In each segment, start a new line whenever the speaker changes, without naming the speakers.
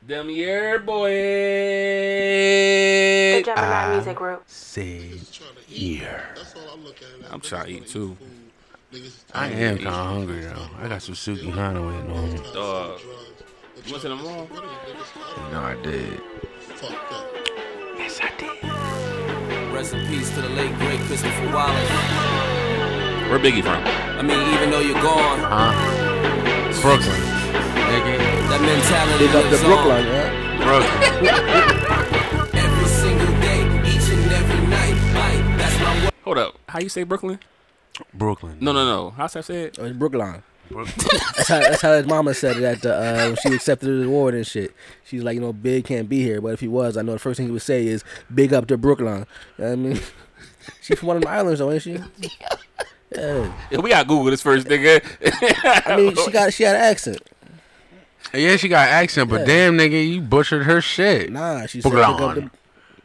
Them year boy.
The Gemini Music Group.
Said
Just trying to eat.
ear.
That's all I look at.
I'm
Niggas
trying to eat,
wanna
too.
food. Niggas is
I
tired
am
of
kind of hungry though. I got some Suki Hana with on.
drugs.
Dog.
They
You went to the
tryna-
mall?
niggas
No, I did.
fucked up.
Yes, I did.
Rest in peace to the late great Christopher Wallace.
Where Biggie from?
I mean, even though you're gone,
Huh? Brooklyn, nigga.
that mentality
Big up to
lives on.
Brooklyn, yeah.
Brooklyn.
Every single day, each and every night. Like, that's my work.
Hold up. How you say Brooklyn?
Brooklyn.
No, no, no. How's that said?
Oh, It's Brookline.
Brooklyn.
That's how, that's how his mama said it at the uh, when she accepted the award and shit. She's like, you know, Big can't be here, but if he was, I know the first thing he would say is big up to Brookline. You know what I mean, she from one of the islands though, ain't she? Yeah.
We got Google this first nigga.
I mean, she got she had an accent.
yeah, she got accent, but
Yeah.
damn, nigga, you butchered her shit.
Nah, Ah, she said big up to.
Brookline.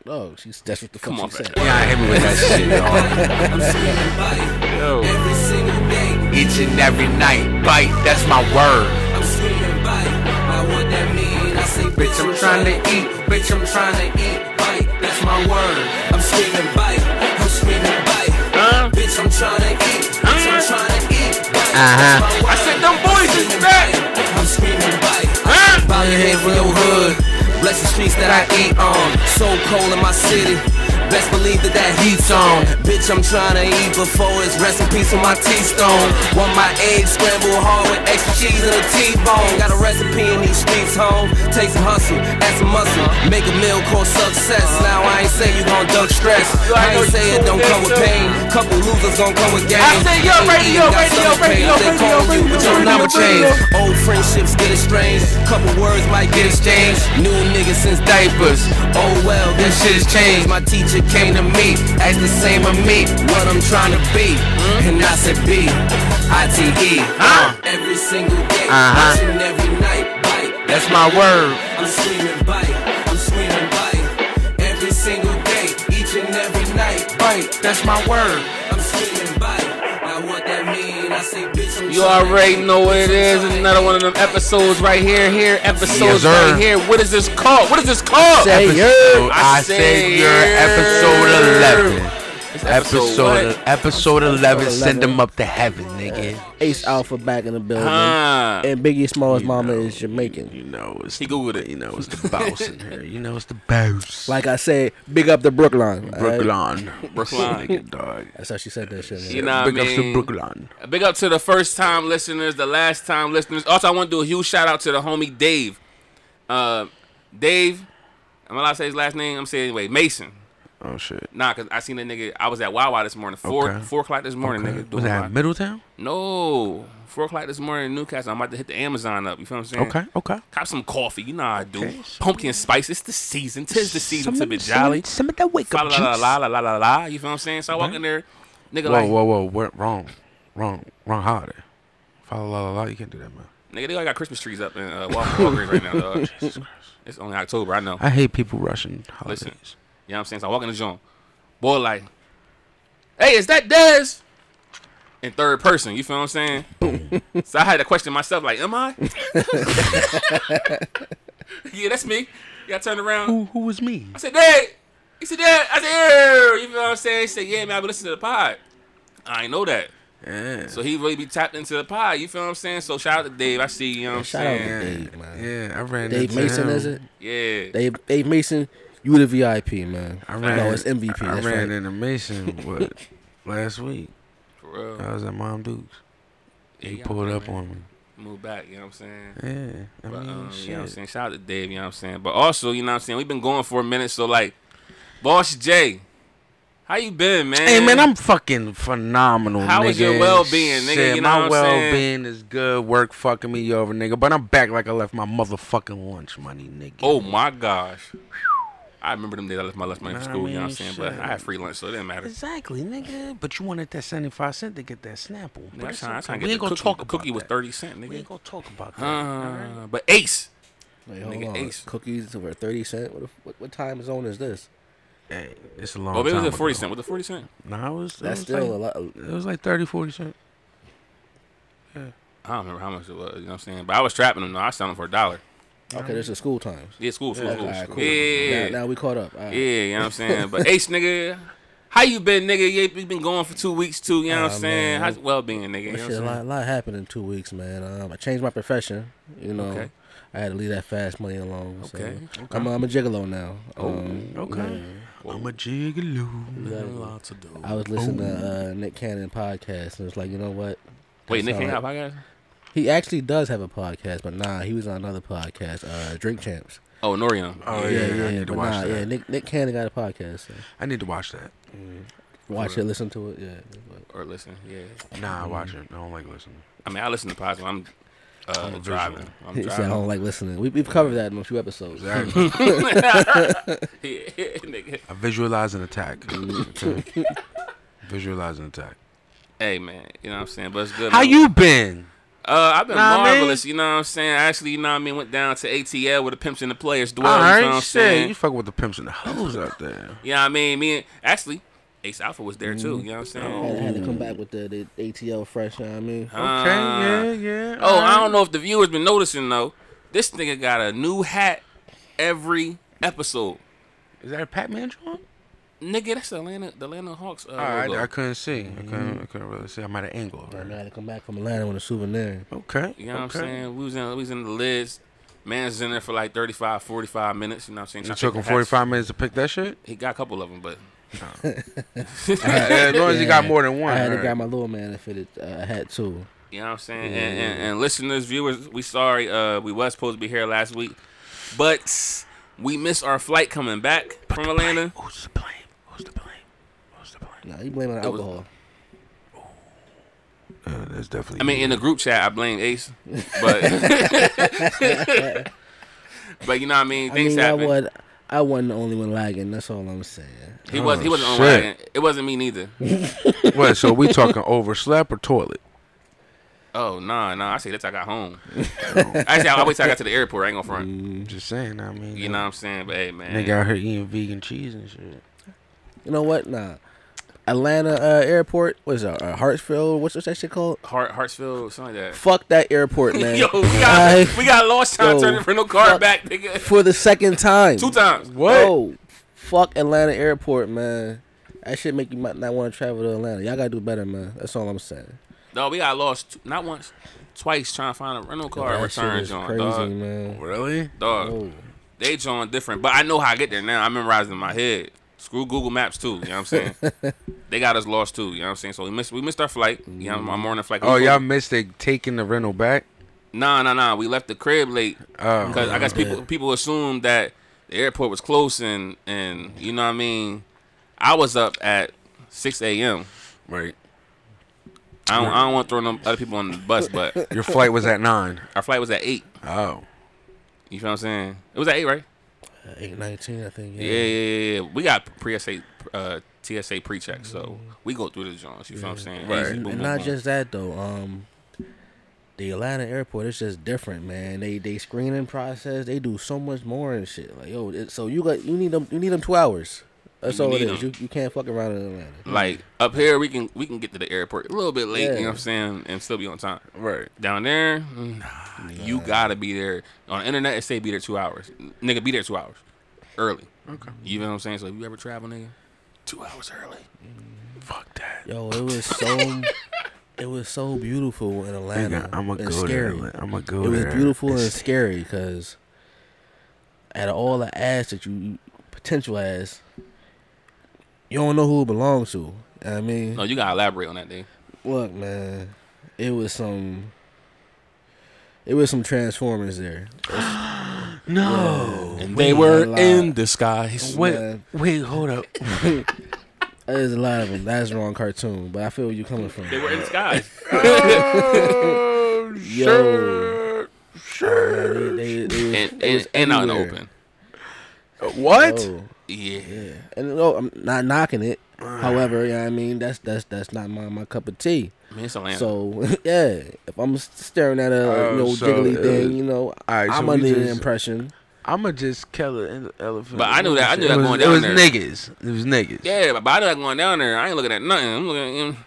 Oh, she's that's what the fuck
Come on,
she said.
Yeah, hit me with that shit, dog.
I'm screaming bite.
Yo.
Every single day,
Each and every night, bite. That's my word.
I'm screaming bite. Now what that mean? I say, bitch, I'm trying to eat. Bitch, I'm trying to eat. Bite, that's my word. I'm screaming bite. I'm screaming bite.
Huh?
Bitch, I'm trying to eat. Bitch, I'm
Huh?
trying to eat. Bite,
Uh-huh.
that's my
I
word.
said them boys is back.
I'm screaming bite.
Huh?
Bow your head for your hood. Bless the streets that I eat on. So cold in my city. Best believe that that heat's on. Bitch, I'm tryna eat before it's rest in peace with my T-stone. Want my eggs scrambled hard with extra cheese and a T-bone. Got a recipe in these streets, home. Take some hustle, add some muscle. Make a meal called success. Now I ain't say you gon' duck stress. I ain't say it don't come with pain. Couple losers gon' come with games.
I say, yo,
Ain't
radio,
even got
radio,
stomach pain.
radio,
They
radio,
calling you, but
radio,
your
radio,
number
radio.
changed. Old friendships get estranged. Couple words might get exchanged. New niggas since diapers. Oh well, this shit has changed. My teacher came to me, asked the same of me, what I'm trying to be. And I said B, I T E. Every single day,
Uh-huh.
each and every night, bite.
That's my word.
I'm screaming bite, I'm screaming bite. Every single day, each and every night, bite.
That's my word.
I'm screaming bite. Now what that mean? I say bitch, I'm
You
tryna
already
eat.
know what it
Bitch, I'm
is.
tryna
Another
eat.
one of them episodes right here. Here,
Yes,
episodes
sir.
right here. What is this called? What is this called?
Say- Hey,
episode.
yo.
I,
I
said
say,
your
yo.
episode 11.
It's
Episode
what?
episode 11. Send
11.
them up to heaven, nigga.
Ace Alpha back in the building,
Huh.
and Biggie Smalls' mama
Ah. know.
is Jamaican.
You know it's
He
the,
googled it.
You know it's the boss in her. You know it's the boss.
Like I said, big up to Brookline. all right?
Brooklyn,
Brooklyn.
Uh, nigga, dog.
That's how she said that shit. man.
You know what I
Big ups to
mean?
Brooklyn.
Big up to the first time listeners, the last time listeners. Also, I want to do a huge shout out to the homie Dave. Uh, Dave, am I allowed to say his last name? I'm saying anyway, Mason.
Oh shit.
Nah, cause I seen that nigga. I was at Wawa this morning, four
Okay.
four o'clock this morning,
Okay.
nigga.
Was
doing
that
my-
Middletown?
no, four o'clock this morning in Newcastle. I'm about to hit the Amazon up. You feel what I'm saying?
Okay, okay.
Cop some coffee. You know how I do.
Okay.
Pumpkin spice. It's the season. Tis the season to
Some-
be
some-
jolly.
Some of that wake
Fa
up
La la
juice.
la la la la la. You feel what I'm saying? So I walk in there, nigga.
Whoa,
like,
whoa, whoa! We're wrong, wrong, wrong holiday. Follow la la la. You can't do that, man.
Nigga, they all got Christmas trees up in uh, Wal- Walgreens right now, dog. It's only October, I know. You know
I hate people rushing holidays.
Listen. what I'm saying? So I walk in the joint. Boy, like, hey, is that Dez? In third person, you feel what I'm saying? so I had to question myself, like, am I? yeah, that's me. Yeah, I turned around.
Who, who was me?
I said, Dad. He said, Dad. I said, "Yeah." you feel what I'm saying? He said, yeah, man, I've been listening to the pod. I ain't know that.
Yeah.
So he really be tapped into the pod. You feel what I'm saying? So shout out to Dave. I see, you know what I'm
Shout out
saying?
to Dave, man.
Yeah, I ran
Dave
into
Mason,
him.
is it?
Yeah.
Dave, Dave Mason, you the VIP, man.
I ran.
no, it's MVP.
I
that's
ran
right.
into Mason what, last week.
For real.
I was at Mom Duke's.
Yeah,
He
y'all
pulled
know,
up
man.
on me.
Move back, you know what I'm saying?
Yeah, I
But,
mean,
um, you know what I'm
shit.
saying? Shout out to Dave, you know what I'm saying? But also, you know what I'm saying? We've been going for a minute, so like, Boss J, how you been, man?
Hey man, I'm fucking phenomenal.
How
nigga.
is your well-being, nigga?
Shit,
You know
my
what I'm saying?
well-being is good. Work fucking me over, nigga. But I'm back like I left my motherfucking lunch money, nigga.
Oh my gosh. I remember them days I left my lunch money
Nah,
for
I
school, you know what I'm
mean,
saying? But
shit.
I had free lunch, so it didn't matter.
Exactly, nigga. But you wanted that seventy-five cent to get that Snapple.
Nigga,
But
I
it's
tryna- I
okay.
tryna get
we
the
ain't gonna
cookie.
talk
The
about
cookie
that.
was 30 cent,
We
nigga.
ain't gonna talk about that. alright?
Uh, but Ace,
Wait, hold
Nigga,
on.
Ace.
Cookies over thirty cent. What, what what time zone is this?
Hey, it's a long.
oh, maybe it
time
was at forty
ago.
cent. Was it forty cent?
Nah, it was. It
That's
was
still
like,
a lot.
It was like 30, 40 cent.
I don't remember how much it was. You know what I'm saying? But I was trapping them. though. I was selling them for a dollar.
Okay, this is school times.
Yeah, school, school,
Okay,
school.
all right, cool.
Yeah, yeah, yeah.
Now, now we caught up. All right.
yeah, you know what I'm saying? But Ace, nigga, how you been, nigga? Yeah, you been going for two weeks, too. You know what
Aw,
I'm saying?
Ah, Oh, man.
How's well being, nigga? You know what I'm
Shit, a
saying?
lot, a lot happened in two weeks, man. Um, I changed my profession. You know,
Okay.
I had to leave that fast money alone. So
Okay, Oh,
I'm, a, I'm a gigolo now. Um,
Okay. Oh. I'm a gigolo. Got a lot to do. Oh.
I was listening to uh, Nick Cannon podcast, and it's like, you know what?
Wait, Nick,
That's
can
all
you
right.
have a podcast?
He actually does have a podcast, but nah, he was on another podcast, uh, Drink Champs.
Oh, Norium.
Oh yeah, I need to
but
watch
nah,
that.
yeah. Nick Nick Cannon got a podcast. So Mm.
I need to watch that.
uh, watch it, listen to it. Yeah, but-
Or listen, yeah.
Nah, I watch it. I don't like listening.
I mean, I listen to podcasts when I'm, uh,
a
driving.
visual.
I'm
he said I
driving.
don't like listening. We, we've covered that in a few episodes.
Exactly.
yeah, nigga.
I visualize an attack. Okay. visualize an attack.
Hey, man. You know what I'm saying? But it's good.
How
man.
you been?
Uh, I've been
Nah, man.
marvelous. You know what I'm saying? Actually, you know what I mean? Went down to ATL with the pimps and the players dwell.
All
you know
right,
what I'm
shit.
saying?
You fuck with the pimps and the hoes out there.
You know what I mean? Me and actually, Ace Alpha was there too. You know what I'm
Mm-hmm.
I
saying?
had to come back with the, the ATL fresh. You know what I mean,
Uh,
Okay, yeah, yeah.
Oh, I
alright.
don't know if the viewers been noticing though. This nigga got a new hat every episode.
Is that a Pac-Man joint?
Nigga, that's the Atlanta, the Atlanta Hawks. Uh,
All right,
logo.
I couldn't see. I
Mm-hmm.
couldn't. I couldn't really see. I'm at an angle.
I
Right?
had to come back from Atlanta with a souvenir.
Okay.
You know what I'm
okay.
saying? We was in, we was in the lids. Man's in there for like 35, 45 minutes. You know what I'm
It
saying? Trying to
took him
pick the
45
hats.
minutes to pick that shit.
He got a couple of them, but
as long as he got
Yeah,
more than one.
I had to
alright.
got my little man to fit it. Uh, I had two.
you know what I'm saying? And, and, and listeners, viewers, we sorry. Uh, we was supposed to be here last week, but we missed our flight coming back from Atlanta.
Who's to blame? Who's to blame? Who's to blame?
Nah, you blame it on
was-
alcohol.
Uh, that's definitely.
I mean, in the group chat, I blame Ace, but but you know what I mean.
I
Things
mean, I
happen.
was I wasn't the only one lagging. That's all I'm saying.
he was he
Oh,
wasn't on
shit.
Ryan. It wasn't me neither.
what? So we talking overslept or toilet?
Oh nah nah. I say that's I got home.
Oh.
Actually, I, I wait till I got to the airport. I ain't gonna front.
Mm-hmm.
I'm just saying. I mean, uh,
You know what I'm saying? But hey man,
nigga out here eating vegan cheese and shit.
You know what? Nah. Atlanta uh, airport was it? Uh, Hartsfield. What's, what's that shit called?
Hart, Hartsfield, something like that.
Fuck that airport, man.
Yo, we got
I-
we got lost trying
Yo,
to turn the rental car
fuck.
back, nigga.
for the second time.
Two times.
Whoa. Fuck Atlanta airport, man. That shit make you might not want to travel to Atlanta. Y'all gotta do better, man. That's all I'm saying.
No, we got lost two, not once, twice trying to find a rental car
that
return
shit is
John.
crazy,
dog.
man.
Really?
Dog.
Oh.
Whoa.
They joined different, but I know how I get there now. I memorize it in my head. Screw Google Maps too. You know what I'm saying? they got us lost too. You know what I'm saying? So we missed we missed our flight. You know, my morning flight.
Oh, y'all missed it taking the rental back.
Nah, nah, nah. We left the crib late
Oh,
because I guess people people assumed that the airport was close and and you know what I mean. I was up at 6 a.m.
right.
I don't, I don't want to throw no other people on the bus, but
Your flight was at nine.
our flight was at eight.
Oh,
You feel what I'm saying? It was at eight, right?
Eight nineteen, I think.
Yeah, yeah, yeah. yeah. We got pre SA, uh, TSA pre check, so we go through the joints. You feel what I'm saying?
Right.
Easy,
Mm-hmm. And,
boom,
and
boom,
not
boom.
just that though. Um, the Atlanta airport is just different, man. They they screening process. They do so much more and shit. Like yo, it, so you got you need them you need them two hours. That's
You
all it
need
is.
'em.
You you can't fuck around in Atlanta.
like up here, we can we can get to the airport a little bit late. You
Yeah.
know what I'm saying? And still be on time.
right.
Down there, nah, you gotta be there. On the internet, it say be there two hours. Nigga, be there two hours early. Okay. You know what I'm saying? So if you ever travel, nigga, two hours early.
Fuck that.
Yo, it was so it was so beautiful in
Nigga,
Atlanta.
I'm a
and
go
scary.
there. I'm a go
It was
there.
beautiful and
It's-
scary because out of all the ass that you potential ass, you don't know who it belongs to. I mean,
No, you gotta elaborate on that thing.
Look, man, it was some. It was some Transformers there.
No.
And they were in.
disguise.
Wait,
Man.
wait, hold up.
There's a lot of them. That's wrong cartoon, but I feel where you're coming from.
They were in disguise.
Oh,
Yo.
shit. Shit.
They, they, they was,
and
they was
and, and out in the
everywhere.
open.
What?
Oh,
Yeah.
yeah. And no, I'm not knocking it. However, yeah, I mean that's that's that's not my, my cup of tea.
Man, it's Atlanta.
So yeah, if I'm staring at a
Oh,
you know
so
jiggly
it
thing,
was-
you know,
right, so
I'm
we
under the
just-
impression.
I'ma just kill an elephant.
But I knew that- I knew that
it was,
going
It
down
was
there.
niggas. It was niggas.
Yeah, but I know that going down there. I ain't looking at nothing. I'm looking at him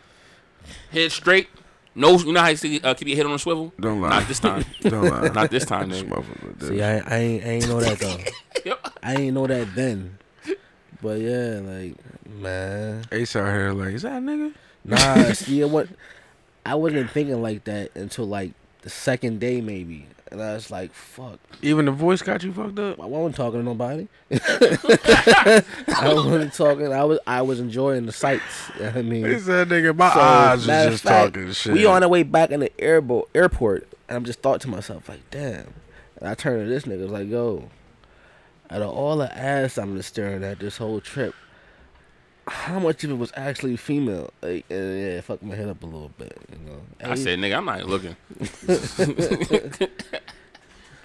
head straight, No, you know how you see uh, keep your head on a swivel.
Don't lie.
Not this time.
Don't lie.
Not this time, nigga.
motherfucker did.
See, I, I ain't, I ain't know that though.
Yep.
I ain't know that then. But yeah, like man,
Ace out here like, is that a nigga?
nah. see, what? I wasn't thinking like that until like the second day maybe, and I was like, "Fuck,
Even the voice got you fucked up.
I wasn't talking to nobody. I wasn't talking. I was, I was enjoying the sights. You know what I mean,
He said, nigga, my
So,
eyes was
matter
just
of fact,
talking shit.
We on our way back in the airbo- airport, and I'm just thought to myself, like, damn. And I turned to this nigga, was like, yo, out of all the ass I'm just staring at this whole trip, how much of it was actually female? Like, uh, yeah, it fucked my head up a little bit, you know.
I said, nigga, I'm not even looking.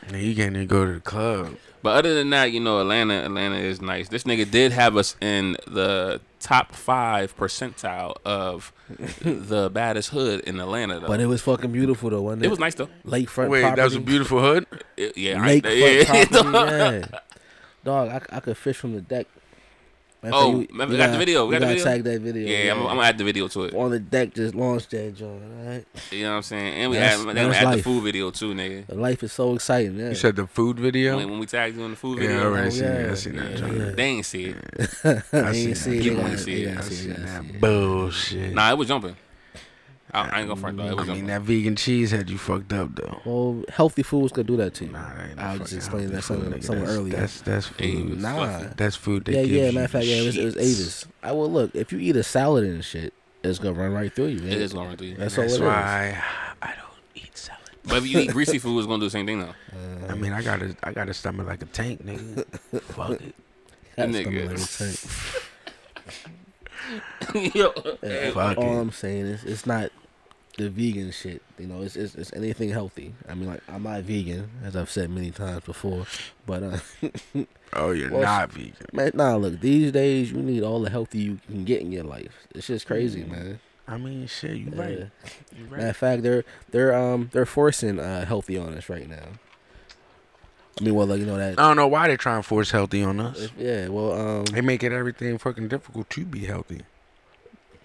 Nigga, you can't even go to the club.
But other than that, you know, Atlanta, Atlanta is nice. This nigga did have us in the top five percentile of the baddest hood in Atlanta. Though.
but it was fucking beautiful though, wasn't it?
it was nice though.
Lakefront
Wait,
property.
that was a beautiful hood?
It- yeah, I-
Lakefront
yeah.
property, yeah. Dog, I, c- I could fish from the deck. Man,
Oh,
so
man, we got the video, we got the
gotta
video.
tag that video.
Yeah, I'm, I'm gonna add the video to it.
on the deck just launched that joint. All right,
You know what I'm saying? And we
That's-
add, then we
that's
add the
life.
food video too, nigga.
life is so exciting. Yeah.
You said the food video?
When, when we tagged you on the food
yeah, I
video,
already
Oh,
seen that. I
yeah.
seen that.
Yeah,
joint.
they ain't see it.
I ain't see it.
People
They
ain't
got-
see
they
it.
got
I
to see it, they got to see it.
bullshit.
Nah, it was jumping. I, I ain't gonna front though. It
I
was
mean,
jumping.
that vegan cheese had you fucked up, though.
Well, healthy foods could do that to you.
Nah, that ain't no
I was
fucking
just
healthy
explaining that
food,
someone,
nigga.
someone
That's-
earlier.
That's, that's food.
Avis.
nah.
That's food that
yeah,
gives
yeah.
you
Matter of fact, yeah, it was, it was
shits.
Avis. I will look. If you eat a salad and shit, it's gonna run right through you. Man.
It is gonna run through you.
That's,
That's
all it is.
why I don't eat salad.
But if you eat greasy food, it's gonna do the same thing though.
I mean, I got a, I got a stomach like a tank, nigga. Fuck it.
That's
Nigga.
something like that.
Yo,
Fuck
All
um,
it.
I'm saying is, it's not the vegan shit. You know, it's, it's it's anything healthy. I mean, like I'm not vegan, as I've said many times before, but. uh
Oh, you're
Well,
not vegan.
Man, nah, look, these days you need all the healthy you can get in your life. It's just crazy, man.
Mm-hmm. I mean, shit, you right.
Yeah.
You
Matter
right.
of fact, they're they're um they're forcing uh healthy on us right now. I mean, well, like, you know that.
I don't know why they try and force healthy on us.
Yeah, well, um,
They make it everything fucking difficult to be healthy.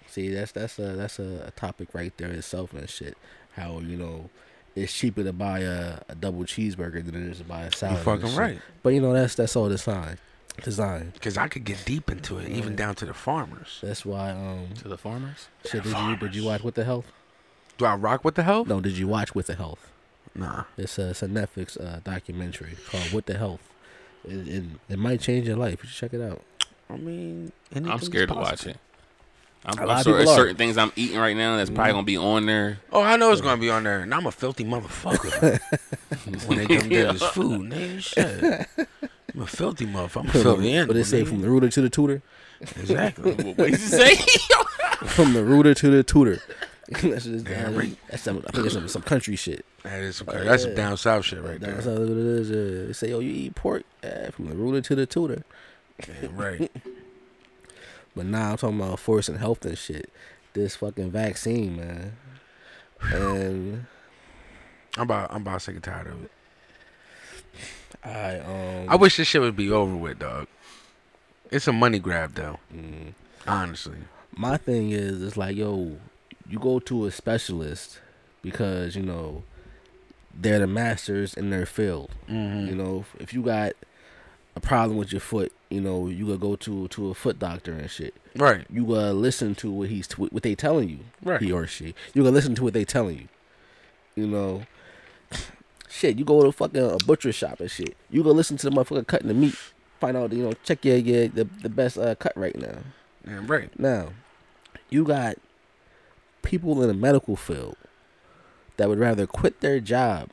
see, that's that's a that's a, a topic right there itself and shit. How you know it's cheaper to buy a, a double cheeseburger than it is to buy a salad.
You
and
fucking
shit.
right.
But you know that's that's all design, design.
Because I could get deep into it, even down to the farmers.
That's why um
to the farmers.
shit. Did you did you watch With the Health?
Do I rock with the health?
No, did you watch With the Health?
Nah.
It's a, it's a Netflix uh, documentary called What the Health. It, it, it might change your life. You should check it out.
I mean,
I'm
anything's
scared to watch
possible.
it. I'm,
lot
I'm
of
sure
people
there's
are.
certain things I'm eating right now that's probably gonna be on there.
Oh, I know it's gonna be on there, and I'm a filthy motherfucker when they come get this food, nigga. Shit, I'm a filthy motherfucker. I'm a filthy animal.
but they say
nigga.
from the rooter to the tutor.
exactly.
What did you say?
From the rooter to the tutor. that's just,
Damn right.
that's some, I think it's some, some country shit. Oh,
That is some, that's some down south shit right
That's
there.
how it is. uh, They say, oh, you eat pork? Yeah, from the rooter to the tutor.
Damn right.
But now I'm talking about force and health and shit. This fucking vaccine, man. And
I'm about I'm about sick and tired of it.
I um
I wish this shit would be over with, dog. It's a money grab, though.
Mm.
Honestly,
my thing is it's like yo you go to a specialist because you know they're the masters in their field
Mm-hmm.
you know if- if you got a problem with your foot you know you gonna go to to a foot doctor and shit
right?
you gonna listen to what he's what they telling you
Right.
he or she you gonna listen to what they telling you you know shit you go to fucking a butcher shop and shit you gonna listen to the motherfucker cutting the meat find out you know check your, your the, the best uh, cut right now
Damn right.
now, you got people in the medical field that would rather quit their job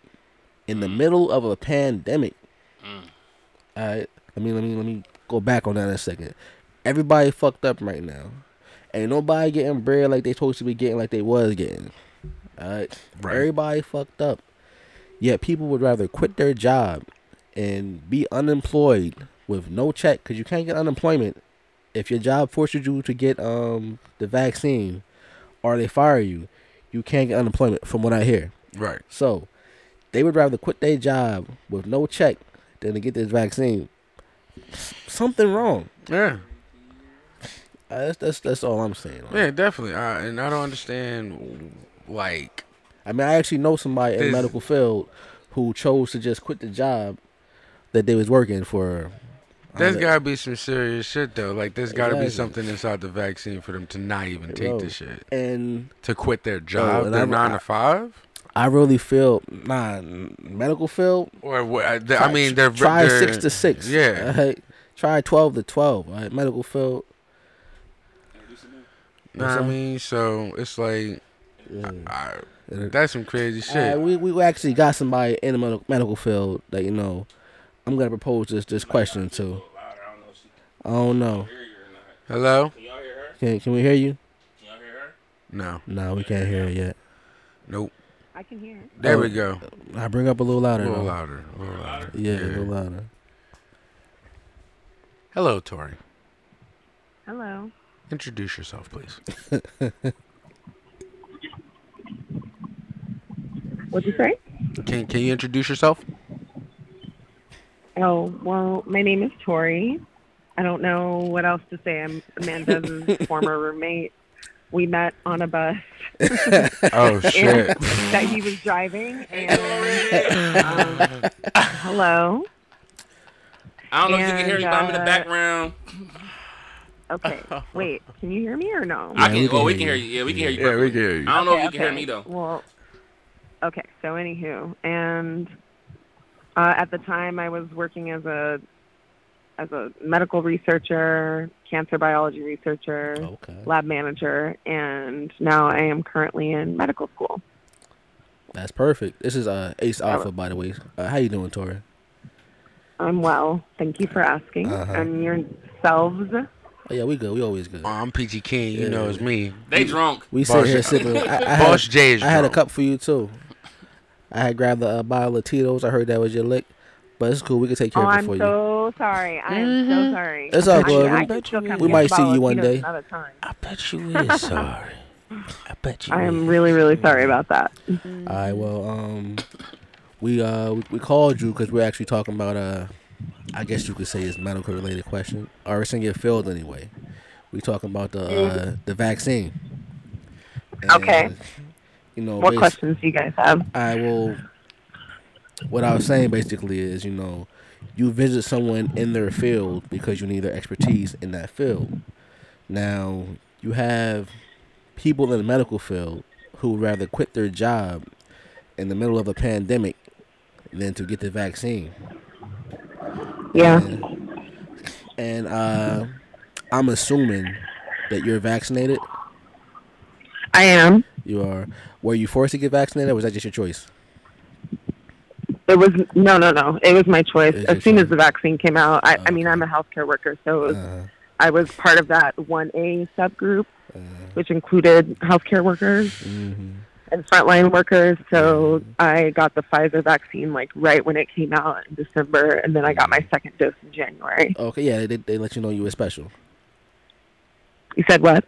in the middle of a pandemic. All right, let me let me let me go back on that in a second. Everybody fucked up right now. Ain't nobody getting bread like they supposed to be getting, like they was getting. All right,
Right.
everybody fucked up. Yet people would rather quit their job and be unemployed with no check because you can't get unemployment if your job forces you to get um the vaccine or they fire you, you can't get unemployment from what I hear.
Right.
So they would rather quit their job with no check than to get this vaccine. S- Something wrong.
Yeah.
Uh, that's, that's that's all I'm saying.
Yeah, definitely. I, and I don't understand Like,
I mean, I actually know somebody in the
This-
medical field who chose to just quit the job that they was working for. I
there's
don't
gotta be some serious shit though. Like, there's gotta
Exactly.
be something inside the vaccine for them to not even take
know.
this shit.
And Oh,
To quit their job,
and
their
I'm-
nine
I-
to five,
I really feel nah n- medical field.
or uh, what? I, th-
try-
I mean, they're
try
they're-
six to six.
Yeah,
alright? Try twelve to twelve. All right, medical field.
know
Uh-huh.
what I mean, so it's like, I, that's some crazy shit.
Alright, we we actually got somebody in the medical, medical field that you know. I'm gonna propose this this question to. I don't know.
Hello?
Can can we hear you?
No,
No, we can't hear it yet.
nope.
I can hear. it.
There
Oh,
we go.
I bring up a little
A
louder.
little
though.
louder. A little louder.
Yeah, a little louder.
Hello, Tori.
Hello.
Introduce yourself, please.
What'd you say?
Can Can you introduce yourself?
Oh, well, my name is Tori. I don't know what else to say. I'm Amanda's former roommate. We met on a bus
Oh shit!
and- that he was driving. And, um, hello.
I don't know if you can hear
And,
me, but I'm in the
uh,
background.
Okay. Wait, can you hear me or no?
I can.
we can
oh, we
hear
can hear
you.
you. Yeah, we can hear you.
yeah, we
perfectly.
can hear you.
I don't know if
Okay,
you can hear
okay.
me though.
Well, okay. So, anywho, and uh, at the time, I was working as a as a medical researcher, cancer biology researcher,
Okay,
lab manager, and now I am currently in medical school.
that's perfect. This is uh Ace Alpha, by the way. Uh, how you doing, Tori?
I'm well. Thank you for asking.
Uh-huh.
And yourselves.
Oh yeah, we good. We always good.
I'm PG King. You know it's me.
They drunk.
We
Boss-
sit here sipping. I, I had,
Boss J is
I had a
drunk.
cup for you too. I had grabbed a, uh bottle of Tito's. I heard that was your lick, but it's cool. We can take care
Oh,
of it
I'm
for you. Mm-hmm.
so sorry. I am so sorry.
It's all
I mean,
good.
I
We-
could still come
we
get
might
a
see
bottle
you
of
one
Tito's
day.
Another time.
I bet you is sorry. I bet you.
I am really, really sorry about that.
All right. Well, um, we uh we, we called you because we're actually talking about uh, I guess you could say it's medical related question or it's in your field anyway. We talking about the uh,
Mm.
the vaccine.
Okay.
And, You know
What
basi-
questions do you guys have?
I will. What I was saying basically is, you know, you visit someone in their field because you need their expertise in that field. Now, you have people in the medical field who would rather quit their job in the middle of a pandemic than to get the vaccine.
Yeah.
And uh, I'm assuming that you're vaccinated.
I am.
You are. Were you forced to get vaccinated, or was that just your choice?
It was no, no, no. It was my choice.
It was your
As soon
choice. Uh-huh.
as the vaccine came out, I, I mean, I'm a healthcare worker, so it was, I was part of that 1A subgroup,
Uh-huh.
which included healthcare workers and frontline workers. So
Mm-hmm.
I got the Pfizer vaccine like right when it came out in December, and then I got
Mm-hmm.
my second dose in January.
Okay, yeah, they, they let you know you were special.
You said what?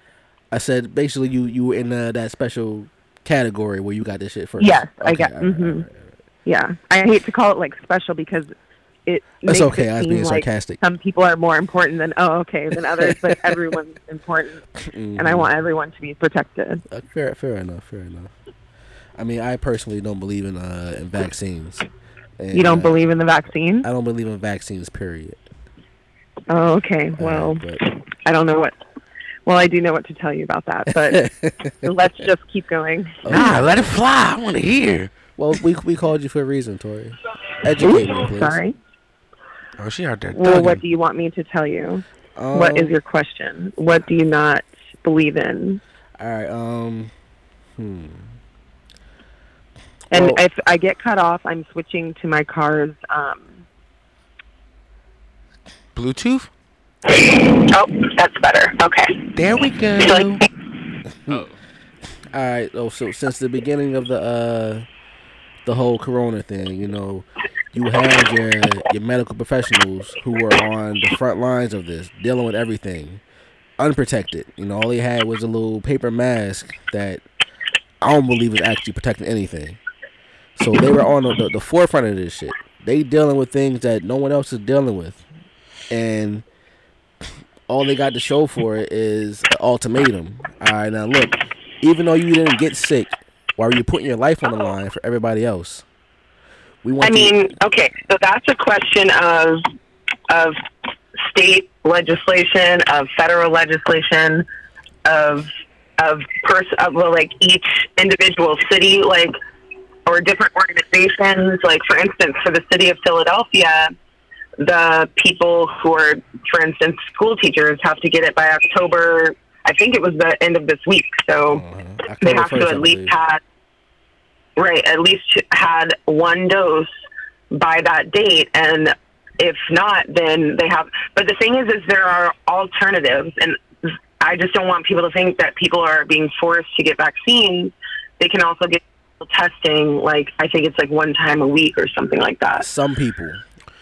I said basically you you were in uh, that special category where you got this shit first.
Yes, I got-
alright,
mhm.
alright, alright.
Yeah, I hate to call it like special because it.
That's
makes
okay.
It
I was
seem
being
like
sarcastic.
Some people are more important than oh okay than others, but everyone's important,
Mm.
and
Mm-hmm.
I want everyone to be protected.
Uh, fair, fair enough. Fair enough. I mean, I personally don't believe in uh in vaccines. And,
You don't
uh,
believe in the vaccine?
I don't believe in vaccines. Period.
Oh, okay.
Uh,
Well,
but-
I don't know what. Well, I do know what to tell you about that, but let's just keep going.
Oh,
Nah, Ah, let it fly. I want to hear.
well, we we called you for a reason, Tori. Educate me, please.
Sorry.
Oh, she out there.
Well, what
thugging.
do you want me to tell you?
Um,
what is your question? What do you not believe in?
All right. Um.
And
well-
if I get cut off, I'm switching to my car's. Um,
Bluetooth?
oh, that's better. Okay.
There we go.
Oh,
All right. Oh, so since the beginning of the uh, the whole Corona thing, you know, you had your your medical professionals who were on the front lines of this, dealing with everything, unprotected. You know, all they had was a little paper mask that I don't believe is actually protecting anything. So they were on the, the, the forefront of this shit. They dealing with things that no one else is dealing with, and all they got to show for it is an ultimatum. All right, now look, even though you didn't get sick Why are you putting your life on the line for everybody else? We want.
I
to-
mean, okay, so that's a question of of state legislation, of federal legislation, of of pers- of well, like each individual city, like or different organizations. Like for instance, for the city of Philadelphia, the people who are, for instance, school teachers have to get it by October. I think it was the end of this week, so
Uh-huh.
they
October
have
1st,
to
I
at least
believe.
had right at least had one dose by that date and if not then they have but the thing is is there are alternatives and i just don't want people to think that people are being forced to get vaccines they can also get testing like i think it's like one time a week or something like that
some people.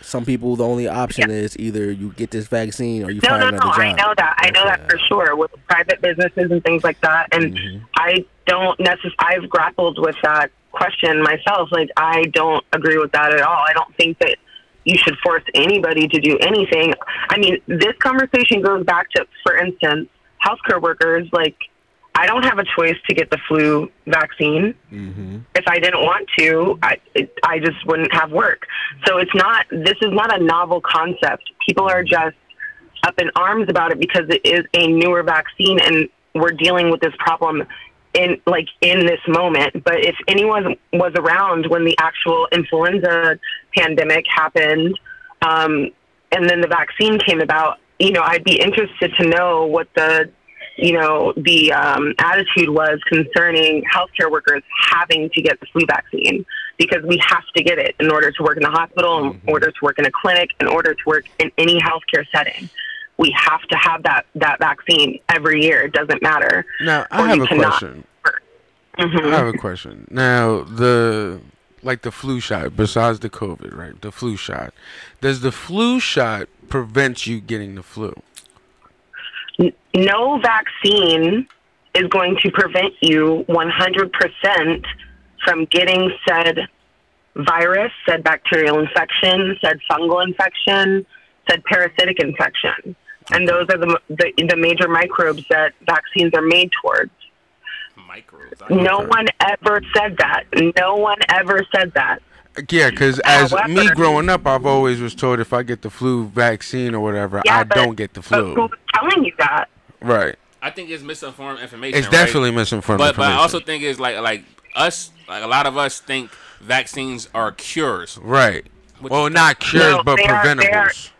Some people, the only option is either you get this vaccine or you
No,
find
no,
another
no.
job.
I know that. I know that for sure with private businesses and things like that. And I don't necessarily. I've grappled with that question myself. Like, I don't agree with that at all. I don't think that you should force anybody to do anything. I mean, this conversation goes back to, for instance, healthcare workers. Like, I don't have a choice to get the flu vaccine if I didn't want to, I it, I just wouldn't have work. So it's not this is not a novel concept. People are just up in arms about it because it is a newer vaccine and we're dealing with this problem in like in this moment. But if anyone was around when the actual influenza pandemic happened, um, and then the vaccine came about, you know, I'd be interested to know what the you know, the um, attitude was concerning healthcare workers having to get the flu vaccine because we have to get it in order to work in the hospital, in order to work in a clinic, in order to work in any healthcare setting. We have to have that, that vaccine every year. It doesn't matter.
Now
Or
I
you
have a
cannot.
question.
Mhm.
I have a question. Now the like the flu shot, besides the COVID, right? The flu shot. Does the flu shot prevent you getting the flu?
no vaccine is going to prevent you 100% from getting said virus, said bacterial infection, said fungal infection, said parasitic infection. And those are the, the, the major microbes that vaccines are made towards.
Microbes. I
No one ever said that. No one ever said that.
Yeah, because as me
However-
growing up, I've always was told if I get the flu vaccine or whatever,
Yeah,
I
but-
don't get the
But who
flu.
was telling you that?
Right.
I think it's misinformed information.
It's
right?
definitely misinformed.
But but I
information.
also think it's like like us like a lot of us think vaccines are cures.
right.
Which-
well, not cures,
No,
but
they are- they are-
preventables.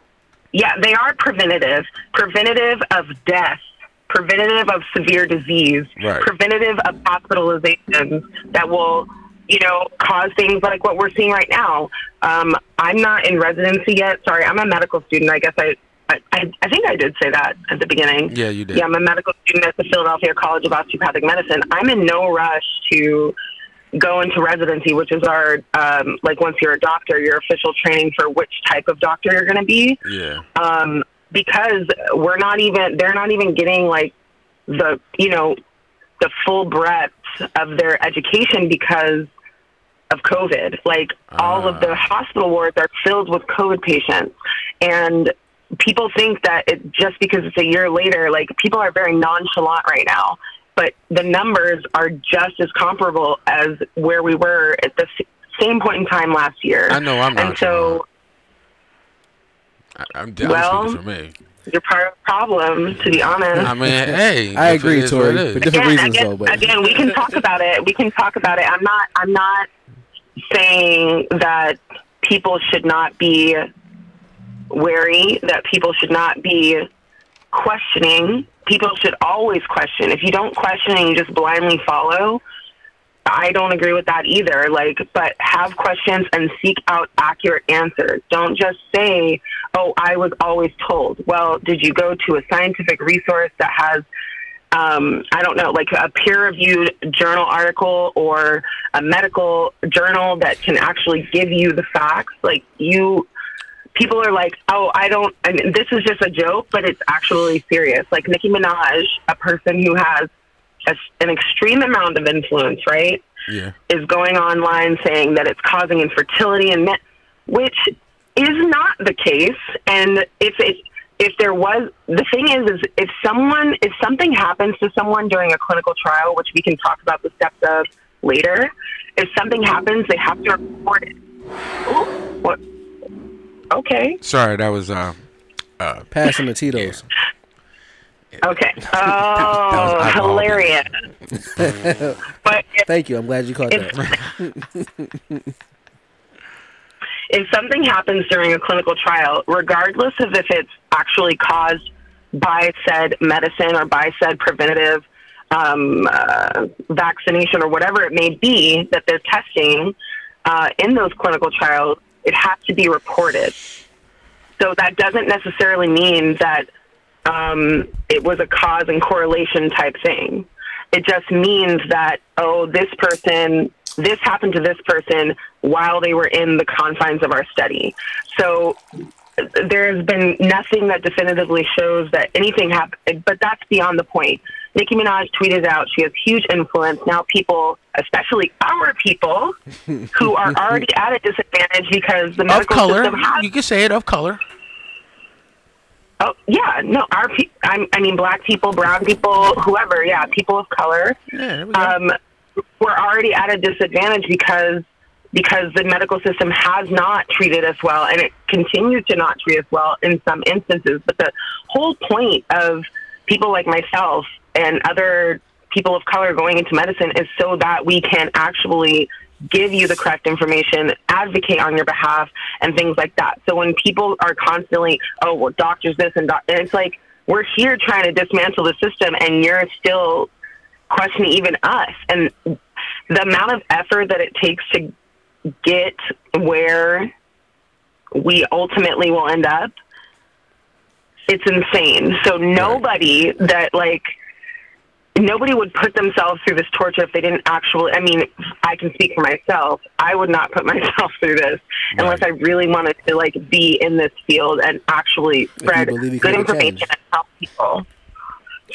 Yeah, they are preventative. Preventative of death, preventative of severe disease,
Right.
preventative of hospitalizations that will, you know, cause things like what we're seeing right now. Um, I'm not in residency yet. Sorry, I'm a medical student. I guess I, I, I I think I did say that at the beginning.
Yeah, you did.
Yeah, I'm a medical student at the Philadelphia College of Osteopathic Medicine. I'm in no rush to go into residency, which is our um, like once you're a doctor, your official training for which type of doctor you're going to be
yeah.
um, because we're not even they're not even getting like the you know the full breadth of their education because of COVID. Like all
Ah.
of the hospital wards are filled with COVID patients, and people think that it just because it's a year later, like people are very nonchalant right now. But the numbers are just as comparable as where we were at the s- same point in time last year.
I know I'm
and so
nonchalant. I, I'm, I'm
Well-
speaking for me.
you're part of the problem, to be honest.
I mean, hey.
I
if it
agree,
is what it
Tori,
is.
but different
again,
reasons
again,
though. But
again, we can talk about it. We can talk about it. I'm not. I'm not saying that people should not be wary. That people should not be questioning. People should always question. If you don't question and you just blindly follow, I don't agree with that either. Like, but have questions and seek out accurate answers. Don't just say, "Oh, I was always told." Well, did you go to a scientific resource that has um, I don't know, like a peer reviewed journal article or a medical journal that can actually give you the facts. Like, you, people are like, oh, I don't, I mean, this is just a joke, but it's actually serious. Like, Nicki Minaj, a person who has a, an extreme amount of influence, right?
Yeah.
is going online saying that it's causing infertility and men, which is not the case. And if it, if there was, the thing is, is if someone, if something happens to someone during a clinical trial, which we can talk about the steps of, later. If something happens, they have to report it. Ooh, what? Okay.
Sorry, that was uh,
Pass him the Tito's.
Okay. Oh,
alcohol.
hilarious. but if
Thank you. I'm glad you caught
If-
that.
if something happens during a clinical trial, regardless of if it's actually caused by said medicine or by said preventative um, uh, vaccination or whatever it may be that they're testing uh, in those clinical trials, it has to be reported. So that doesn't necessarily mean that um, it was a cause and correlation type thing. It just means that, oh, this person, this happened to this person while they were in the confines of our study. So there has been nothing that definitively shows that anything happened, but that's beyond the point. Nicki Minaj tweeted out she has huge influence. Now, people, especially our people, who are already at a disadvantage because the
of
medical
color.
system has
You can say it of color.
Oh yeah, no, our pe- I'm, I mean, black people, brown people, whoever, yeah, people of color.
Yeah, there we go.
Um, we're already at a disadvantage because because the medical system has not treated us well, and it continues to not treat us well in some instances. But the whole point of people like myself and other people of color going into medicine is so that we can actually give you the correct information, advocate on your behalf, and things like that. So when people are constantly, oh, well, doctors this and, doc-, and it's like we're here trying to dismantle the system, and you're still questioning even us and the amount of effort that it takes to get where we ultimately will end up it's insane so nobody that like nobody would put themselves through this torture if they didn't actually i mean i can speak for myself i would not put myself through this unless i really wanted to like be in this field and actually spread
believe you can
good
make a change.
information and help people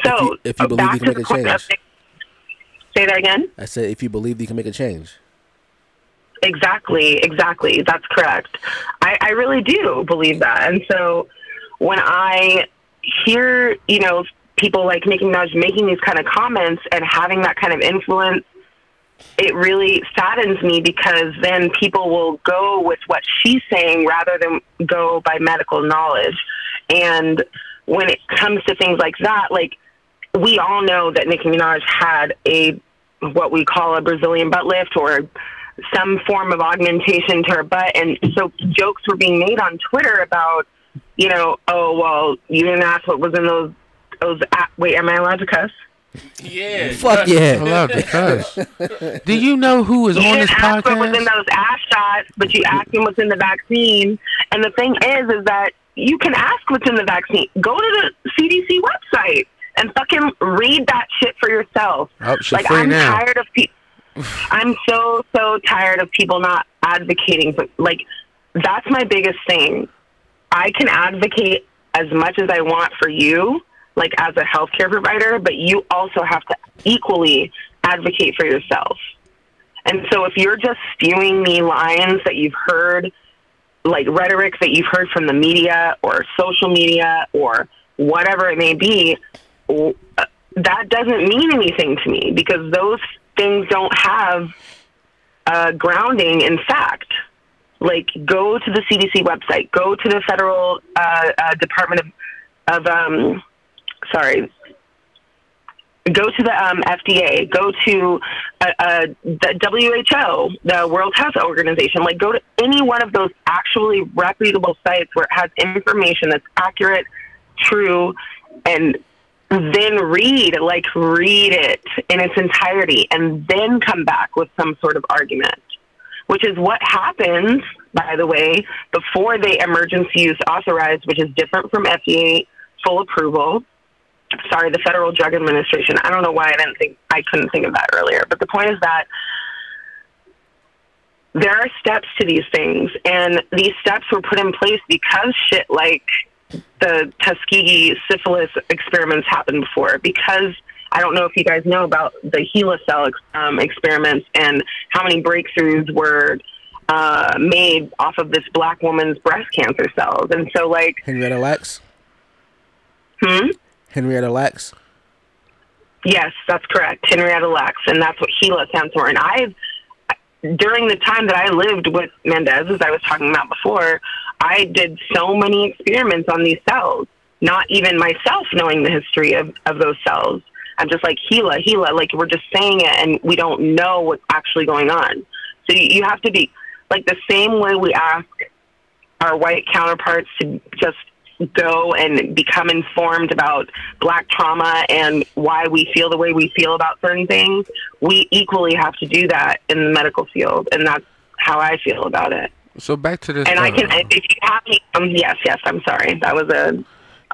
so
you- if you
uh,
believe
back
you can
to
make
the
a
point of
change.
the- Say that again.
I said, if you believe you can make a change.
Exactly, exactly. That's correct. I, I really do believe that. And so when I hear, you know, people like Nicki Minaj making these kind of comments and having that kind of influence, it really saddens me because then people will go with what she's saying rather than go by medical knowledge. And when it comes to things like that, like we all know that Nicki Minaj had a what we call a Brazilian butt lift or some form of augmentation to her butt, and so jokes were being made on Twitter about, you know, oh well, you didn't ask what was in those those. a- Wait, am I allowed to cuss?
Yeah.
Fuck yeah.
Hello, because do you know who is
You
on
didn't
this
ask what was in
podcast?
those ass shots, but you asked him what's in the vaccine. And the thing is, is that you can ask what's in the vaccine. Go to the CDC website and fucking read that shit for yourself.
Oh, shit
like
free
I'm
now.
tired of people. I'm so so tired of people not advocating. For, like that's my biggest thing. I can advocate as much as I want for you, like as a healthcare provider, but you also have to equally advocate for yourself. And so if you're just spewing me lines that you've heard, like rhetoric that you've heard from the media or social media or whatever it may be, w- uh, that doesn't mean anything to me because those things don't have uh, grounding in fact. Like, go to the CDC website, go to the federal uh, uh, Department of, of um, sorry, go to the um, FDA, go to uh, uh, the WHO, the World Health Organization. Like, go to any one of those actually reputable sites where it has information that's accurate, true, and then read, like, read it in its entirety, and then come back with some sort of argument. Which is what happens, by the way, before they emergency use authorized, which is different from FDA full approval sorry, the Federal Drug Administration. I don't know why I didn't think I couldn't think of that earlier, but the point is that there are steps to these things, and these steps were put in place because shit like the Tuskegee syphilis experiments happened before. Because I don't know if you guys know about the HeLa cell ex- um, experiments and how many breakthroughs were uh, made off of this black woman's breast cancer cells, and so like,
Henrietta Lacks.
hmm.
Henrietta Lacks.
Yes, that's correct. Henrietta Lacks, and that's what Gila stands for. And I've during the time that I lived with Mendez, as I was talking about before, I did so many experiments on these cells, not even myself knowing the history of, of those cells. I'm just like Gila, Gila, like we're just saying it and we don't know what's actually going on. So you, you have to be like the same way we ask our white counterparts to just go and become informed about black trauma and why we feel the way we feel about certain things, we equally have to do that in the medical field. And that's how I feel about it.
So back to this.
And I can,
uh,
if you have me, um, yes, yes, I'm sorry. That was a,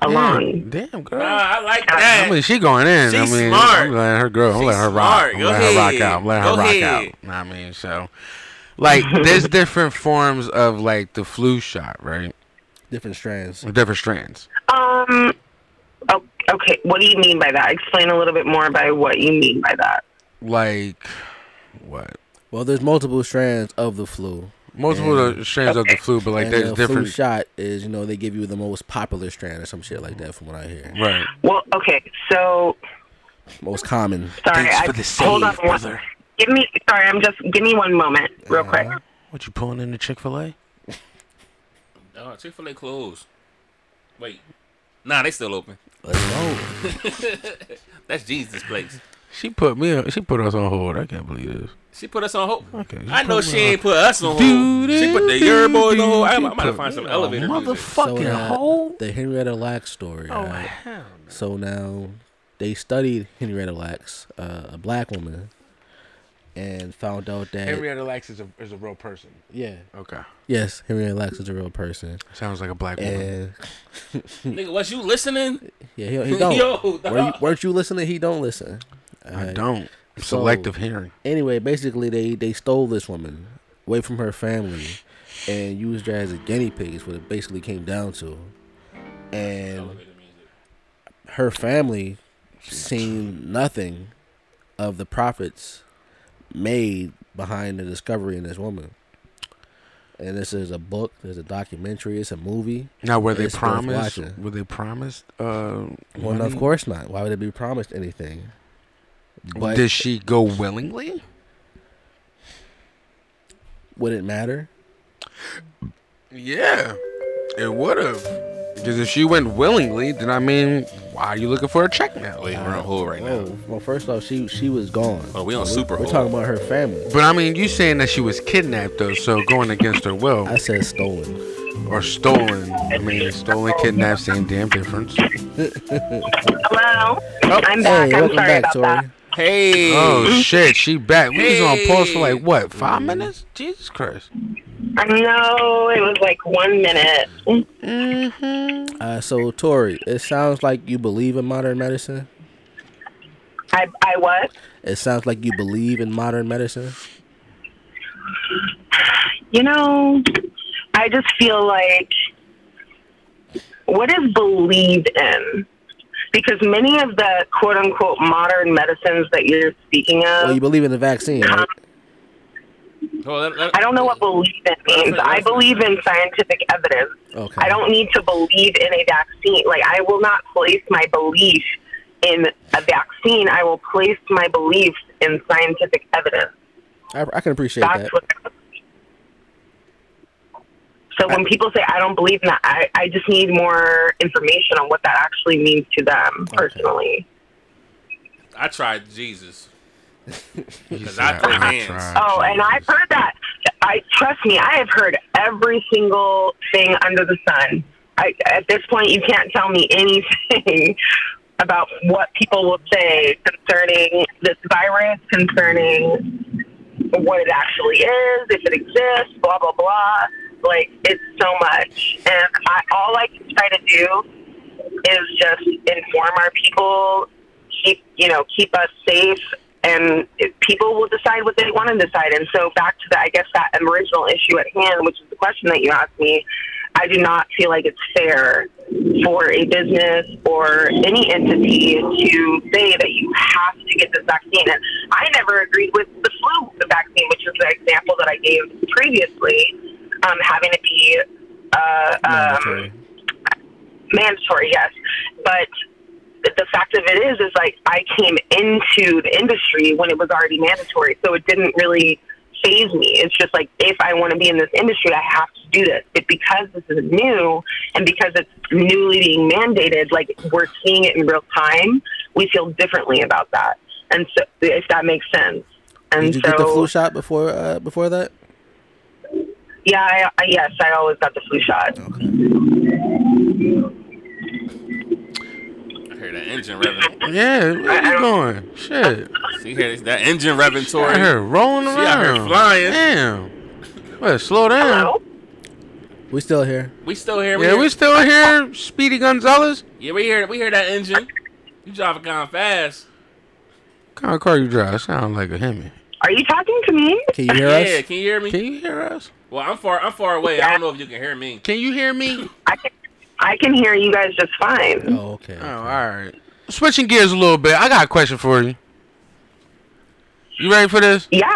a
damn,
long.
Damn girl.
Nah, I like
I
I mean,
that.
she going in.
She's
I mean,
smart.
I'm letting her grow. I'm
She's
letting her rock.
smart.
I'm
Go
letting her rock
ahead.
out. I'm letting her
Go
rock
ahead.
out. I mean, so like
Mm-hmm.
there's different forms of like the flu shot, right?
Different strands.
Different strands.
Um, oh, okay. What do you mean by that? Explain a little bit more by what you mean by that.
Like what?
Well, there's multiple strands of the flu.
Multiple of the strands of the flu, but like
and
there's
the
different.
flu shot is, you know, they give you the most popular strand or some shit like that, from what I hear.
Right.
Well, okay. So
Most common.
sorry.
Thanks
I,
for the
hold on.
save,
one-
brother.
Give me, sorry. I'm just, give me one moment real quick.
Uh-huh. What you pulling into Chick Fil A?
Oh, Chick Fil A closed. Wait, nah, they still open.
Let's go.
That's Jesus' place.
She put me. She put us on hold. I can't believe this.
She put us on hold.
Okay,
I
she
know
put
she
me
ain't put us on hold.
Dude,
She put the
dude,
Euroboys on hold. I, I
dude,
might have to
dude.
find some
Yeah,
elevator music.
Motherfucking
now
hold.
The Henrietta Lacks story. Oh, hell So now they studied Henrietta Lacks, uh, a black woman, and found out that
Henrietta Lacks is a is a real person.
yeah,
Okay.
yes, Henrietta Lacks is a real person,
Sounds like a black woman.
and
Nigga, was you listening?
yeah, he, he don't.
Yo,
Were you, weren't you listening? He don't listen.
I
Uh,
don't.
so-
Selective hearing.
anyway, basically they they stole this woman away from her family and used her as a guinea pig is what it basically came down to. And her family seen nothing of the profits made behind the discovery in this woman. And this is a book, there's a documentary, it's a movie.
Now, were they
It's worth
promised?
watching.
Were they promised? Uh,
Well, no,
money?
of course not. Why would it be promised anything? But
Did she go willingly?
would it matter?
Yeah, it would have. Because if she went willingly, then I mean, why are you looking for a check now?
Wait, we're on hold right now.
Whoa. Uh, oh, Well, first off, she she was gone.
Oh, we on super
We're
hold.
talking about her family.
But I mean, you saying that she was kidnapped though, so going against her will
I said stolen.
or stolen. I mean, stolen, kidnapped, same damn difference.
Oh,
Hello. I'm back. I'm sorry about that.
Hey,
Oh shit, she back. We was on pause for like what, five minutes? Jesus Christ.
I know it was like one minute.
Mm-hmm.
Uh, so Tori, it sounds like you believe in modern medicine.
I I what?
It sounds like you believe in modern medicine.
You know, I just feel like what is believed in? Because many of the quote unquote modern medicines that you're speaking of,
Well, you believe in the vaccine, right?
Hold on, let- let-
I don't know what believe in means. I believe in scientific evidence.
Okay.
I don't need to believe in a vaccine. Like I will not place my belief in a vaccine. I will place my belief in scientific evidence.
I, I can appreciate that.
That's what. So when people say I don't believe in that, I, I just need more information on what that actually means to them personally.
I tried Jesus.
Because
I put hands.
Oh, and I've heard that. I trust me, I have heard every single thing under the sun. I, at this point, you can't tell me anything about what people will say concerning this virus, concerning what it actually is, if it exists, blah blah blah. Like it's so much, and I, all I can try to do is just inform our people, keep you know, keep us safe, and it- people will decide what they want to decide. And so back to the, I guess that original issue at hand, which is the question that you asked me. I do not feel like it's fair for a business or any entity to say that you have to get this vaccine. And I never agreed with the flu vaccine, which is the example that I gave previously, um, having to be uh, um,
Mandatory.
mandatory, yes. But the the fact of it is, is like I came into the industry when it was already mandatory, so it didn't really phase me. It's just like if I want to be in this industry, I have to do this. But because this is new and because it's newly being mandated, like we're seeing it in real time, we feel differently about that. And so, if that makes sense. And
Did you
so,
get the flu shot before uh, before that?
yeah, I, I, yes, I always got the flu shot.
I hear that engine revving.
Yeah, where you going? Shit.
See here, that engine revving,
Out
Tori.
here rolling
She
around.
out here flying.
Damn. Well, slow down.
Hello?
We still here.
We still here.
Yeah,
we
we
here.
still here, Speedy Gonzalez.
yeah, we hear we hear that engine. You driving kind of fast.
What kind of car you drive? Sound like a Hemi.
Are you talking to me?
Can you hear
Yeah,
us?
can you hear me?
Can you hear us?
Well, I'm far I'm far away. I don't know if you can hear me.
Can you hear me?
I can, I can hear you guys just fine.
Oh, okay.
Oh, all right. Switching gears a little bit. I got a question for you. You ready for this?
Yeah,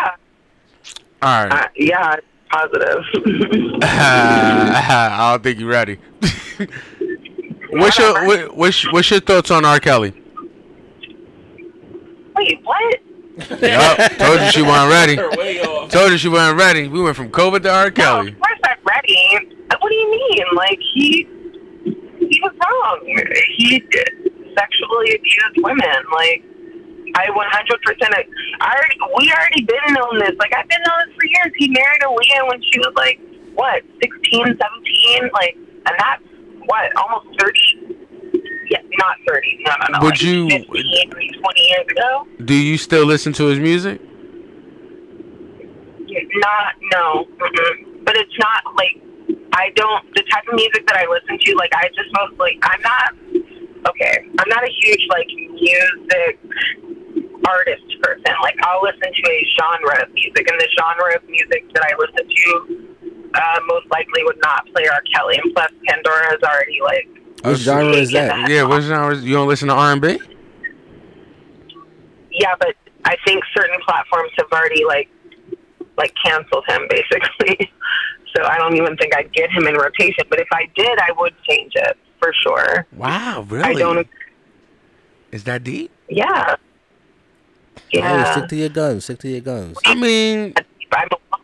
All right.
uh, yeah, positive.
I don't think you're ready. what's your what, what's what's your thoughts on R. Kelly?
Wait, what?
Yup, told you she wasn't ready.
You're way off.
Told you she wasn't ready. We went from COVID to R.
No,
Kelly.
of course I'm ready. Uh, What do you mean? Like he, he was wrong. He sexually abused women. Like I 100%. ag- I already, we already been on this. Like I've been on this for years. He married Aaliyah when she was like what, 16, 17? Like, and that's what almost 30. Yeah, not 30. No, no, no.
Would
like
you-
15, 20 years ago?
Do you still listen to his music?
not no mm-mm. but it's not like i don't the type of music that i listen to like i just mostly i'm not okay i'm not a huge like music artist person like i'll listen to a genre of music and the genre of music that i listen to uh, most likely would not play r kelly and plus pandora is already like
What genre is that?
Yeah, what genres? You don't listen to R and B?
yeah but i think certain platforms have already like like canceled him basically so i don't even think i'd get him in rotation but if i did i would change it for sure
Wow, really?
i don't
Is that deep?
yeah
Hey,
yeah
Oh, stick to your guns. Stick to your guns.
I mean,
I'm a,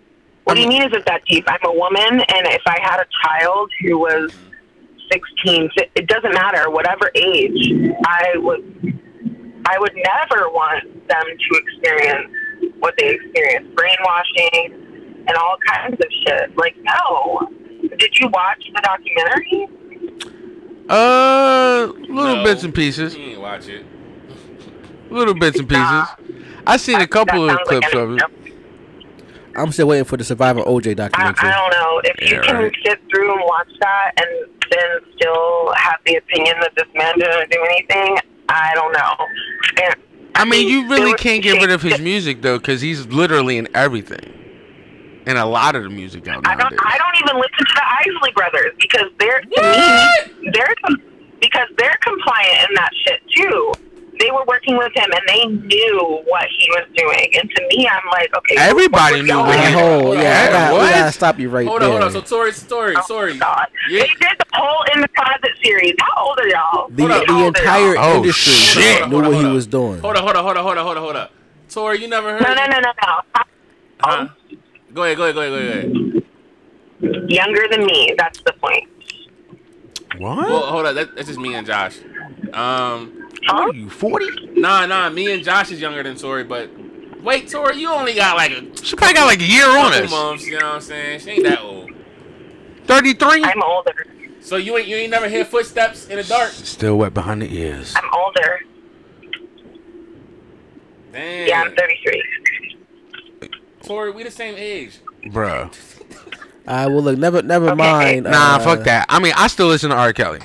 what do you mean is it that deep i'm a woman and if i had a child who was 16 si- it doesn't matter whatever age i would i would never want them to experience what they experience brainwashing and all kinds of shit like no did you watch the documentary
uh, little
No.
bits and pieces,
He ain't watch it.
little bits and
Nah.
pieces. I seen a couple
That
of
sounds like
clips
an-
of it.
I'm still waiting for the Survivor OJ
I,
documentary.
I don't know if you
Yeah,
can
right.
sit through and watch that and then still have the opinion that this man didn't do anything. I don't know. And
I mean, you
there
really
was
can't get rid of his
things
music though, because he's literally in everything, and a lot of the music out
that- I don't.
nowadays.
I don't even listen to the Isley Brothers because they're to me they're com- because they're compliant in that shit too. They were working with him and they knew what he was doing. And to me, I'm like, okay, what
Everybody
was
knew
y'all
what he-
doing?
Oh, yeah. I
Yeah,
gotta, we
what?
gotta stop you right
Hold
there.
on, hold on. So Tori, Tori,
Oh,
Tori.
God.
Yeah.
They did the whole in the closet series. How old are y'all?
the,
Hold on,
the
hold
on.
entire
Oh,
industry
shit.
knew
Hold on,
what
hold
he
on.
was doing.
Hold on, hold on, hold on, hold on, hold on, hold on. Tori, you never heard?
No, no, no, no, no.
Huh? Go ahead, go ahead, go ahead, go ahead.
Younger than me. That's the point.
Well,
What?
hold on. That, that's just me and Josh. Um,
What
Huh?
are you forty?
nah, nah. Me and Josh is younger than Tori, but wait, Tori, you only got like a
She probably got like a year on
couple
us.
months. You know what I'm saying? She ain't that old.
Thirty-three.
I'm older.
So you ain't you ain't never hear footsteps in the dark.
Still wet behind the ears.
I'm older.
Damn.
Yeah, I'm 33.
Tori, we the same age.
Bruh.
I will look. Never, never mind.
Nah,
uh,
fuck that. I mean, I still listen to R. Kelly.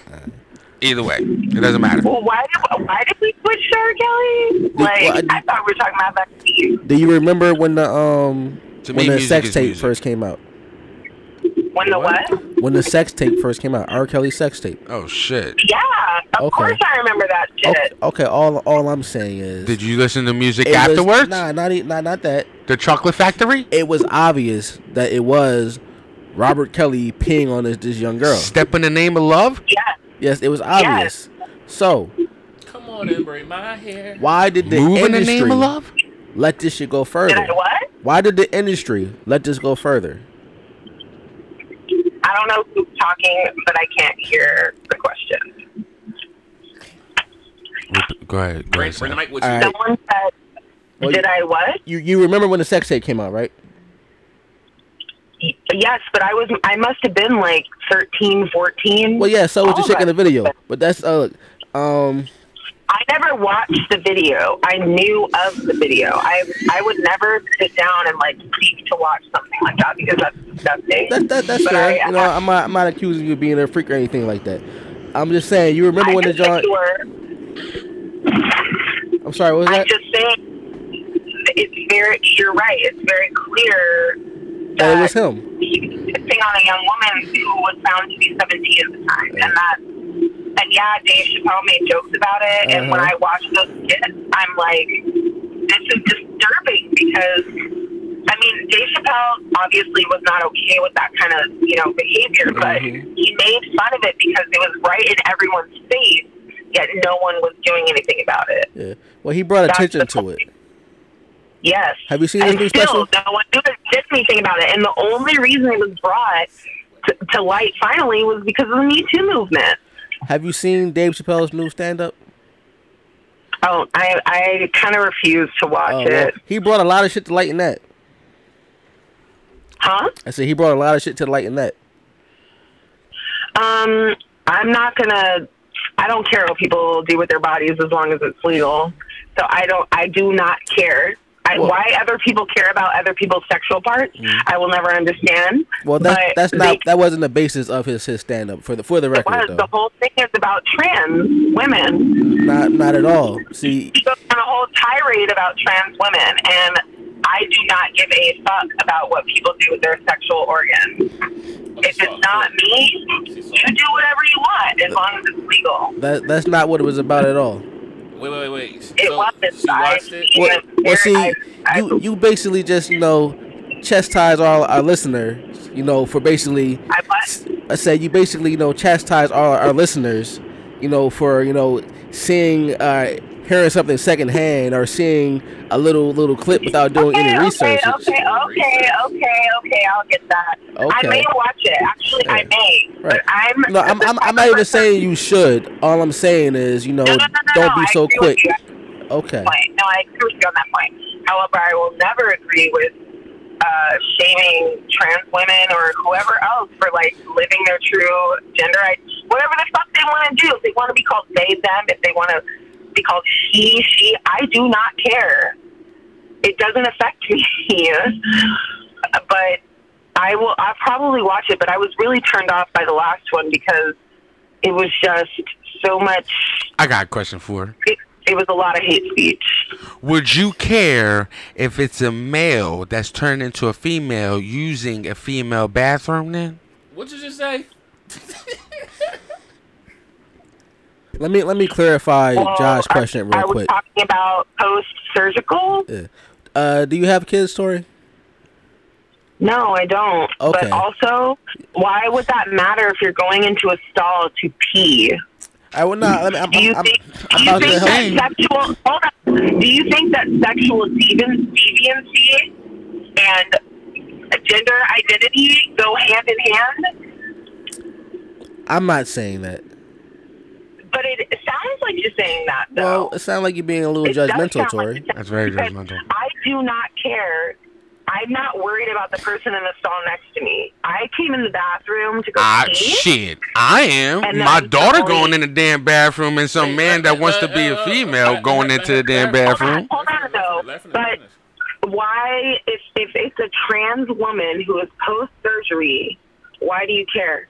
Either way, it doesn't matter.
Well, why did why did we switch to R. Kelly? Like,
why-
I thought we were talking about vaccines.
Do you remember when the um
To
when
me,
the
music
sex
is
tape
music.
first came out?
When the what?
When the sex tape first came out, R. Kelly sex tape.
Oh shit.
Yeah, of
Okay.
course I remember that
O-
shit.
okay, all all I'm saying is
Did you listen to music
it was-
afterwards?
Nah, not e- not not that.
The Chocolate Factory?
It was obvious that it was Robert Kelly peeing on this this young girl.
Step in the Name of Love?
Yeah.
Yes, it was obvious. So
Come wanna braid my hair.
Why did the
Move in the
industry
name of love?
let this shit go
Did
further?
I what?
Why did the industry let this go further?
I don't know who's talking, but I can't hear the question.
Rep- Go ahead. Go
Bring,
ahead
bring the
Sam.
mic with you.
All right.
Someone said,
Well,
"Did I what?"
You you remember when the sex tape came out, right?
Yes, but I was I must have been like Oh, 13, 14.
Well, yeah. So was the
All
chick in the
right.
video, but that's uh, um,
I never watched the video. I knew of the video. I I would never sit down and like seek to watch something like that because that's disgusting.
that, that that's
But
fair.
I-
you know, I'm not, I'm not accusing you of being a freak or anything like that. I'm just saying. You remember
I
when the
just
John?
think you were-
I'm sorry. What was
I'm
that?
just saying, it's very. You're right. It's very clear
That it was
that
him.
he was hitting on a young woman who was found to be 17 at the time, and that. And yeah, Dave Chappelle made jokes about it, and when
Uh-huh.
I watch those skits, I'm like, this is disturbing because. I mean, Dave Chappelle obviously was not okay with that kind of, you know, behavior, but he made fun of it because it was right in everyone's face, yet no one was doing anything about it.
Yeah. Well, he brought
That's
attention
the
to it.
Yes.
Have you seen
and
his new
still,
special?
No one knew- did anything about it, and the only reason it was brought to, to light finally was because of the Me Too movement.
Have you seen Dave Chappelle's new stand-up?
Oh, I I kind of refuse to watch
Oh, well,
it.
he brought a lot of shit to light in that.
Huh?
I said he brought a lot of shit to light in that.
Um, I'm not gonna. I don't care what people do with their bodies as long as it's legal. So I don't. I do not care. I,
Well- Mm.
why other people care about other people's sexual parts, I will never understand.
Well, that's
But
that's not
they-
that wasn't the basis of his his stand up for the for the
it
record
was.
though.
The whole thing is about trans women.
Not not at all. See,
she goes on a whole tirade about trans women, and I do not give a fuck about what people do with their sexual organs. If it's not me, you do whatever you want as long as it's legal.
that that's not what it was about at all.
Wait, wait, wait. So,
It wasn't.
she watched it.
I-
Well, well
Eric,
see,
I- I-
you you basically just you know chastise all our listeners, you know, for basically.
I was.
I said you basically you know chastise all our listeners, you know, for you know seeing uh hearing something secondhand or seeing a little little clip without doing
Okay,
any
okay,
research.
okay, okay, okay, okay. I'll get that.
Okay.
I may watch it. Actually, I
Yeah.
may.
Right.
But I'm.
No, I'm, I'm, I'm not even saying you should. All I'm saying is, you know,
No, no, no, no,
don't
no,
be
I
so
agree with
quick.
you.
Okay.
point. No, I agree with you on that point. However, I will never agree with uh, shaming trans women or whoever else for like living their true gender. I, whatever the fuck they want to do. If they want to be called they, them, if they want to be called he, she, I do not care. It doesn't affect me. but I will. I probably watch it. But I was really turned off by the last one because it was just so much.
I got a question for her.
It, it was a lot of hate speech.
Would you care if it's a male that's turned into a female using a female bathroom then?
What you just say?
Let me let me clarify
Well,
Josh's
I-
question real
I was
quick.
talking about post surgical.
Yeah. Uh, do you have kids, Tori?
No, I don't.
Okay.
But also, why would that matter if you're going into a stall to pee?
I would not. Let me, I'm,
Do you
I'm,
think?
I'm
do you
about to
think
help.
that sexual? Hold on. Do you think that sexual devian- deviancy and gender identity go hand in hand?
I'm not saying that.
But it, it sounds like you're saying that, though.
Well, it sounds like you're being a little
It does
judgmental,
sound like
Tori.
it's-
That's very
because
judgmental.
I do not care. I'm not worried about the person in the stall next to me. I came in the bathroom to go
Ah,
pee.
shit. I am.
And
My
that's
daughter
the
going
only-
in the damn bathroom and some man that wants to be a female going into the damn
Hold on,
bathroom.
hold on though.
Laughing at
But why, if if it's a trans woman who is post surgery, why do you care?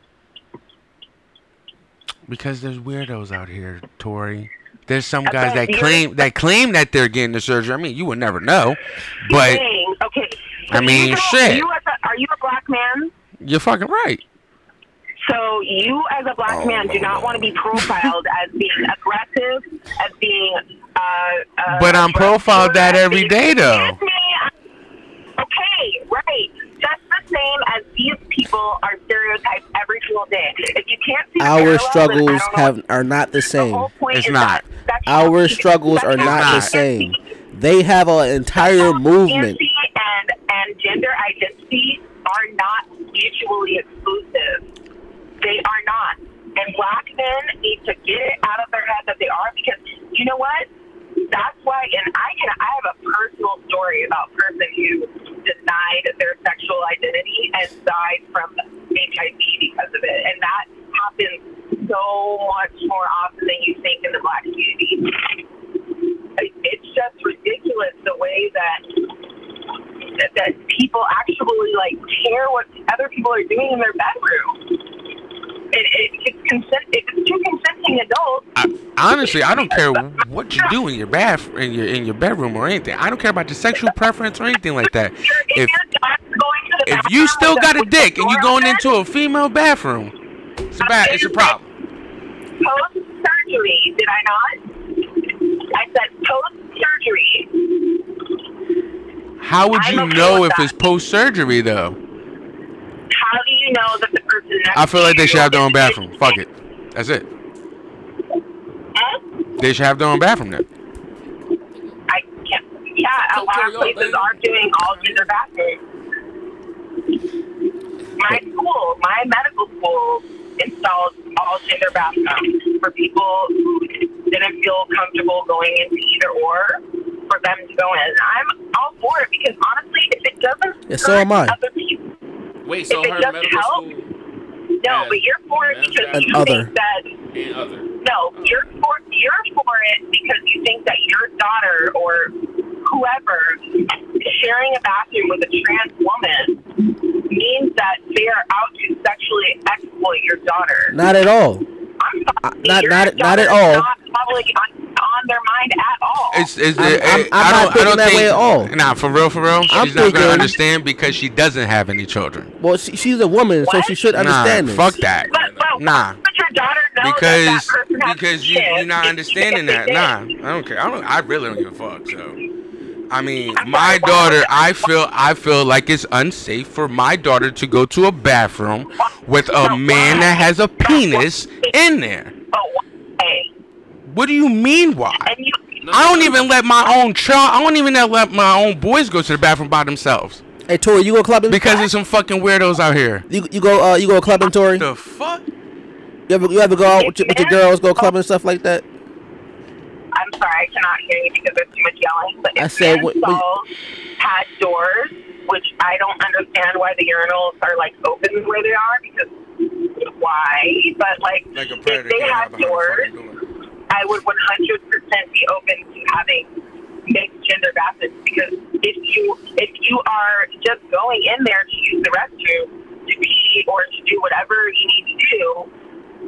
Because there's weirdos out here, Tori. There's some
I
guys
bet
that
you-
claim that claim that they're getting the surgery. I mean, you would never know, but
Dang, okay.
I mean,
you don't-
shit.
You as a, are you a black man?
you're fucking right.
So you, as a black
Oh,
man, do
Lord.
not want to be profiled as being aggressive, as being. Uh, uh,
But I'm profiled that
as
every
being-
day, though.
Excuse me, I'm- Okay, right. Just the same as these people are stereotyped every single day. If you can't see the
Our
parallels, then I
struggles
don't know
have are not the
what- the
same.
whole point
It's
is
not.
That
Our struggles are not the same. They have an entire movement.
Ethnicity and, and gender identity are not mutually exclusive. They are not. And black men need to get it out of their head that they are because you know what? That's why and I can I have a personal story about a person who denied their sexual identity and died from HIV because of it. And that happens so much more often than you think in the black community it's just ridiculous the way that that, that people actually like care what other people are doing in their bedroom. It, it, it's consent. If it's two consenting adults,
I, honestly, I don't care what you do in your bath in your in your bedroom or anything. I don't care about your sexual preference or anything like that.
you're,
If
you're not going to the
if
bathroom
you still got a
with
dick and
door
you're going
open,
into a female bathroom, it's a bad, it's a problem.
post surgery, did I not? I said post surgery.
How would
I'm
you
okay
know
with
if
that.
it's post surgery though?
How do you know that the person? next
I feel
to
like they
you
should have their own
is-
bathroom. Fuck it. That's it.
Huh?
They should have their own bathroom then.
I can't. Yeah, a lot of places are doing all gender bathrooms. My school, my medical school, installed all gender bathrooms for people who didn't feel comfortable going into either or for them to go in. I'm all for it because honestly, if it doesn't
Yeah, so
hurt
am I.
other people,
Wait, so
If it
her
doesn't
medical
help-
school
no, but you're for it
Yeah.
because
An
you
other.
think that
and other.
no, you're for you're for it because you think that your daughter or whoever sharing a bathroom with a trans woman means that they are out to sexually exploit your daughter.
Not at all.
I'm sorry,
not-
your
not- not at
daughter's
all.
Not public on, on their mind at all.
It's, it's
I'm-
it-
I'm-
it-
I'm
I
not
don't, I
thinking
don't
that
think,
way at all.
Nah, for real, for real.
I'm
she's not
thinking-
gonna understand because she doesn't have any children.
Well, she, she's a woman, so she should understand
nah,
this.
fuck that.
but, but
Nah.
but your daughter knows that, that
Because
person has
because you
kids.
you're not
If-
understanding
if
that.
they
Nah,
did,
I don't care. I don't. I really don't give a fuck. So, I mean,
I'm
my
sorry, why
daughter.
would-
I feel. I feel like it's unsafe for my daughter to go to a bathroom with a
But
man
why?
that has a
But why?
penis in there.
But why?
What do you mean? Why?
And you
I don't even let my own child. I don't even let my own boys go to the bathroom by themselves
Hey, Tori, you go clubbing?
because there's some fucking weirdos out here.
you, you go uh, you go clubbing, Tori. You
The fuck?
ever you ever go out with your, with your girls, go
Oh.
clubbing and stuff like that?
I'm sorry, I cannot hear you because there's too much yelling. But
I
if
said,
men's
what- what-
stalls had doors, which I don't understand why the urinals are like open where they are because why? But like, if they had doors, I would 100% be open to having mixed gender bathrooms because if you if you are just going in there to use the restroom to pee or to do whatever you need to do,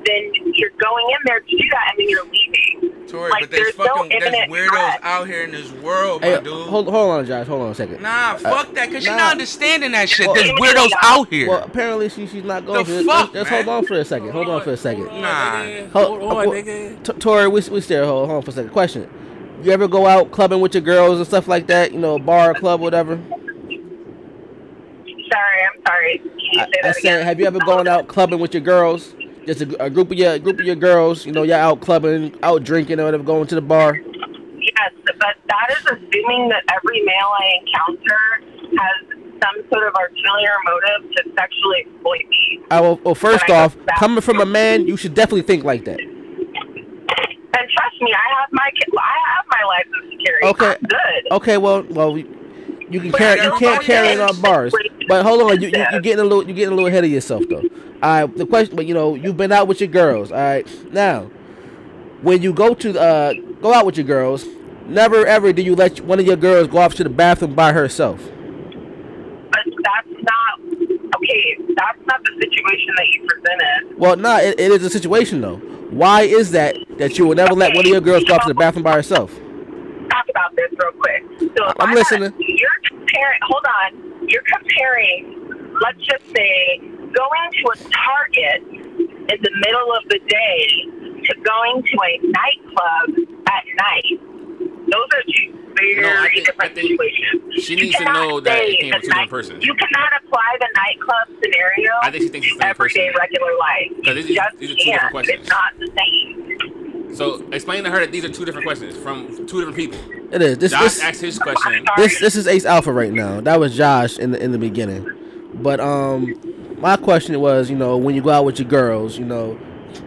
then you're going in there to do that and then you're leaving.
Tori,
like
but there's,
there's no
fucking there's
imminent
weirdos
threat.
out here in this world, Oh,
Hey, uh,
my dude.
hold hold on, Josh. Hold on a second. Uh,
nah, fuck that, cause
nah.
you're not understanding that shit.
Well-
there's weirdos out here.
Well, apparently she, she's not
The
going. for it.
fuck,
Let's- let's
man?
hold on for a second. Hold on for a second.
Nah.
Hold, uh, well, T- Tori, we we stare. Hold, hold on for a second. Question: You ever go out clubbing with your girls and stuff like that? You know, bar, club, whatever.
Sorry, I'm sorry. Can you
I,
say that
I said,
again?
have you ever gone out clubbing with your girls? Just a, gr- a group of your a group of your girls. You know, y'all out clubbing, out drinking, or whatever, going to the bar.
Yes, but that is assuming that every male I encounter has some sort of ulterior motive to sexually exploit me.
I will, well, first
Right,
off,
that's-
coming from a man, you should definitely think like that.
And trust me, I have my ki- I have my license to carry.
Okay.
I'm good.
Okay, well, well, you you can
But
carry, you can't
everybody
carry it
is-
on bars. But hold on, you, you you getting a little you getting a little ahead of yourself though. I the question, but you know, you've been out with your girls. All right, now when you go to uh go out with your girls, never ever do you let one of your girls go off to the bathroom by herself.
But that's not okay. That's not the situation that you presented.
Well, nah, it, it is a situation though. Why is that that you will never let one of your girls go off to the bathroom by herself?
Talk about this real quick. So if
I'm
I-
listening.
You're comparing. Hold on. You're comparing. Let's just say going to a Target in the middle of the day to going to a nightclub at night. Those are two very
No, I think-
different
I think
situations.
she
You
needs to
cannot
know that it
say
came
the
from two different
night-
persons.
You cannot apply the nightclub scenario
I think she thinks it's
to
the same
everyday
person.
regular life.
'Cause these-
You just
these are two different
can't.
questions.
It's not the same.
So explain to her that these are two different questions from two different people.
It is. This
Josh
this,
asked his question.
this this is Ace Alpha right now. That was Josh in the in the beginning. But um my question was, you know, when you go out with your girls, you know,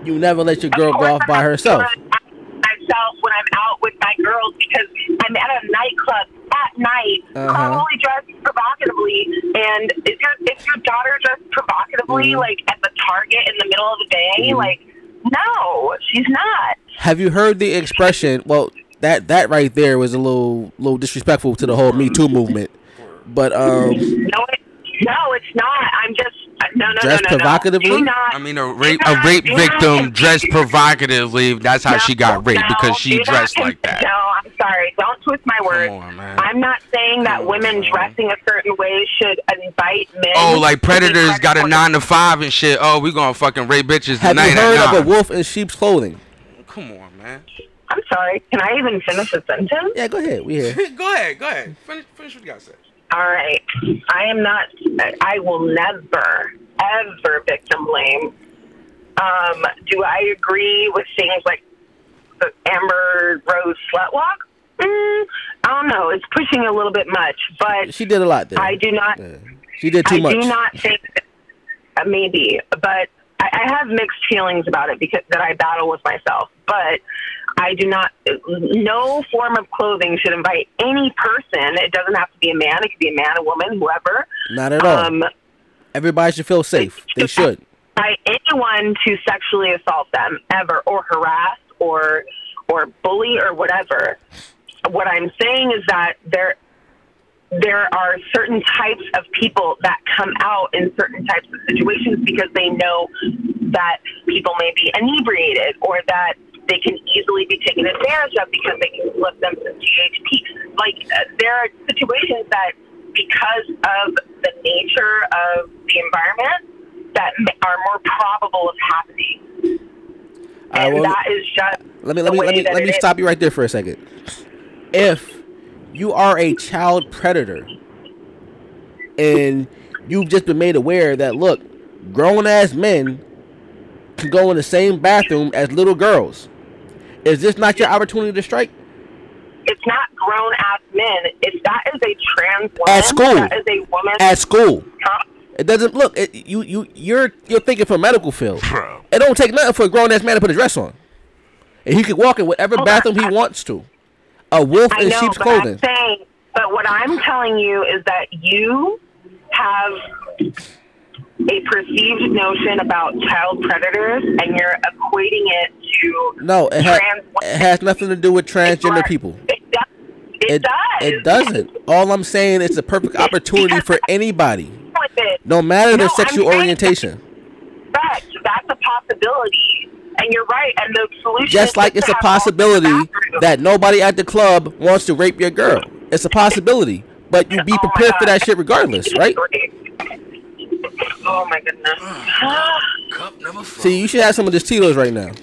you never let your girl
Of
go
course
off by
I'm
herself.
good at Myself when I'm out with my girls because I'm at a nightclub at night,
Uh-huh.
probably dressed provocatively. And if your if your daughter dressed provocatively,
Mm-hmm.
like at the Target in the middle of the day, like no, she's not.
Have you heard the expression? Well, that that right there was a little little disrespectful to the whole Me Too movement. But um
No, it, no, it's not. I'm just no, no,
Dressed
no, no,
provocatively?
No. Do not,
I mean, a rape a rape
do not-
victim dressed provocatively. That's how she got
no,
raped because
do
she
not
dressed
con-
like that.
No, I'm sorry. Don't twist my words.
on, man.
I'm not saying that
Come
women
on.
dressing a certain way should invite men.
Oh, like
to be
predators got a
present.
nine to five and shit. Oh, we gonna fucking rape bitches
have
tonight
you heard
at
of a
nine.
wolf in sheep's clothing?
Come on, man.
I'm sorry. Can I even finish a sentence?
Yeah, go ahead. We here.
go ahead, go ahead. Finish, finish what you got to say.
All right. I am not. I will never, ever victim blame. Um, do I agree with things like the Amber Rose slut walk? Mm, I don't know. It's pushing a little bit much, but
She did a lot there.
I do not.
Yeah. She did too
I
much.
do not think uh, maybe, but I, I have mixed feelings about it because that I battle with myself. But I do not. No form of clothing should invite any person. It doesn't have to be a man. It could be a man, a woman, whoever.
Not at all.
Um,
Everybody should feel safe. They should.
by anyone to sexually assault them ever or harass or or bully or whatever. What I'm saying is that there there are certain types of people that come out in certain types of situations because they know that people may be inebriated or that they can easily be taken advantage of because they can slip them to GHP. Like uh, there are situations that because of the nature of the environment that m- are more probable of happening.
I
And
will-
that is just
let me
the
let me
way
let me
that
let
it
me
is.
stop you right there for a second. If you are a child predator and you've just been made aware that look, grown ass men can go in the same bathroom as little girls. Is this not your opportunity to strike?
It's not grown ass men. If that is a trans woman,
At school.
that is a woman.
At school.
Huh?
It doesn't look it, you you you're you're thinking from medical field.
Bro.
It don't take nothing for a grown ass man to put a dress on. And he can walk in whatever
Hold on,
bathroom he
I-
wants to. A wolf
I
in
know,
sheep's
but
clothing.
I'm saying, but what I'm telling you is that you have a perceived notion about child predators, and you're equating it to
No, it, ha-
trans.
it has nothing to do with transgender
Right.
people.
It, does. It,
It,
does.
it doesn't. All I'm saying is a perfect opportunity for anybody,
With it.
no matter
No,
their
I'm
sexual
saying-
orientation.
Correct. That's a possibility, and you're right. And the solution is
Just like it's
to
a
have
possibility
multiple bathrooms.
that nobody at the club wants to rape your girl. It's a possibility, but you be
Oh my
prepared for
God.
that shit regardless, right?
Oh my goodness.
Cup number four.
See, you should have some of this Tito's right now.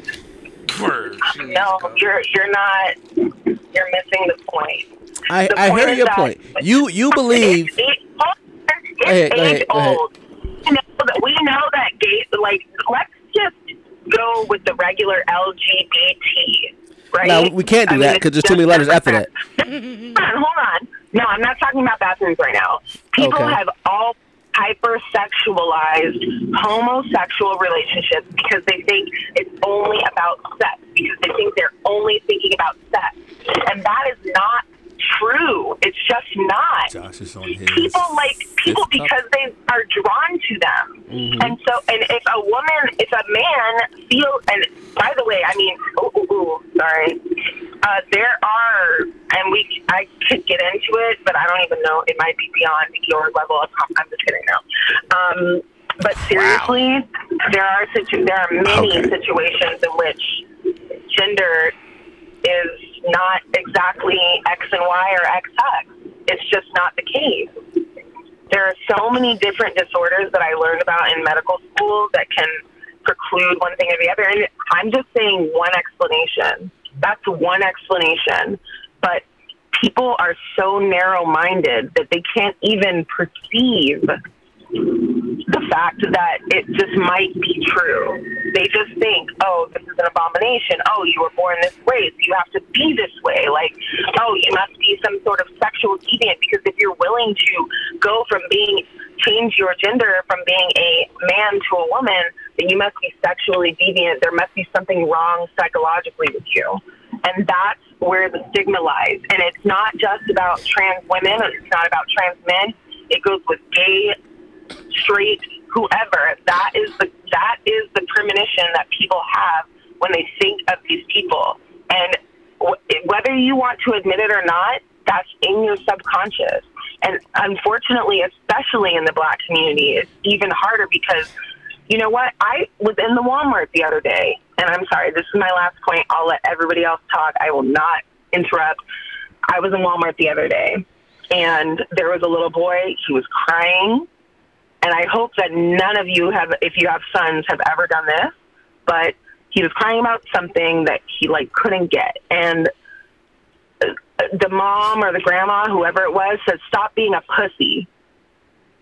No, you're you're not. You're missing the point.
I,
The
I hear
is
your
that-
point. You you believe
It's age- it's
ahead, go ahead,
age
go ahead.
old. We know that- We know that gay. Like, let's just go with the regular LGBT. Right?
No, we can't do
I
that
mean,
'cause there's
it's
too many
just-
letters after that.
Hold on, hold on. No, I'm not talking about bathrooms right now. People
Okay.
have all hypersexualized homosexual relationships because they think it's only about sex, because they think they're only thinking about sex. And that is not true. It's just not
Josh is on his.
people like people because they are drawn to them. And so, and if a woman, if a man feels, and by the way, I mean, ooh, ooh, ooh, sorry, uh, there are, and we, I could get into it, but I don't even know. It might be beyond your level of. com- I'm just kidding now. Um, but seriously, there are situ- there are many
Okay.
situations in which gender is not exactly X and Y or XX. It's just not the case. There are so many different disorders that I learned about in medical school that can preclude one thing or the other. And I'm just saying one explanation. That's one explanation. But people are so narrow minded that they can't even perceive the fact that it just might be true. They just think, oh, this is an abomination. Oh, you were born this way, so you have to be this way. Like, oh, you must be some sort of sexual deviant because if you're willing to go from being change your gender from being a man to a woman, then you must be sexually deviant. There must be something wrong psychologically with you. And that's where the stigma lies. And it's not just about trans women, and it's not about trans men. It goes with gay, straight, whoever. That is the that is the premonition that people have when they think of these people. And wh- whether you want to admit it or not, that's in your subconscious. And unfortunately, especially in the black community, it's even harder because you know what? I was in the Walmart the other day, and I'm sorry, this is my last point. I'll let everybody else talk. I will not interrupt. I was in Walmart the other day, and there was a little boy. He was crying and I hope that none of you have, if you have sons, have ever done this. But he was crying about something that he like couldn't get, and uh, the mom or the grandma, whoever it was, said, "Stop being a pussy.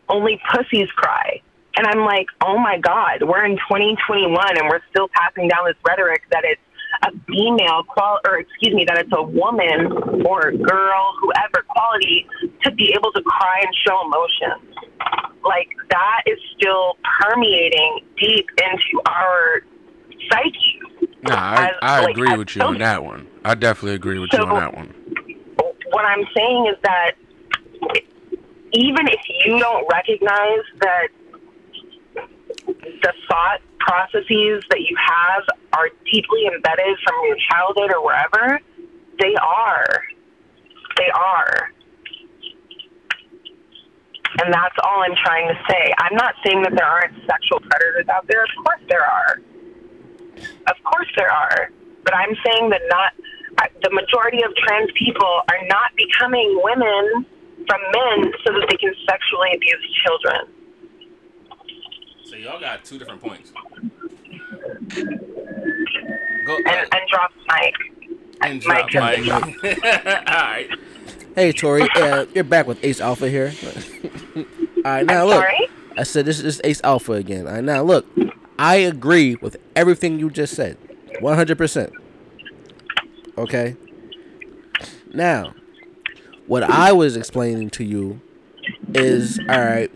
Only pussies cry." And I'm like, "Oh my God, we're in 2021, and we're still passing down this rhetoric that it's." A female qual, or excuse me, that it's a woman or a girl, whoever quality, to be able to cry and show emotion like that is still permeating deep into our psyche.
Nah, I,
as,
I
like,
agree
as
with you on
children.
that one. I definitely agree with you on that one.
What I'm saying is that even if you don't recognize that the thought processes that you have are deeply embedded from your childhood or wherever, they are. They are. And that's all I'm trying to say. I'm not saying that there aren't sexual predators out there. Of course there are. Of course there are. But I'm saying that not I- the majority of trans people are not becoming women from men so that they can sexually abuse children.
So y'all got two different points. Go
And, and drop mic.
and drop
Mike.
Mike. All right.
Hey, Tori, uh, you're back with Ace Alpha here. All right, now look.
sorry?
I said this is Ace Alpha again. All right, now look. I agree with everything you just said, 100%. Okay? Now, what I was explaining to you is all right.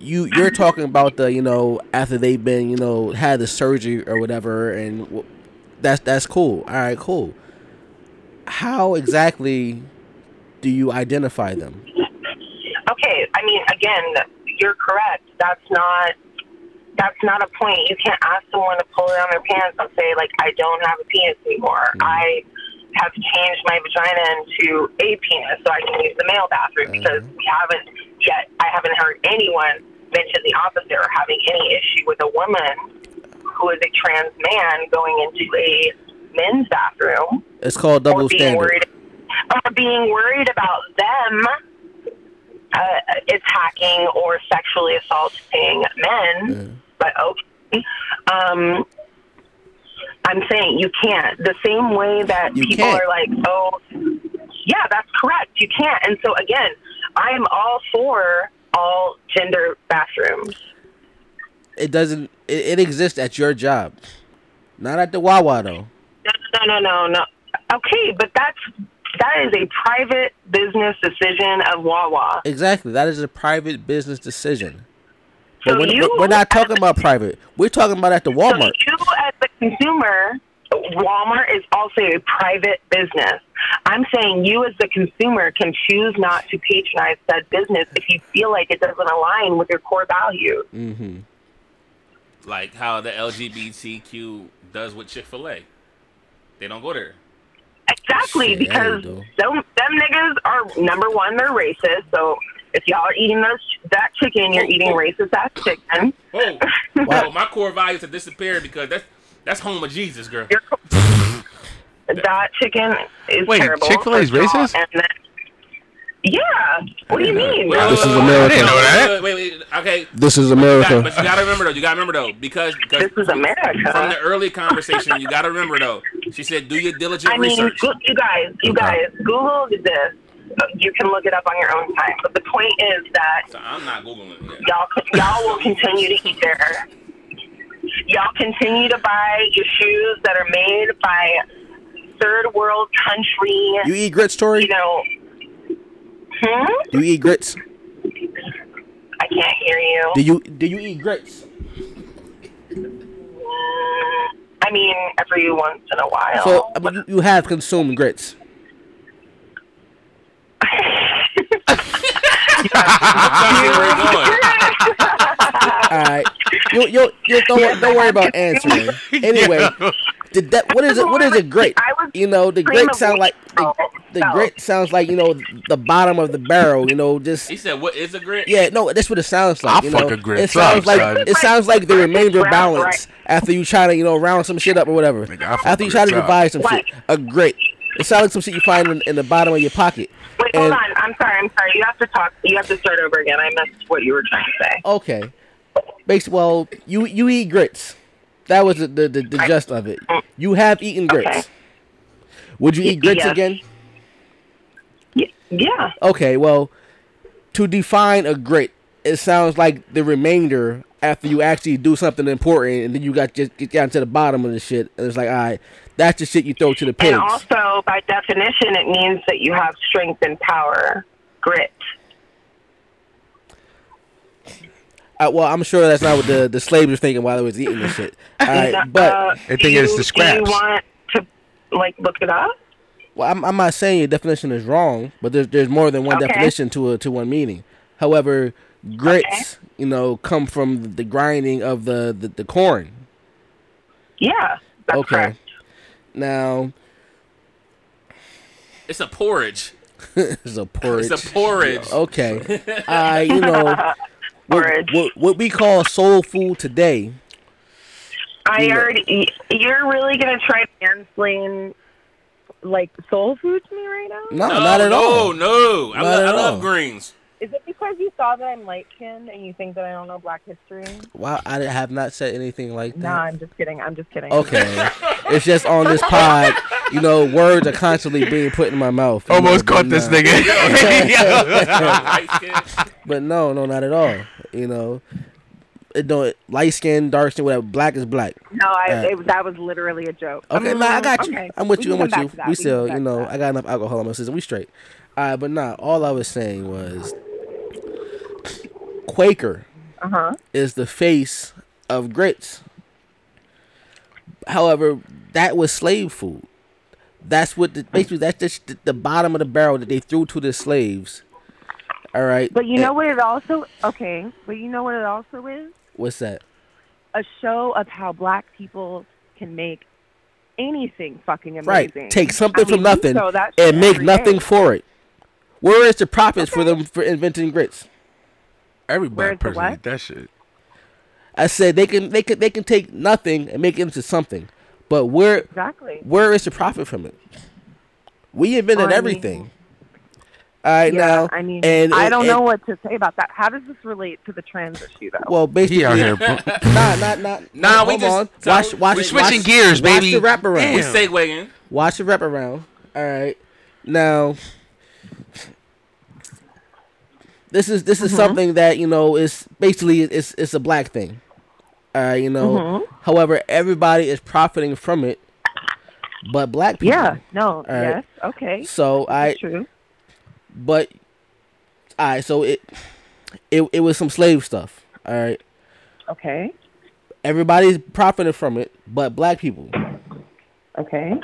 You you're talking about the you know after they've been you know had the surgery or whatever, and w- that's that's cool. All right, cool. How exactly do you identify them?
Okay, I mean, again, you're correct. That's not that's not a point. You can't ask someone to pull down their pants and say like, I don't have a penis anymore. I have changed my vagina into a penis so I can use the male bathroom because we haven't yet. I haven't heard anyone mention the opposite or having any issue with a woman who is a trans man going into a men's bathroom
It's called double
or being
standard.
worried or being worried about them uh, attacking or sexually assaulting men. But okay, um, I'm saying you can't. The same way that
You
people
can't.
are like, oh, yeah, that's correct. You can't. And so again, I am all for all gender bathrooms.
it doesn't it, it exists at your job not at the wawa though
No, no, no, no. Okay, but that's that is a private business decision of Wawa.
exactly that is a private business decision
So
but we're,
you-
we're not talking about private we're talking about at the walmart
So you, as the consumer, Walmart is also a private business. I'm saying you, as the consumer, can choose not to patronize said business if you feel like it doesn't align with your core values.
Mm.
Like how the LGBTQ does with Chick Fil A. They don't go there.
Exactly,
Shit,
because
there you
them, them niggas are number one, they're racist. So if y'all are eating those, that chicken, you're eating racist ass chicken.
Oh,
Why-
oh my core values have disappeared because that's that's home of Jesus, girl.
You're, that chicken is
Wait,
terrible.
Chick-fil-A is
first of all,
racist?
and then- yeah. What do you mean?
Wait,
This
wait,
is
wait, wait,
America.
wait, wait,
I
Wait, wait, wait, okay.
this is
You got- but you gotta remember though. You gotta remember though, because, because
This is America.
from the early conversation, you gotta remember though. She said, "Do your diligent
I mean,
research."
go- you guys, you guys, Google this.
you can look it up on your own time. But the point is that
So I'm not googling that.
y'all y'all will continue to eat there. Y'all continue to buy your shoes that are made by third world country.
You eat grits,
You
Tori?
know, hmm.
Do you eat grits?
I can't hear you.
Do you do you eat grits?
Mm, I mean, every once in a while.
So I mean, you- you have consumed grits. All right, you you you don't, don't worry about answering. Anyway, the de- what is it? What is a grit?
I was
You know, the
cream
grit
of
sound like the,
wheat.
the
No.
grit sounds like you know the bottom of the barrel. You know, just
He said, "What is a grit?"
yeah, no, that's what it sounds like.
I
you
fuck
know?
a grit
It sounds
up,
like
son.
it sounds like the remainder
Brown
balance after you try to you know round some shit up or whatever.
Nigga, I fuck
after you
grits
try to
up.
divide some shit,
What?
a grit. It sounds like some shit you find in, in the bottom of your pocket.
Wait, hold
And-
on. I'm sorry. I'm sorry. You have to talk. You have to start over again. I missed what you were trying to say.
Okay. Bas well, you you eat grits. That was the the, the, the gist of it. You have eaten grits.
Okay.
Would you
Y-
eat grits
yes.
again?
Y- yeah.
Okay, well, to define a grit, it sounds like the remainder after you actually do something important, and then you got just get down to the bottom of the shit, and it's like, all right, that's the shit you throw to the pigs.
And also, by definition, it means that you have strength and power, grit.
Uh, well, I'm sure that's not what the, the slaves were thinking while they was eating this shit. All
Uh,
right, but
They
do
think it's
you-
the
Do
scraps.
you want to like look it up?
Well, I'm, I'm not saying your definition is wrong, but there's there's more than one
Okay.
definition to a to one meaning. However, grits, you know, come from the grinding of the the, the corn.
Yeah. That's
Okay.
correct.
Now,
It's a porridge.
it's a porridge.
It's a porridge.
okay, I you know
Porridge.
what, what what we call soul food today.
I
Yeah.
already. y- You're really gonna try mansplain like soul food to me right now?
No,
No,
not at
no,
all.
No, I,
Not
love,
at
I love
all.
greens.
Is it because you saw that I'm light skinned and you think that I don't know Black history?
Wow, I have not said anything like that.
No, I'm just kidding. I'm just kidding.
Okay, it's just on this pod. You know, words are constantly being put in my mouth. you
Almost
know, but
caught this
nah.
nigga.
Light skin.
But no, no, not at all. You know, it don't light skin, dark skin, whatever. Black is black.
No, I,
Uh,
it, that was literally a joke.
Okay, nah, I got you.
Mm, okay.
I'm with
We
you. I'm
can
with
come
you.
back to that.
We
We
still,
can come
you
back
know,
to that.
I got enough alcohol in my system. We straight. All right, but nah. All I was saying was, Quaker
Uh huh.
is the face of grits. However, that was slave food. That's what the, basically that's just the, the bottom of the barrel that they threw to the slaves. All right,
But you
and-
know what it also okay. But you know what it also is
what's that?
a show of how Black people can make anything fucking amazing.
Right. Take something
I mean,
from
we
nothing
saw that shit
and make
every
nothing
day.
for it. Where is the profits for them for inventing grits?
Every
Where's the
black person
what?
eat that shit.
I said they can they can they can take nothing and make it into something. But where
Exactly.
where is the profit from it? We
I
invented
mean-
everything. All right
yeah,
now.
I mean,
uh, and,
I
and-
don't
and-
know what to say about that. How does this relate to the trans issue, though?
Well, basically,
He out here. bu-
Nah, nah, nah.
Nah, we
hold
just-
on.
so
watch,
we-
watch,
we
switching
watch-
gears,
watch
baby.
the wraparound.
We
Damn.
segueing.
Watch the wraparound. All right. Now, this is this
Mm-hmm.
is something that you know is basically it's it's a black thing. All right, you know.
Mm-hmm.
However, everybody is profiting from it, but black people.
yeah. No.
right.
Yes. Okay.
So I
True.
but all right, so it it it was some slave stuff. All right.
Okay.
Everybody's profiting from it, but black people.
Okay.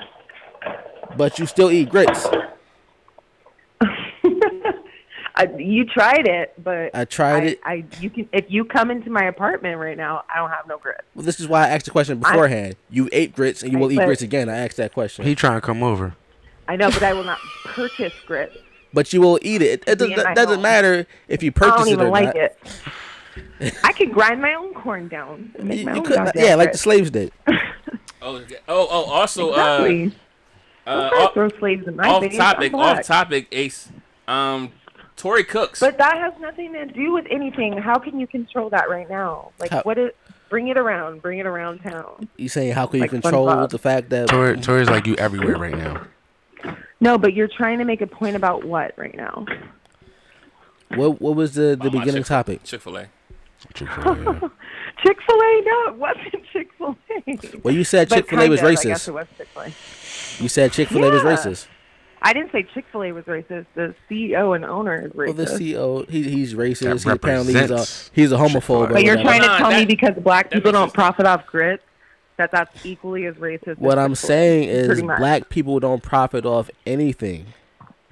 But you still eat grits.
I, you tried it, but
I tried
I,
it.
I you can if you come into my apartment right now, I don't have no grit.
Well, this is why I asked the question beforehand. you ate grits and you will
Right,
eat
but-
grits again. I asked that question.
He trying to come over.
I know, but I will not purchase grit.
but you will eat it. It, does,
Be in my
doesn't
home.
matter if
I
you purchase
don't
it
even
or
like
not.
it. I could grind my own corn down. And make
You,
my
you
own
could,
goddamn
yeah, like
grit.
the slaves did.
Oh, okay. oh, oh. Also,
exactly.
uh, uh,
I
off,
throw slaves in my
off
veins. I'm
topic.
black.
Off topic. Ace. Um, Tory Cooks.
But that has nothing to do with anything. How can you control that right now? Like
How-
what is bring it around, bring it around town.
You saying how can you
Like
control
SpongeBob.
the fact that
Tori, Tori's like you everywhere right now.
No, but you're trying to make a point about what right now?
What what was the, the
About my
beginning
Chick-
topic?
Chick-fil-A.
Chick-fil-A,
Chick Fil A? No, it wasn't Chick Fil A.
Well, you said Chick Fil A was
I guess it
racist.
was Chick Fil A.
You said Chick Fil A was
Yeah.
racist.
I didn't say Chick Fil A was racist. The CEO and owner is
Well,
racist.
the E CEO, he, he's
That
racist. He apparently he's a
represents
he's a homophobe.
Chick-fil-A.
or
but you're
whatever.
trying to
Nah,
tell me
that-
because black people
makes
don't
sense.
profit off grit that that's equally as racist. as
What I'm
Chick-fil-A,
saying is,
pretty much.
black people don't profit off anything.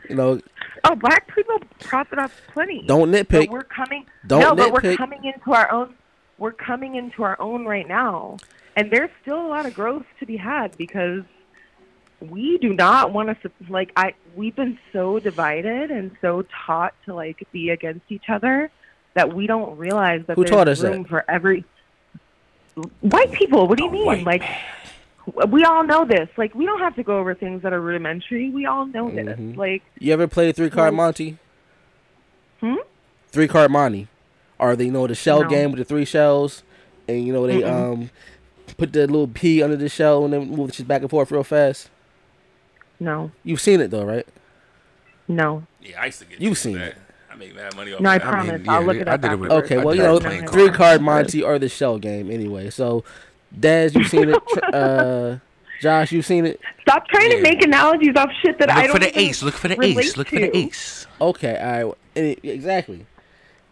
You know,
Oh, black people profit off plenty.
don't
But
nitpick.
we're coming.
Don't
no, but
nitpick.
we're coming into our own. We're coming into our own right now, and there's still a lot of growth to be had because we do not want to like I. We've been so divided and so taught to like be against each other that we don't realize that
Who
there's
taught us
room
that?
for every white people. What do you mean?
white
like we all know this. Like we don't have to go over things that are rudimentary. We all know
Mhm.
this. Like
You ever played Three Card
No.
Monty?
Hmm?
Three Card Monty, or the you know the shell
No.
game with the three shells, and you know they um put the little pea under the shell and then move the shit back and forth real fast.
no,
You've seen it though, right?
no.
Yeah, I used to get.
You've
used to
seen
that.
it.
I make mad money off.
No, I
of that.
promise. I
yeah,
will look it
I
up.
did it with-
afterwards.
Okay, well
I
you
thought
know
playing cards.
Three Card Monty or the shell game anyway. So, Daz, you've seen it. Tr- uh, Josh, you've seen it.
Stop trying to make analogies off shit that I
Look
don't
for the
even
ace. Look for the
relate
ace. Look for the
to.
ace.
Okay, all right, and it- exactly.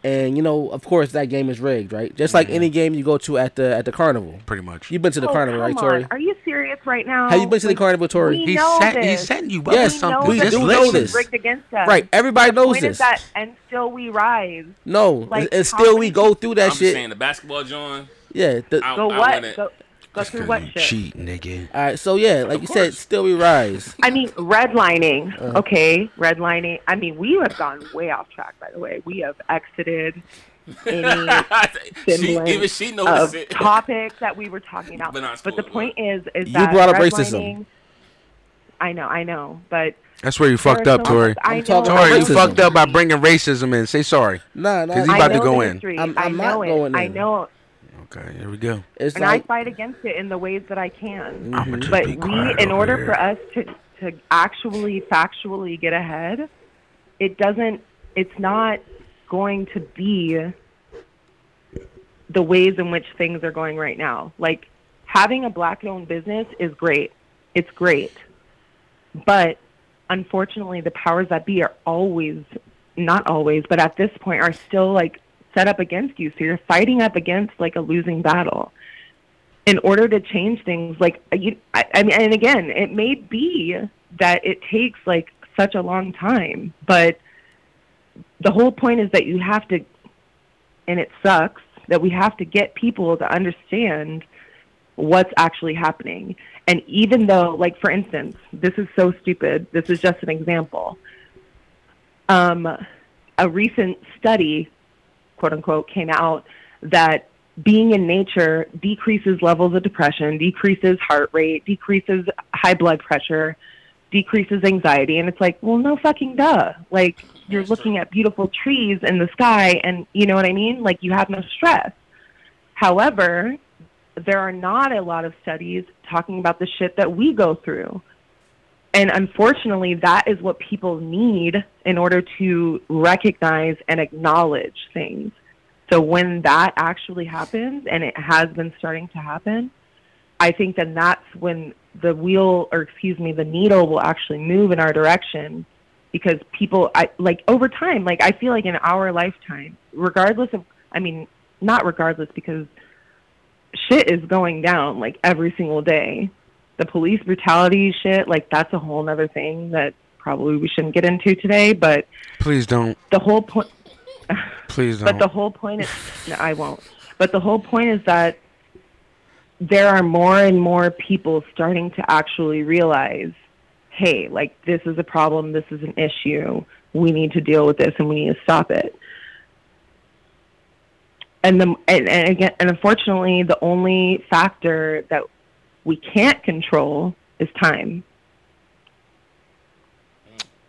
And you know, of course, that game is rigged, right? Just like any game you go to at the at the carnival.
pretty much.
You've been to the
Oh,
carnival, right,
come
Tori?
on. Are you serious right now?
Have you been to the carnival, Tori?
we
He's
know
setting, he's
this.
setting you up
We
Yes,
with
know
something.
we
that
Just
do
the
know
listen.
system is
this.
rigged against us.
Right. Everybody
The
knows
point is
this.
that, and still we rise.
No,
Like,
and- and
how
still we
many
go through
I'm
that
just
shit.
saying the basketball, John.
Yeah. The,
I,
all
Go
I
what?
Wanna,
Go, go through what shit?
Cheat, nigga.
right. So yeah, like you said, still we rise.
I mean, redlining.
Uh-huh.
okay, redlining. I mean, we have gone way off track. By the way, we have exited any
she,
semblance
even she knows
of
it.
topics that we were talking about.
But
But,
not
the
school,
point is, is
You
that
brought up
redlining- I know, I know, but
That's where you fucked
there are
up,
so
Tori.
much- I
I'm
know,
talking about
Tori, you
Racism.
fucked up by bringing racism in. Say sorry.
Nah, nah.
'Cause he
I-
about to
I know
go
the
in.
history.
I'm-
I
I'm not
know it.
going
I
in.
know,
Okay, here we go.
it's
and I
like Mm-hmm.
fight against it in the ways that I can.
I'm gonna just
But
be
we,
quiet
in
over
order
here.
for us to to actually factually get ahead, it doesn't. It's not going to be the ways in which things are going right now. Like having a black-owned business is great. It's great, but unfortunately, the powers that be are always, not always, but at this point are still like set up against you. So you're fighting up against like a losing battle. In order to change things, like you, I, I mean, and again, it may be that it takes like such a long time, but the whole point is that you have to, and it sucks that we have to get people to understand what's actually happening. And even though, like, for instance, this is so stupid, this is just an example. Um, a recent study, quote unquote, came out that being in nature decreases levels of depression, decreases heart rate, decreases high blood pressure, decreases anxiety. And it's like, well, no fucking duh. Like, you're looking at beautiful trees in the sky, and you know what I mean? Like, you have no stress. However, there are not a lot of studies talking about the shit that we go through. And unfortunately, that is what people need in order to recognize and acknowledge things. So when that actually happens, and it has been starting to happen, I think then that's when the wheel, or excuse me, the needle will actually move in our direction because people, I, like over time, like I feel like in our lifetime, regardless of, I mean, not regardless because shit is going down like every single day. The police brutality shit, like that's a whole nother thing that probably we shouldn't get into today. But
Please don't.
the whole point,
Please don't.
but the whole point is, no, I won't. But the whole point is that there are more and more people starting to actually realize, hey, like this is a problem, this is an issue, we need to deal with this, and we need to stop it. And the and, and again, and unfortunately, the only factor that we can't control is time.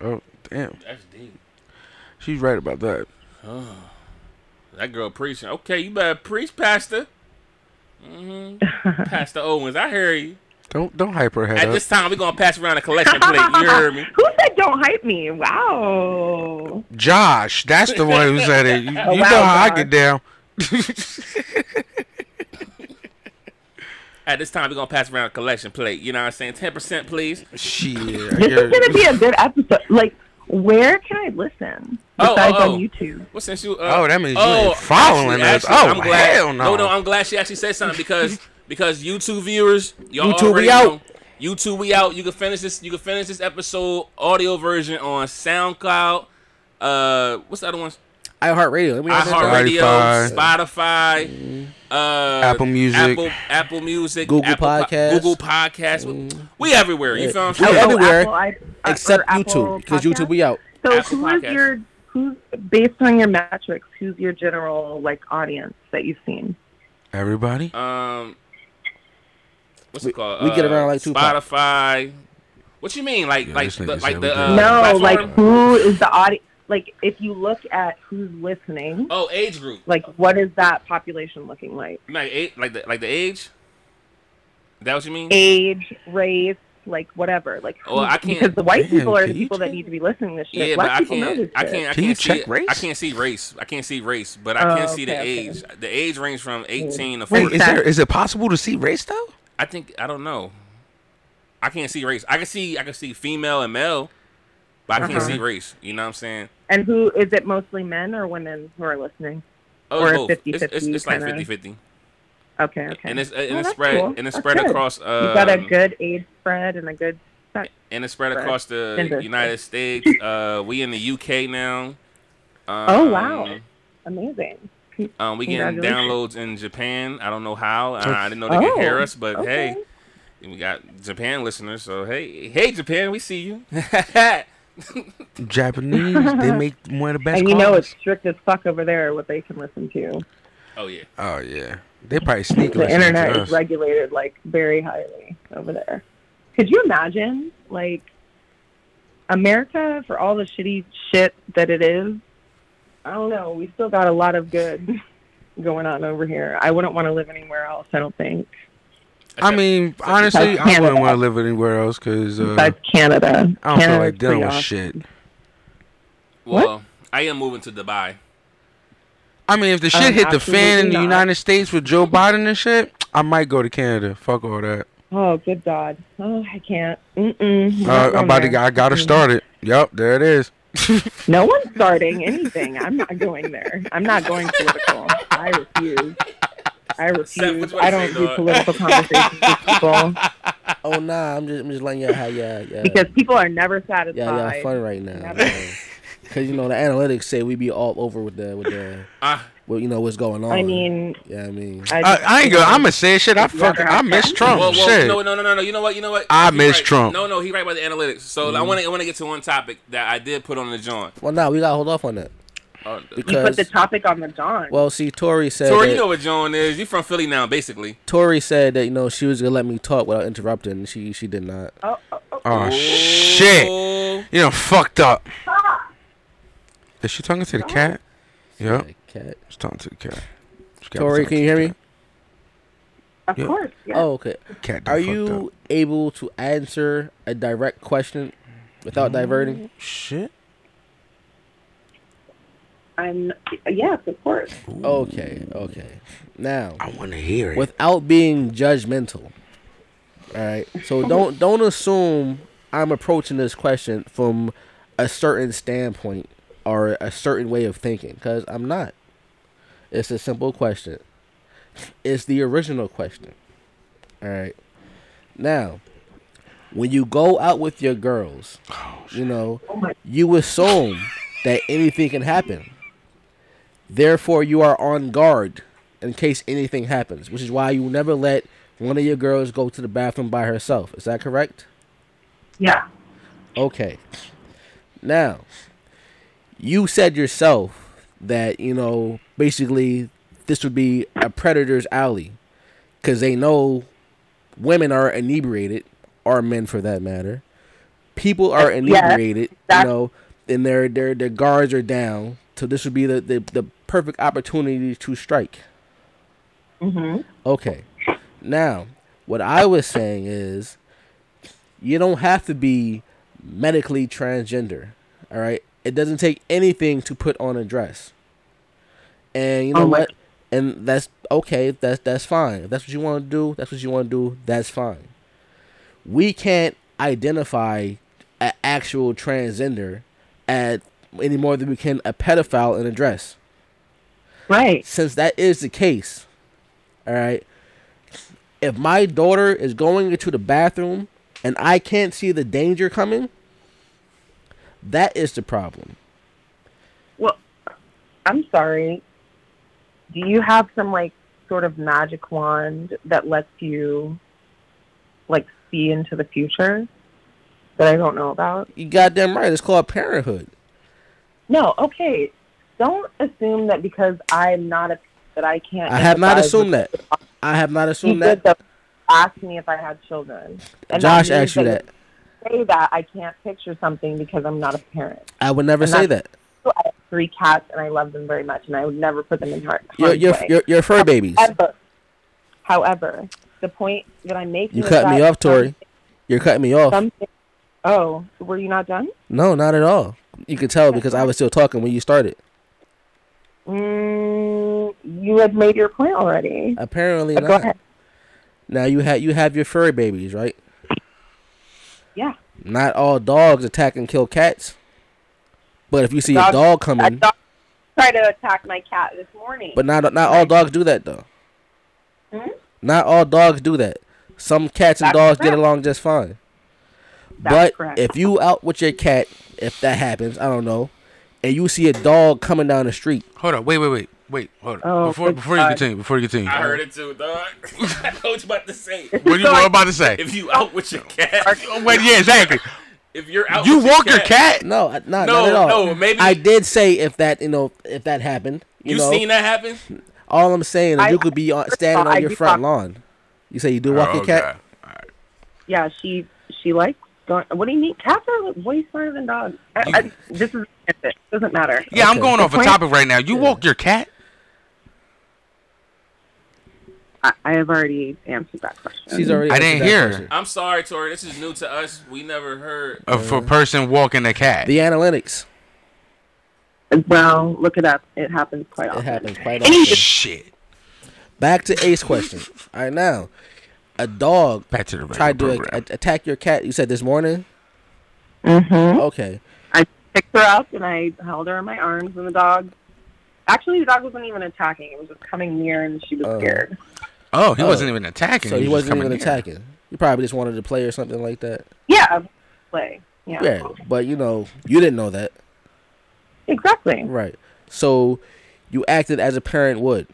oh, damn.
That's deep.
She's right about that.
That girl preaching. Okay, you better preach, Pastor. Mm-hmm. Pastor Owens, I hear you.
Don't don't hype her head
At
up.
uh,
this time, we're gonna pass around a collection plate. You heard me?
Who said said don't hype me. Wow.
Josh, that's the one who said it. You, you
Oh, wow,
know how I
Josh.
get down.
At this time, we're gonna pass around a collection plate. You know what I'm saying? Ten percent, please.
Shit.
This is going to be a good episode. Like, where can I listen
Oh,
besides
oh, oh.
on YouTube?
Well, since you, uh,
Oh, that means you ain't following us. Oh,
glad,
hell no.
no, I'm glad she actually said something because because YouTube viewers, y'all
YouTube,
already
we out.
know. YouTube, we out. You can finish this. You can finish this episode audio version on SoundCloud. Uh, what's the other one?
iHeartRadio. Let me have that.
iHeartRadio,
Spotify. Mm-hmm.
Spotify, uh,
Apple Music.
Apple, Apple Music,
Google
Apple Po-
Podcasts.
Google Podcasts. We everywhere. You
Yeah.
feel what
We're
I'm saying?
everywhere
I- uh,
Except
or Apple
YouTube, because YouTube
Podcast?
we out.
So
Apple
who is
Podcast.
your who's based on your metrics? Who's your general like audience that you've seen?
Everybody?
Um, what's it called?
we get around like Tupac.
Spotify. What you mean? Like
Yeah,
like
this
the,
nigga
like
said
the
we
uh,
Uh,
no,
platform?
Oh, like who is the audience? Like if you look at who's listening,
oh age group
like what is that population looking like?
like age, like the like the age. Is that what you mean?
Age, race, like whatever. Like
Oh, I can't-
because the white
Damn,
people are
can
the
you
people that
check?
need to be listening to this shit.
Yeah,
Black
but I
people know
can't.
this
I
shit.
can't. I
Can you
can't see.
check
it.
race?
I can't see race. I can't see race, but I
Oh,
can't see the
okay,
age. The age range from eighteen to
Wait,
forty.
is that-
is it possible to see race though?
I think I don't know. I can't see race. I can see I can see female and male, but I can't
Uh-huh.
see race. You know what I'm saying?
And who is it? Mostly men or women who are listening?
Oh,
Or
it's
a
both. It's, it's,
50-50
it's like
kinda-
50 50.
Okay, okay.
And it's and
Oh,
it's
that's
spread
cool.
and it's
That's
spread
good.
across uh
you got a good age spread and a good sex.
and it's spread
spread.
across the
Gender.
United States. Uh we in the UK now. Um,
Oh, wow. Amazing.
Um, we getting
Congratulations.
downloads in Japan. I don't know how. I, I didn't know they could
Oh,
hear us, but
okay.
hey, we got Japan listeners. So hey, hey Japan, we see you. yeah,
Japanese, they make one of the best.
and you know
cars.
it's strict as fuck over there what they can listen to.
oh yeah.
Oh yeah, they probably sneak.
The internet is regulated like very highly over there. Could you imagine like America for all the shitty shit that it is? I don't know. We still got a lot of good going on over here. I wouldn't want to live anywhere else. I don't think.
I mean, honestly, I
Canada.
wouldn't want to live anywhere else because uh,
Besides Canada,
I don't feel
Canada's
like dealing
pretty
with
awesome.
shit.
Well, I am moving to Dubai.
I mean, if the shit
Um,
hit the fan in
absolutely
the
not.
United States with Joe Biden and shit, I might go to Canada. Fuck all that.
Oh, good God. Oh, I can't. Mm-mm.
Uh, I'm about to.
go.
I gotta start it. Yep, there it is.
No one's starting anything. I'm not going there. I'm not going political. I refuse. I refuse.
what you
I
wanna
don't
say,
do
dog?
political conversations with people
Oh nah, I'm just I'm just letting y'all how yeah yeah
because people are never satisfied.
yeah y'all fun right now.
Never.
Because you know the analytics say we be all over with the with the
Ah,
well you know what's going on.
I mean,
yeah I mean
I,
I, I ain't gonna. I'm gonna say shit. I
rather
fucking. I
have
miss
fun.
Trump.
Well, well,
shit.
no, no, no, no, no. You know what? You know what?
I
He
miss
right.
Trump. Mm.
No, no, he right about the analytics. So I want to, I want to get to one topic that I did put on the John.
well nah we gotta hold off on that
Uh,
you put
because
the topic on the John.
well see Tori said
Tori,
that,
you know what John is. You from Philly now, basically.
Tori said that you know she was gonna let me talk without interrupting. and She she did not.
oh, oh, oh.
Oh shit!
Oh,
You know, fucked up. Is she talking to the cat? Yep,
Like, cat.
she's talking to the cat. She got talking
Tori, can
to
you hear
the
me?
of
yeah.
course. Yeah.
Oh okay.
cat. Cat. done
Are
fucked
you able to answer a direct question without diverting?
up. Shit.
I'm, yes, of course.
Okay, okay. Now,
I want to hear it.
without being judgmental. All right. So don't don't assume I'm approaching this question from a certain standpoint or a certain way of thinking cuz I'm not. It's a simple question. It's the original question. All right. Now, when you go out with your girls,
Oh,
you know, you assume that anything can happen. Therefore, you are on guard in case anything happens, which is why you never let one of your girls go to the bathroom by herself. Is that correct?
Yeah.
Okay. Now, you said yourself that, you know, basically this would be a predator's alley because they know women are inebriated, or men for that matter. People are inebriated, you
that's-
know, and their, their, their guards are down. So this would be the, the, the perfect opportunity to strike. Mm-hmm. Okay. Now, what I was saying is you don't have to be medically transgender. All right, it doesn't take anything to put on a dress, and you know
Oh my-
what? And that's okay. That's that's fine. If that's what you want to do, that's what you want to do. That's fine. We can't identify an actual transgender at any more than we can a pedophile in a dress
Right.
since that is the case, all right, if my daughter is going into the bathroom and I can't see the danger coming, that is the problem.
Well, I'm sorry. Do you have some like sort of magic wand that lets you like see into the future that I don't know about?
You goddamn right. It's called parenthood.
No, okay. Don't assume that because I'm not a that I can't.
I have not
empathize
assumed
with-
that. I have not
You
assumed
did
that.
though ask me if I had children. And
Josh
that means
asked you that.
Say that I can't picture something because I'm not a parent.
I would never
and
say that.
that's- So I have three cats and I love them very much, and I would never put them in heart.
You're, you're,
way.
you're, you're fur babies.
However, however, the point that I'm making.
You
is
cut me
that
off, Tori. You're cutting me off.
some- some- oh, were you not done?
No, not at all. You could tell because I was still talking when you started.
Mm, you had made your point already.
Apparently
But go
not.
ahead.
Now you have you have your furry babies, right?
Yeah.
Not all dogs attack and kill cats. But if you see a
Dog-
dog
I
coming,
dog tried to attack my cat this morning.
but not not all dogs do that though.
Hmm?
Not all dogs do that. Some cats and
That's
dogs get
correct.
along just fine.
That's
but
correct.
if you out with your cat, if that happens, I don't know, and you see a dog coming down the street,
Hold on, wait, wait, wait, wait, hold on.
Oh,
before
good
before you
God.
continue, before you continue,
I heard it too, dog. I know what you about to say.
what you were about to say?
If you out with your cat,
Wait, yeah, exactly.
if you're out,
You
with
walk
your
your cat.
no, I- not,
No,
not at all.
no, maybe-
I did say if that you know if that happened, you,
You
know,
seen that happen?
all I'm saying is
I-
you could be on,
first of
standing
all,
on
I
your
do talk-
front lawn. You say you do walk your
Oh,
cat.
God.
yeah, she she likes going. What do you mean? Cats are like, way smarter than dogs. I, I, this is it doesn't matter.
Yeah, I'm
Okay.
going off a
point-
topic right now. You walk your cat.
I, I have already answered that question.
She's already.
I
answered
didn't
that
hear.
question.
I'm sorry, Tori. This is new to us. We never heard.
Of a person walking a cat.
The analytics.
well, look it up. It happens quite
It
often.
happens quite
Oh,
often.
Shit.
Back to Ace question. All right, now a dog
Back to the regular
tried to a-
program.
a- attack your cat. You said this morning.
Mm-hmm.
Okay,
I picked her up and I held her in my arms, and the dog. Actually, the dog wasn't even attacking. It was just coming near, and she was
Oh.
scared.
oh, he
Oh.
wasn't even attacking.
so he
was just
wasn't even
coming in.
attacking. You probably just wanted to play or something like that.
Yeah, play. Yeah,
Yeah, but you know you didn't know that,
exactly.
right? So you acted as a parent would.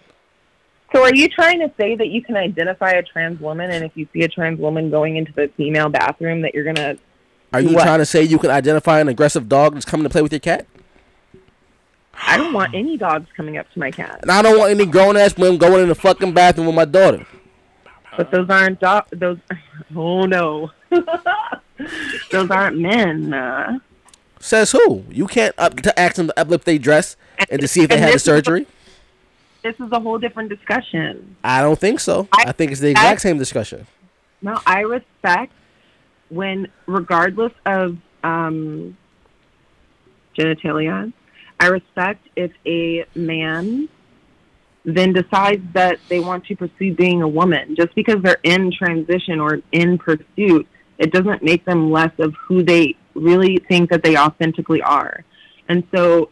So, are you trying to say that you can identify a trans woman, and if you see a trans woman going into the female bathroom, that you're gonna?
Are you
What?
trying to say you can identify an aggressive dog that's coming to play with your cat?
I don't want any dogs coming up to my cat.
And I don't want any grown ass women going in the fucking bathroom with my daughter.
But those aren't do- those. Oh no, those aren't men. Uh,
Says who? You can't up to ask them to uplift their dress and to see if they
And
had the
this is what-
surgery.
this is a whole different discussion.
I don't think so. I,
I-
think it's the exact
I-
same discussion.
No, I respect when, regardless of um, genitalia, I respect if a man then decides that they want to pursue being a woman. Just because they're in transition or in pursuit, it doesn't make them less of who they really think that they authentically are. And so,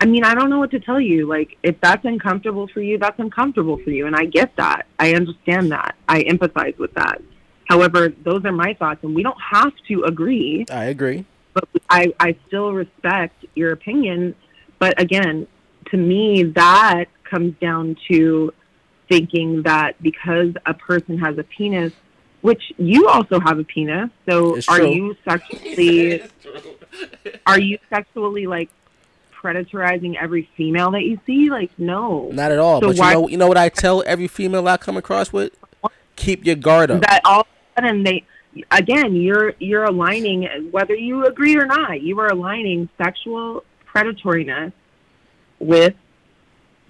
I mean, I don't know what to tell you. Like, if that's uncomfortable for you, that's uncomfortable for you. And I get that. I understand that. I empathize with that. However, those are my thoughts, and we don't have to agree
I agree.
but I, I still respect your opinion. But again, to me, that comes down to thinking that because a person has a penis, which you also have a penis, so
It's
are
true.
you sexually are you sexually like predatorizing every female that you see? Like no.
Not at all.
So
but
why-
you know, you know what I tell every female I come across with? Keep your guard up.
that all of a sudden they again you're you're aligning whether you agree or not you are aligning sexual predatoriness with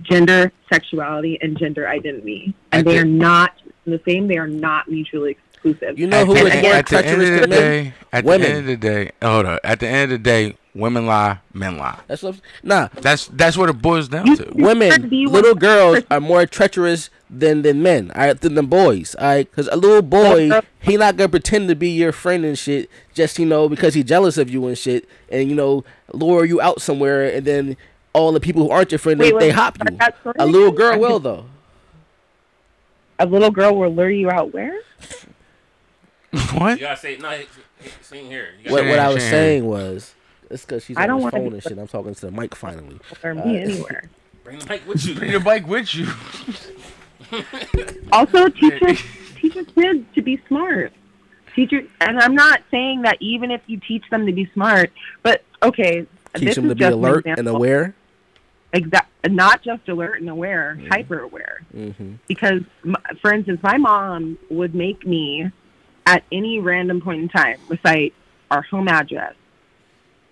gender sexuality and gender identity and
I
they
think-
are not the same they are not mutually exclusive exclusive.
You know who
and
is
again,
more
at the end
treacherous
of the
than men?
day, at
Women.
the end of the day, hold up. At the end of the day, women lie, men lie.
That's what. Nah,
That's that's what it boils down
You-
to.
women,
could be with-
little girls are more treacherous than than men. I than the boys. I because a little boy, he not gonna pretend to be your friend and shit. Just you know because he jealous of you and shit, and you know lure you out somewhere, and then all the people who aren't your friend they,
Wait,
they
wait,
hop you.
start that story
A little
again?
girl will though.
a little girl will lure you out where?
What?
You gotta say no. It's, it's in here. You gotta
What, what I was
Shan.
saying was. It's because she's
I
on
don't
the
wanna
phone
be-
and shit. I'm talking to the mic finally. Uh,
Or me anywhere.
bring the mic with you.
Bring your bike with you.
Also, teach your, teach your kids to be smart. Teach your, and I'm not saying that even if you teach them to be smart, but okay,
Teach
this
them
is
to be
just an
alert and
example.
aware.
Exact, not just alert and aware, hyper aware.
Mm-hmm.
because m- for instance my mom would make me at any random point in time recite our home address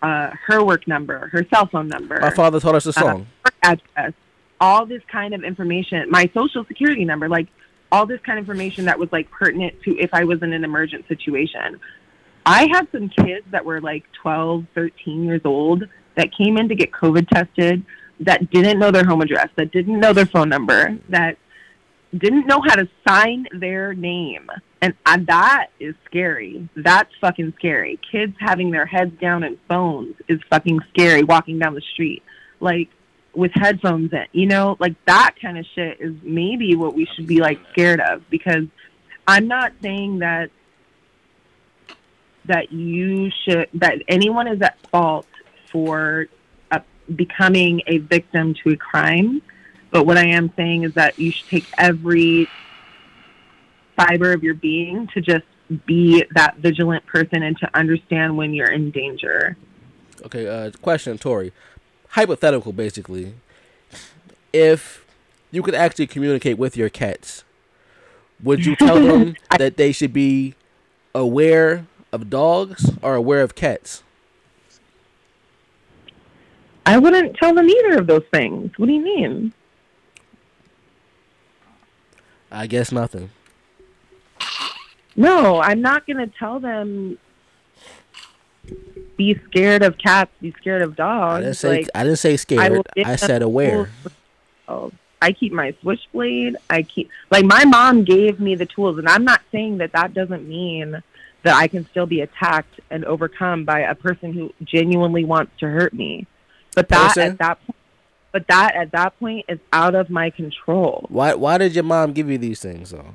uh, her work number her cell phone number Uh,
My father taught us a song.
work address all this kind of information my social security number like all this kind of information that was like pertinent to if i was in an emergent situation i had some kids that were like 12 13 years old that came in to get covid tested that didn't know their home address that didn't know their phone number that didn't know how to sign their name. And I, that is scary. That's fucking scary. Kids having their heads down in phones is fucking scary walking down the street, like with headphones in. You know, like that kind of shit is maybe what we should be like scared of because I'm not saying that that you should that anyone is at fault for uh, becoming a victim to a crime. But what I am saying is that you should take every fiber of your being to just be that vigilant person and to understand when you're in danger.
Okay, uh, question, Tori. Hypothetical, basically. If you could actually communicate with your cats, would you tell them that they should be aware of dogs or aware of cats?
I wouldn't tell them either of those things. What do you mean?
I guess nothing.
No, I'm not going to tell them be scared of cats, be scared of
I
dogs.
didn't say
like,
I didn't say
I
scared.
will
I,
give
said
them
aware.
tools. Oh, I keep my switchblade. I keep like my mom gave me the tools, and I'm not saying that that doesn't mean that I can still be attacked and overcome by a person who genuinely wants to hurt me. But that
Person?
at that point, but that at that point is out of my control.
Why Why did your mom give you these things though?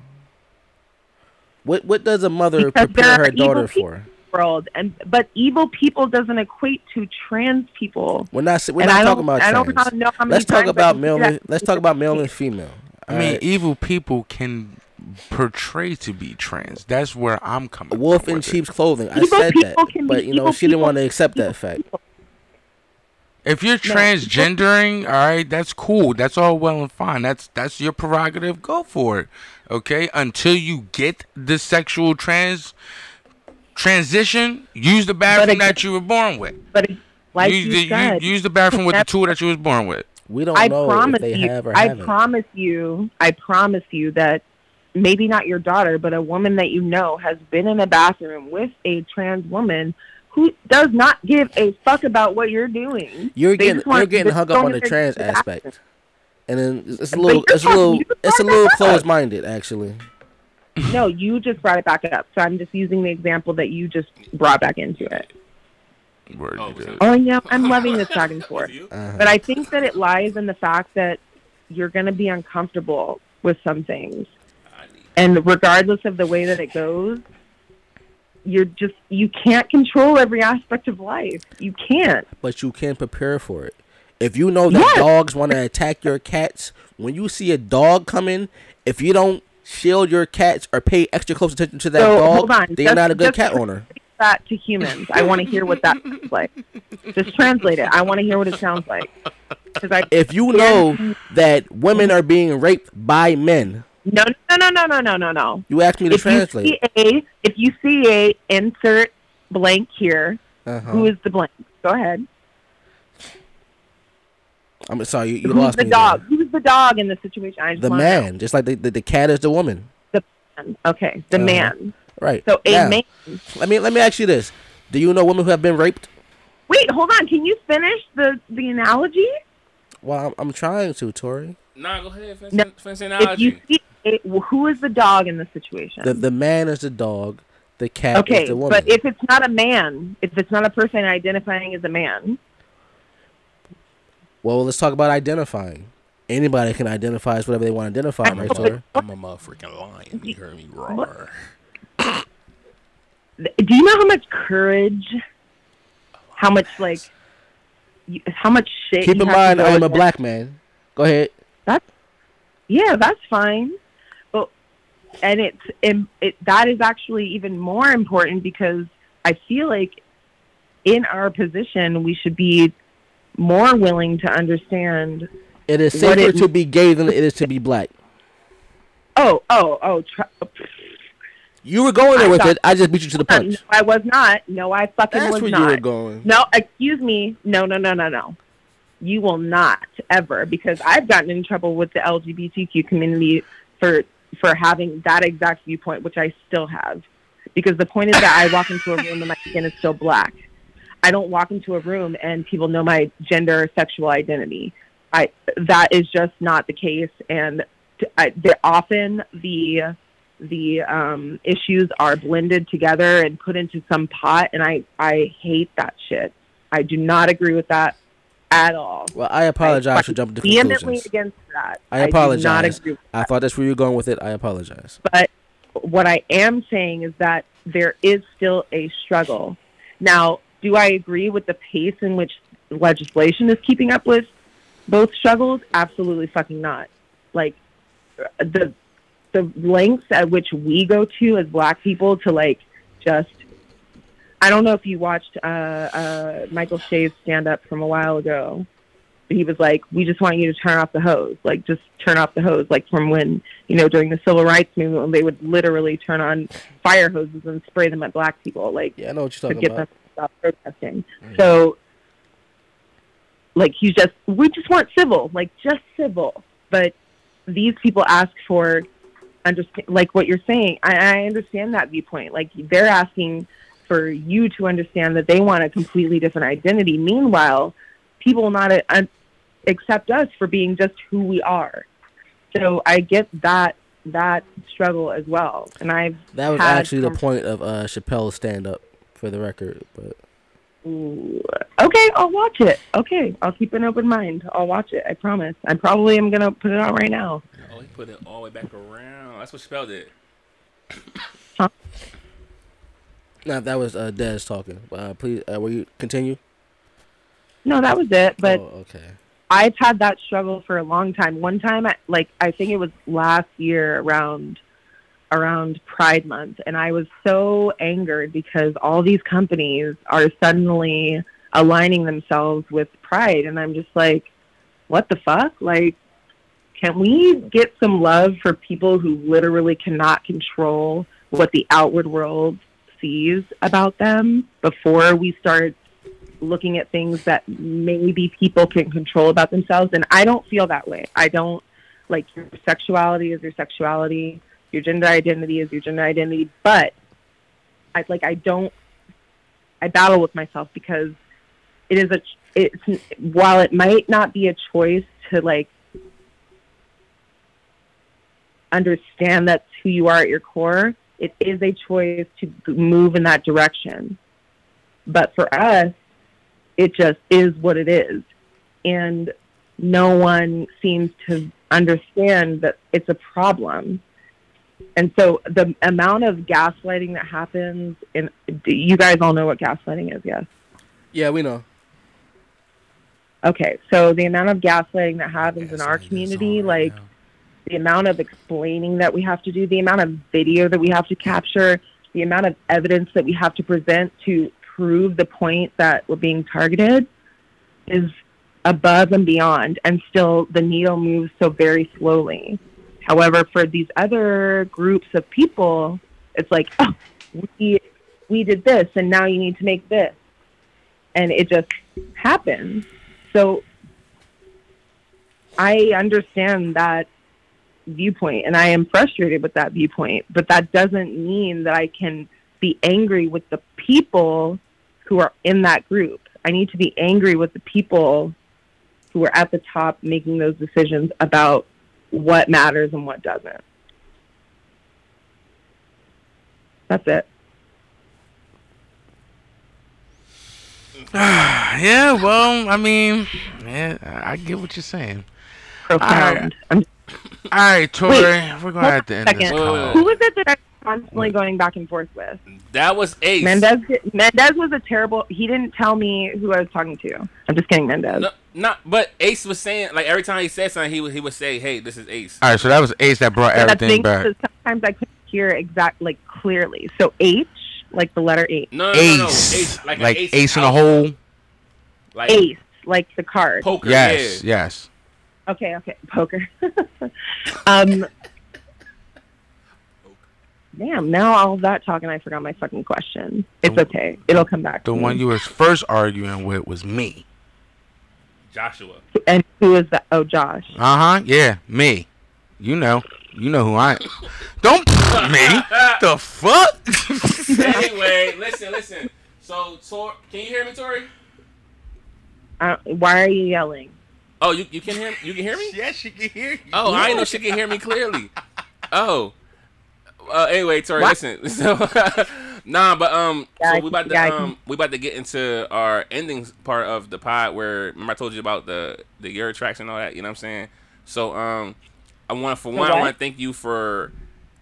What What does a mother
Because
prepare
there are
her
evil
daughter
people.
for?
World and but evil people doesn't equate to trans people.
We're not. We're
and
not
I
talking
don't.
about
I don't
trans.
know how many
Let's talk
times I
about
can
male.
do that.
And, let's talk about male and female.
I mean,
Alright.
evil people can portray to be trans. That's where I'm coming.
wolf
from
in
with it.
sheep's clothing. I
Evil
said
people
that,
can
but
be
you know
evil
she didn't
people.
want to accept that fact.
If you're transgendering, all right, that's cool. That's all well and fine. That's that's your prerogative. Go for it. Okay? Until you get the sexual trans transition, use the bathroom
again-
that you were born with.
But it- like
use,
you,
the,
said,
use the bathroom with the tool that you was born with.
We don't
I
know
promise
if they
you,
have or
I
haven't.
promise you, I promise you that maybe not your daughter, but a woman that you know has been in a bathroom with a trans woman who does not give a fuck about what you're doing.
you're
They
getting
just want-
you're getting
they
hung
just
up on
want
the
to
trans
get to the
aspect, and then it's, it's a
But
little
you're
it's a little
talking- you
it's a
brought
little
that up.
closed minded actually.
action. No, you just brought it back up. So I'm just using the example that you just brought back into it.
Word,
Oh,
you did.
Oh, yeah, I'm loving this back and forth.
You?
But
Uh-huh.
I think that it lies in the fact that you're going to be uncomfortable with some things. And regardless of the way that it goes, you're just, you can't control every aspect of life. You can't.
But you can prepare for it. If you know that
Yes.
dogs want to attack your cats, when you see a dog coming, if you don't shield your cats or pay extra close attention to that
So,
dog,
hold on.
they're
Just-
not a
just-
good cat owner.
That to humans. I want to hear what that sounds like. Just translate it. I want to hear what it sounds like. Because I
If you
can't-
know that women are being raped by men,
no, no, no, no, no, no, no, no.
you ask me to
If
translate.
you see a, if you see a insert blank here,
Uh-huh.
who is the blank? Go ahead.
I'm sorry, you, you
Who's
lost
the
me. there.
dog? Who's the dog in the situation? I just
The
wanna
man, just like the, the, the cat is the woman.
know. The man. Okay, the
Uh-huh.
man.
Right.
So
Now,
amen.
Let me let me ask you this: Do you know women who have been raped?
Wait, hold on. Can you finish the the analogy?
Well, I'm, I'm trying to, Tori.
Nah, go ahead. Fence,
No.
fence
If you
analogy.
see it, who is the dog in the situation?
The the man is the dog, the cat
okay,
is the woman.
but if it's not a man, if it's not a person identifying as a man,
well, let's talk about identifying. Anybody can identify as whatever they want to identify, right, Tori?
I'm a motherfucking lion. You heard me roar.
th- do you know how much courage, how much like, you, how much shit?
Keep
you
in
have to
mind,
go
I am a
against-
black man. Go ahead.
That's yeah, that's fine. But and it's im- it that is actually even more important because I feel like in our position we should be more willing to understand.
It is
What
safer
it-
to be gay than it is to be black.
Oh, oh, oh! Tr-
You were going there
I
with
thought-
it. I just beat you to the punch.
no, I was not. No, I fucking
That's
was
where
not.
you were going.
No, excuse me. No, no, no, no, no. You will not ever because I've gotten in trouble with the LGBTQ community for for having that exact viewpoint, which I still have. Because the point is that I walk into a room and my skin is still black. I don't walk into a room and people know my gender or sexual identity. I that is just not the case, and t- I, they're often the the um, issues are blended together and put into some pot, and I I hate that shit. I do not agree with that at all.
Well, I
I
apologize for jumping to
vehemently
conclusions.
against that.
I
do not
apologize.
agree with
I thought that's where you were going with it. I apologize.
but what I am saying is that there is still a struggle. Now, do I agree with the pace in which legislation is keeping up with both struggles? Absolutely fucking not. Like the the lengths at which we go to as black people to like just I don't know if you watched uh, uh, Michael Shea's stand up from a while ago. He was like, "We just want you to turn off the hose, like just turn off the hose, like from when you know during the civil rights movement when they would literally turn on fire hoses and spray them at black people, like
Yeah, I know what you're
to
talking
get
about. Mm-hmm.
them to stop protesting." So, like, he's just we just want civil, like just civil. But these people ask for understand, like what you're saying. I, I understand that viewpoint. Like they're asking for you to understand that they want a completely different identity. Meanwhile, people will not uh, un- accept us for being just who we are. So I get that that struggle as well, and I've
That was
had
actually the
conversations
point of uh, Chappelle's stand up, for the record. But
Ooh. Okay, I'll watch it. Okay, I'll keep an open mind. I'll watch it. I promise. I probably am gonna put it on right now.
Oh, he put it all the way back around. That's what Chappelle did.
no, that was uh, Des talking. Uh, please, uh, will you continue?
No, that was it. But
oh, okay.
I've had that struggle for a long time. One time, I, like I think it was last year around around Pride Month, and I was so angered because all these companies are suddenly aligning themselves with Pride, and I'm just like, what the fuck? Like, can we get some love for people who literally cannot control what the outward world sees about them before we start looking at things that maybe people can control about themselves and i don't feel that way i don't like your sexuality is your sexuality your gender identity is your gender identity but i like i don't i battle with myself because it is a ch- it's while it might not be a choice to like understand that's who you are at your core it is a choice to move in that direction but for us it just is what it is. And no one seems to understand that it's a problem. And so the amount of gaslighting that happens, and you guys all know what gaslighting is, yes?
Yeah, we know.
Okay, so the amount of gaslighting that happens in our community, like the amount of explaining that we have to do, the amount of video that we have to capture, the amount of evidence that we have to present to prove the point that we're being targeted is above and beyond. And still, the needle moves so very slowly. However, for these other groups of people, it's like, oh, we, we did this, and now you need to make this. And it just happens. So I understand that viewpoint, and I am frustrated with that viewpoint. But that doesn't mean that I can be angry with the people who are in that group. I need to be angry with the people who are at the top making those decisions about what matters and what doesn't. That's it.
Yeah, well, I mean, yeah, I I get what you're saying.
Profound. I'm
All right, Tori,
Wait,
we're
hold
gonna
on
have to
a
end this
second.
call.
Who was it that I was constantly going back and forth with?
That was Ace.
Mendez. Mendez was a terrible. He didn't tell me who I was talking to. I'm just kidding, Mendez.
No, not, but Ace was saying like every time he said something, he would he would say, "Hey, this is Ace."
All right, so that was Ace that brought
But the
everything
thing
back.
is, sometimes I couldn't hear exact like clearly. So H, like the letter H,
No, no, no, no.
Ace,
Ace,
like,
an
ace, in
out,
a hole.
like
ace, like the card.
poker.
Yes,
yeah.
yes.
Okay, okay, poker. um. Damn! Now all of that talking, I forgot my fucking question. It's
The-
okay. It'll come back.
The
to me.
one you was first arguing with was me.
Joshua.
and who is that? Oh, Josh.
Uh huh. Yeah, me. You know, you know who I am. Don't me. The fuck.
anyway, listen, listen. So, Tor, can you hear me, Tori?
I, why are you yelling?
Oh, you, you can hear you can hear me.
yes, she can hear you.
Oh, I didn't know she could hear me clearly. Oh. Uh, anyway, Tori,
What?
listen. So, nah, but um,
Yeah, I
so we
can-
about to
yeah, I can-
um, we about to get into our endings part of the pod where remember I told you about the the year tracks and all that. You know what I'm saying? So um, I want for one, I
what?
want to thank you for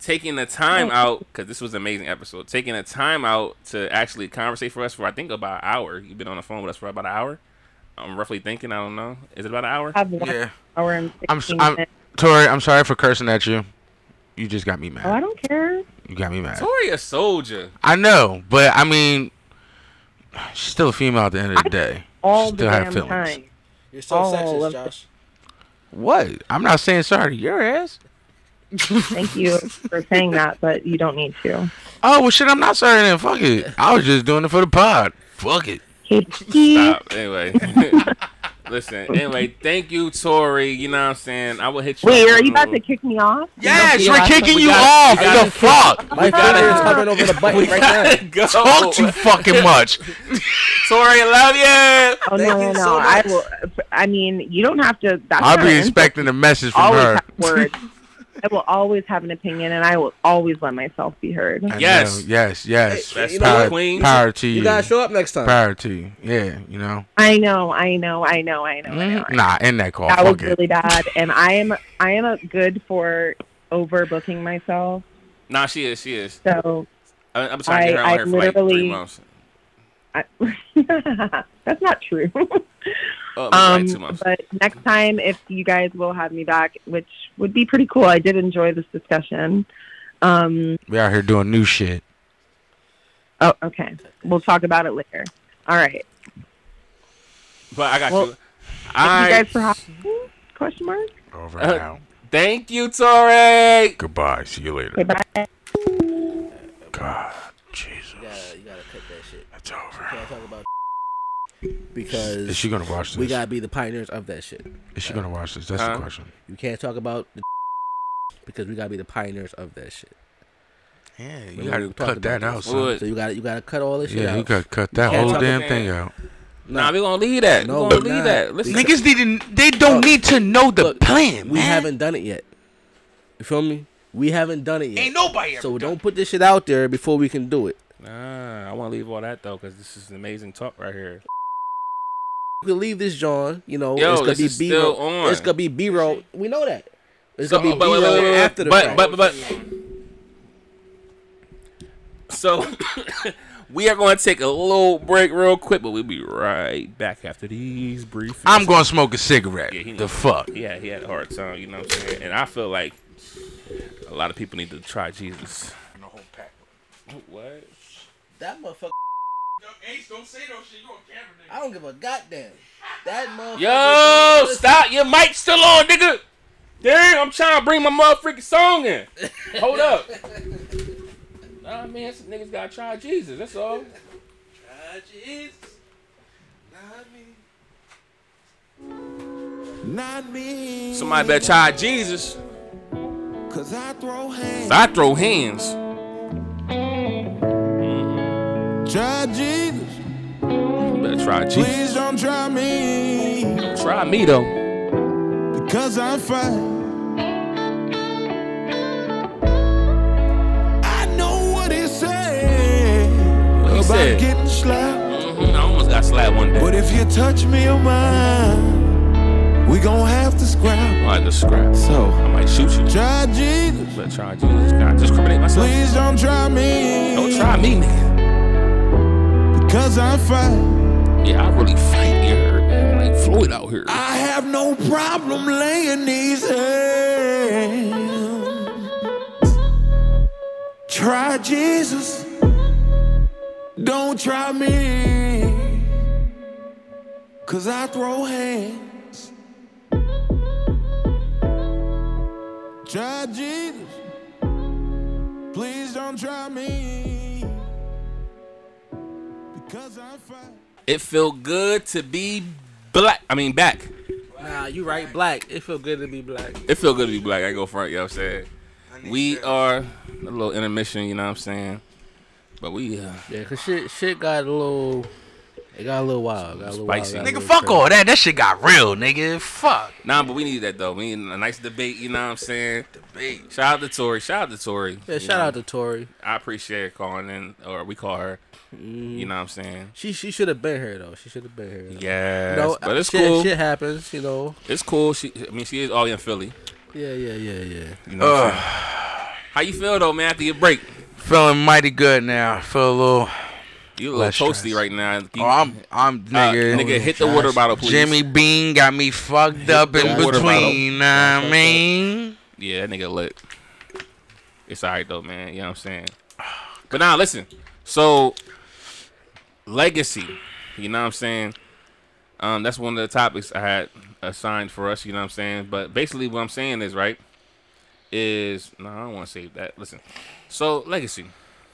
taking the time out because this was an amazing episode. Taking the time out to actually conversate for us for I think about an hour. You've been on the phone with us for about an hour. I'm roughly thinking. I don't know. Is it about an hour?
I have one
Yeah.
hour and
I'm,
16
I'm
minutes.
Tori. I'm sorry for cursing at you. You just got me
Oh, I
mad.
don't care.
You got me mad.
Tori, a soldier.
I know, but I mean, she's still a female at the end of the day.
All
She
the
still have
damn
feelings.
time.
You're so
Oh,
sexist,
love-
Josh.
What? I'm not saying sorry to your ass.
Thank you for saying that, but you don't need to.
Oh well, shit. I'm not sorry then. Fuck it. I was just doing it for the pod. Fuck it.
Hey,
Stop. Anyway. Listen, anyway, thank you, Tori. You know what I'm saying? I will hit you.
Wait,
up
are
on
you about to
the-
kick me off?
Yes,
You don't
we're
feel like-
kicking
we
you off.
got- we got-
The fuck.
My finger is hovering over the button right now.
Gotta go.
Talk too fucking much.
Tori, love you.
Oh no,
Thank
no, no!
you so
I
much.
will. I mean, you don't have to. That's
I'll
not
be
an insult.
expecting a message from
Always
her.
have words. I will always have an opinion, and I will always let myself be heard.
I
Yes.
know, uh, Yes. Yes.
Hey,
That's
you know
power
Power,
what?
queen.
power to you.
You gotta show up next time.
Power to you. Yeah. You know.
I know, I know, I know, I know. I know.
Mm, Nah. End that call.
that was
Fuck it.
really bad, and I am I am a good for overbooking myself.
Nah, she is. She is.
So
I, I'm trying to get her
I- I
out here for like three
literally-
months.
I, that's not true.
Oh,
um,
like two months.
but next time, if you guys will have me back, which would be pretty cool. I did enjoy this discussion. Um,
We out here doing new shit.
oh, okay. We'll talk about it later. All right.
But I got
well,
you.
Thank you
I
guys for having me? Question mark.
Over
Uh,
and out.
thank you, Tori.
Goodbye. See you later.
Okay, bye.
God, Jesus,
Yeah, you gotta cut that shit.
it's over.
Can't talk about
Is
because
she gonna watch this?
we gotta be the pioneers of that shit.
Is she gonna watch this? That's
Huh?
the question.
You can't talk about the because we gotta be the pioneers of that shit.
Yeah,
We
you gotta
talked
cut that
about
out.
this.
Son.
Would.
So you gotta you gotta cut all this shit
Yeah,
out.
you gotta cut that
You can't
whole
talk
damn
about
thing
that.
out.
Nah, we gonna leave that.
No,
we gonna
we're
leave
not.
that. Listen,
Because-
Niggas need They don't
Look,
need to know the
look,
plan.
we
man.
haven't done it yet. You feel me? We haven't done it yet.
Ain't nobody.
so don't put this shit out there before we can do it.
Nah, I want to leave all that though, cause this is an amazing talk right here.
We can leave this, John. You know,
Yo,
it's gonna
this
be
is
B
still
roll.
on.
It's gonna be B roll. We know that. It's
So, oh,
gonna be
but,
B
wait, wait, wait,
roll
wait,
after the
but,
fact.
But but but. So we are going to take a little break real quick, but we'll be right back after these brief.
I'm gonna smoke a cigarette.
Yeah, he
the
knows.
fuck.
Yeah, he had a hard time, you know what I'm saying? And I feel like a lot of people need to try Jesus. What?
that motherfucker. I don't give a goddamn. That motherfucker.
Yo, stop! Your mic's still on, nigga. Damn, I'm trying to bring my motherfucking song in. Hold up. Nah, man, some niggas gotta try Jesus. That's all. Somebody better try Jesus.
Cause I throw hands. Mm-hmm.
I throw hands.
Try Jesus,
Better try Jesus.
please don't try me.
Try me though.
Because I'm fine. I know what it said
What he
about
said.
getting slapped.
hmm I almost got slapped one day.
But if you touch me or mine, we gon' have to scrap.
I might just scrap.
So,
I might shoot you.
try Jesus.
Better try Jesus. Can I discriminate myself?
Please don't try me.
Don't try me, nigga.
Cause I'm fine.
Yeah, I really fight. You heard? I'm like Floyd out here.
I have no problem laying these hands. Try Jesus. Don't try me. Cause I throw hands. Try Jesus. Please don't try me. Because I fight.
It feel good to be black. I mean back.
Nah, you right. Black. It feel good to be black.
It feel good to be black. I go front, you know what I'm saying? We are a little intermission, you know what I'm saying? But we uh,
Yeah, cause shit, shit got a little. It got a little wild. Got a little
Spicy.
Wild, got a
Nigga,
Nigga,
little
fuck
crazy.
all that. That shit got real, nigga. Fuck.
Nah, but we need that though. We need a nice debate, you know what I'm saying? Debate. Shout out to Tori. Shout out to Tori.
Yeah, shout out to Tori.
I appreciate her calling in or we call her. You know what I'm saying?
She she should have been here though. She should have been here. though.
Yes.
You know,
but it's
shit,
cool.
Shit happens. You know.
It's cool. She I mean she is all in Philly.
Yeah, yeah, yeah, yeah.
You know what I'm saying? How you feel though, man, after your break?
Feeling mighty good now. Feel a little.
You a little
Less
toasty
stress.
right now. You-
Oh, I'm, I'm,
uh,
nigga.
nigga, hit the water bottle, please.
Jimmy Bean got me fucked up in
water
between. Nah, I mean,
Yeah, that nigga lit. It's alright though, man. You know what I'm saying? But now nah, listen. So legacy. You know what I'm saying? Um, that's one of the topics I had assigned for us, you know what I'm saying? But basically what I'm saying is, right? Is no, I don't want to say that. Listen. So legacy. You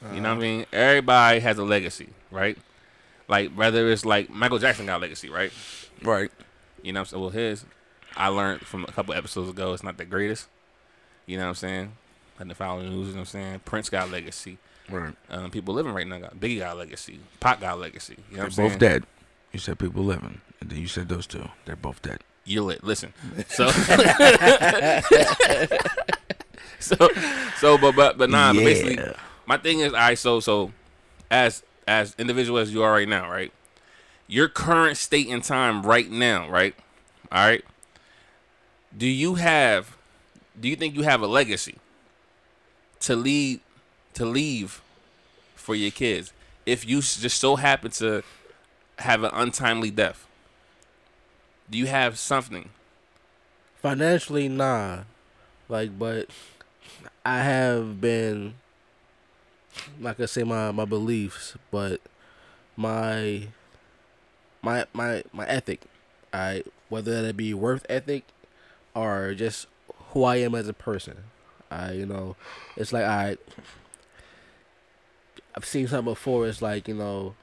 Uh-huh.
know what I mean? Everybody has a legacy, right? Like whether it's like Michael Jackson got a legacy, right?
right.
You know what I'm saying? Well, his, I learned from a couple episodes ago, it's not the greatest. You know what I'm saying? And the following news, you know what I'm saying? Prince got a legacy.
Right.
Um, people living right now got Biggie got a legacy. Pac got a legacy. You know
They're
what I'm saying?
both dead. You said people living, and then you said those two. They're both dead.
You're lit. Listen. So So so but but but nah, but basically
Yeah.
my thing is I so so as as individual as you are right now, right? Your current state and time right now, right? All right. Do you have do you think you have a legacy to lead to leave for your kids if you s- just so happen to have an untimely death? Do you have something?
Financially, nah. Like, but I have been, like I say, my my beliefs, but my my my my ethic. I whether that be worth ethic or just who I am as a person. I you know, it's like I I've seen something before. It's like you know,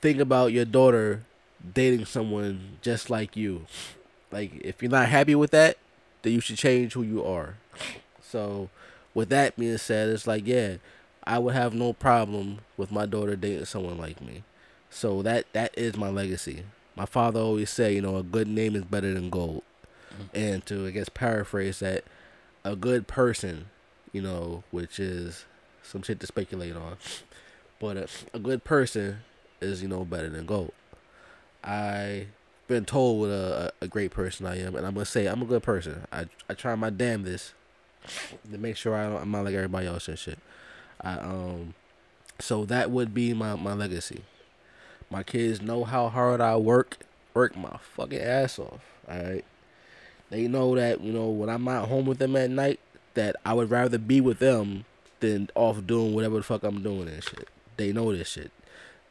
think about your daughter dating someone just like you. Like if you're not happy with that, then you should change who you are. So with that being said, it's like yeah, I would have no problem with my daughter dating someone like me. So that that is my legacy. My father always said, you know, a good name is better than gold. And to I guess paraphrase that, a good person, you know, which is some shit to speculate on, but a, a good person is you know better than gold. I been told what a, a a great person I am, and I'm gonna say I'm a good person. I I try my damnedest to make sure I don't, I'm not like everybody else and shit. I um, so that would be my my legacy. My kids know how hard I work, work my fucking ass off. All right, they know that you know when I'm not home with them at night, that I would rather be with them than off doing whatever the fuck I'm doing and shit. They know this shit.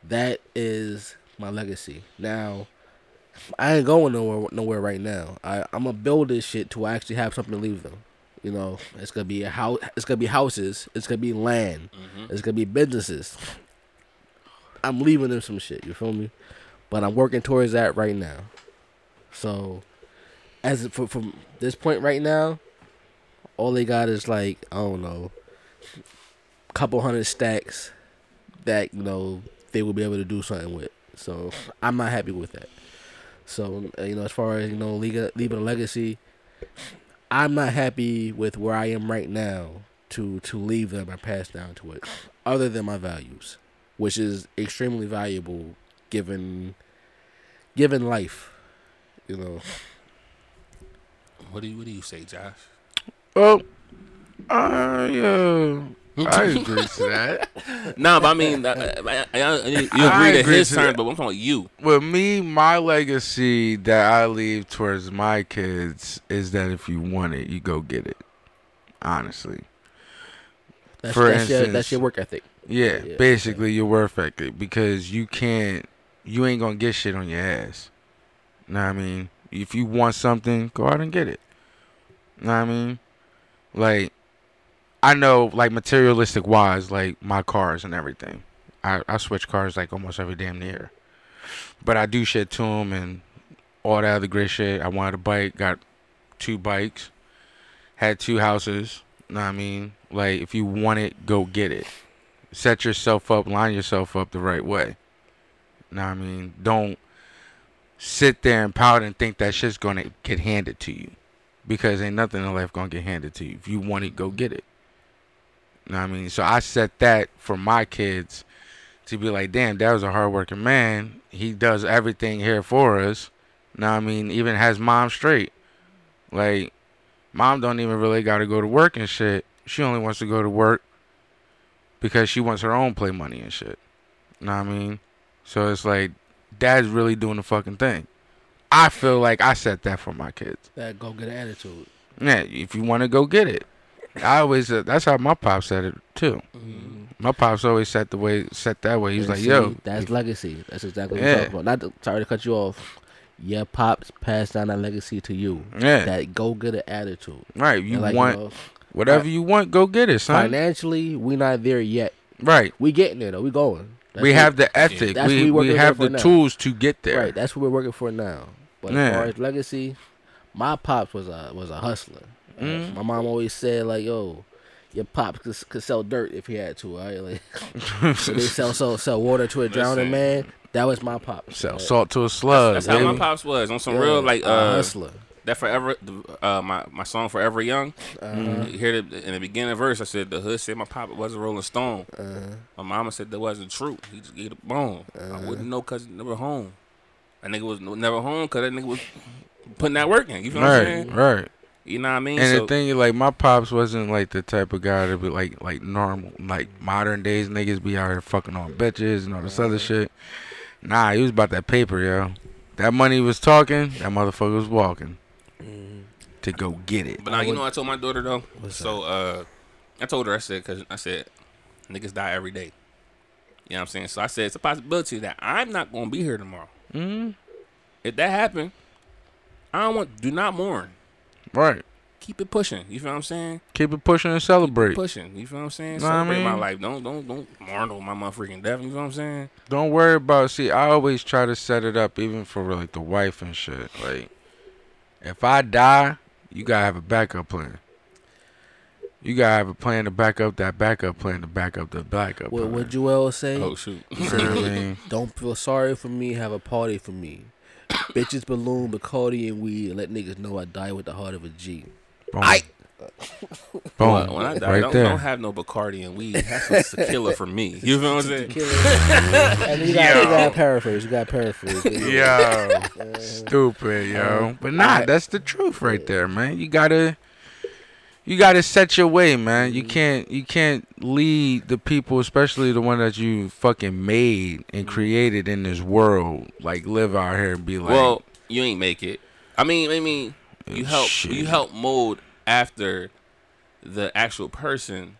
That is my legacy. Now, I ain't going nowhere nowhere right now. I I'm gonna build this shit till I actually have something to leave them. You know, it's gonna be a house. It's gonna be houses. It's gonna be land. It's gonna be businesses. I'm leaving them some shit. You feel me? But I'm working towards that right now. So, as for from this point right now, all they got is like I don't know, couple hundred stacks that you know they will be able to do something with. So I'm not happy with that. So uh, you know, as far as you know, leaving, leaving a legacy, I'm not happy with where I am right now to to leave them or pass down to it, other than my values, which is extremely valuable given given life. You know,
What do you What do you say, Josh?
Well, I uh, I agree to that.
No, but I mean, I, I, I, I, you you agree
I
to
agree
his
to
terms,
that.
but I'm talking about you.
With me, my legacy that I leave towards my kids is that if you want it, you go get it. Honestly,
that's
For
that's, your,
instance-
that's your work ethic.
yeah,
Yeah,
basically your worth ethic because you can't, you ain't gonna get shit on your ass. Know what I mean? If you want something, go out and get it. Know what I mean? Like, I know, like materialistic wise, like my cars and everything. I, I switch cars like almost every damn year, but I do shit to them and all that other great shit. I wanted a bike, got two bikes, had two houses. Know what I mean? Like, if you want it, go get it set yourself up, line yourself up the right way. Know what I mean? Don't sit there and pout and think that shit's gonna get handed to you. Because ain't nothing in life gonna get handed to you. If you want it, go get it. Know what I mean? So I set that for my kids to be like, damn, that was a hardworking man. He does everything here for us. Know what I mean? Even has mom straight. Like, mom don't even really gotta go to work and shit. She only wants to go to work because she wants her own play money and shit. Know what I mean? So it's like dad's really doing the fucking thing. I feel like I set that for my kids.
That go get attitude.
Yeah, if you want to go get it. I always uh, that's how my pop said it too. My pops always set the way set that way. He's
Mm-hmm. And
like,
see,
"Yo,
that's legacy. That's exactly what
Yeah.
I'm talking about. Not to, sorry to cut you off. Your pops passed down that legacy to you.
Yeah.
That go get an attitude.
right, you
And like,
want
know,
whatever you want, go get it, son."
financially, we not there yet.
Right.
We getting there though. We going. That's
we
what-
have the ethic.
That's
we
what we
we,
working
have
for
the
now.
tools to get there.
right. That's what we're working for now. But as
Yeah.
far as legacy, my pops was a was a hustler. Uh,
Mm-hmm.
my mom always said like, "Yo, your pops could, could sell dirt if he had to." All right, like so they sell sell sell water to a drowning
Listen.
man. That was my pop.
Sell salt to a slug.
That's how my
baby.
pops was on some
Yeah,
real like
a
uh,
hustler.
that forever uh my my song forever young
Uh-huh.
you hear the, in the beginning verse i said the hood said my papa was a rolling stone
Uh-huh.
my mama said that wasn't true he just gave a bone i wouldn't know because never home that nigga was never home because that nigga was putting that work in you feel what i'm
Right,
saying
right.
you know what i mean
And
so,
the thing, like my pops wasn't like the type of guy to be like like normal, like modern days niggas be out here fucking on bitches and all this other
Mm-hmm.
shit. Nah, he was about that paper, yo. That money was talking, that motherfucker was walking to go get it.
Mm-hmm. but now you know what i told my daughter though so uh i told her i said because i said niggas die every day you know what i'm saying so i said it's a possibility that i'm not gonna be here tomorrow
Mm-hmm.
if that happened i don't want do not mourn
Right?
keep it pushing. You feel what I'm saying?
Keep it pushing and celebrate.
Pushing. You feel what I'm saying?
Know what I
Celebrate my
mean?
life. Don't don't don't mourn over my motherfucking death. You feel what I'm saying?
Don't worry about. See, I always try to set it up, even for like the wife and shit. Like, if I die, you gotta have a backup plan. You gotta have a plan to back up that backup plan to back up the backup
What
plan.
would Joel say?
Oh shoot.
You know what I mean?
Don't feel sorry for me. Have a party for me. Bitches, balloon, Bacardi, and weed. and Let niggas know I die with the heart of a G.
Boom. Boom.
But when I die,
right
don't,
there.
don't have no Bacardi and weed. Have some tequila for me. You feel what I'm saying?
And you got, you got paraphrase. You got paraphrase.
yo, stupid, yo. But nah, that's the truth right there, man. You gotta, you gotta set your way, man. You can't, you can't lead the people, especially the one that you fucking made and created in this world, like live out here and be like,
Well, you ain't make it. I mean, I mean, you
Oh,
help
shit.
you help mold after the actual person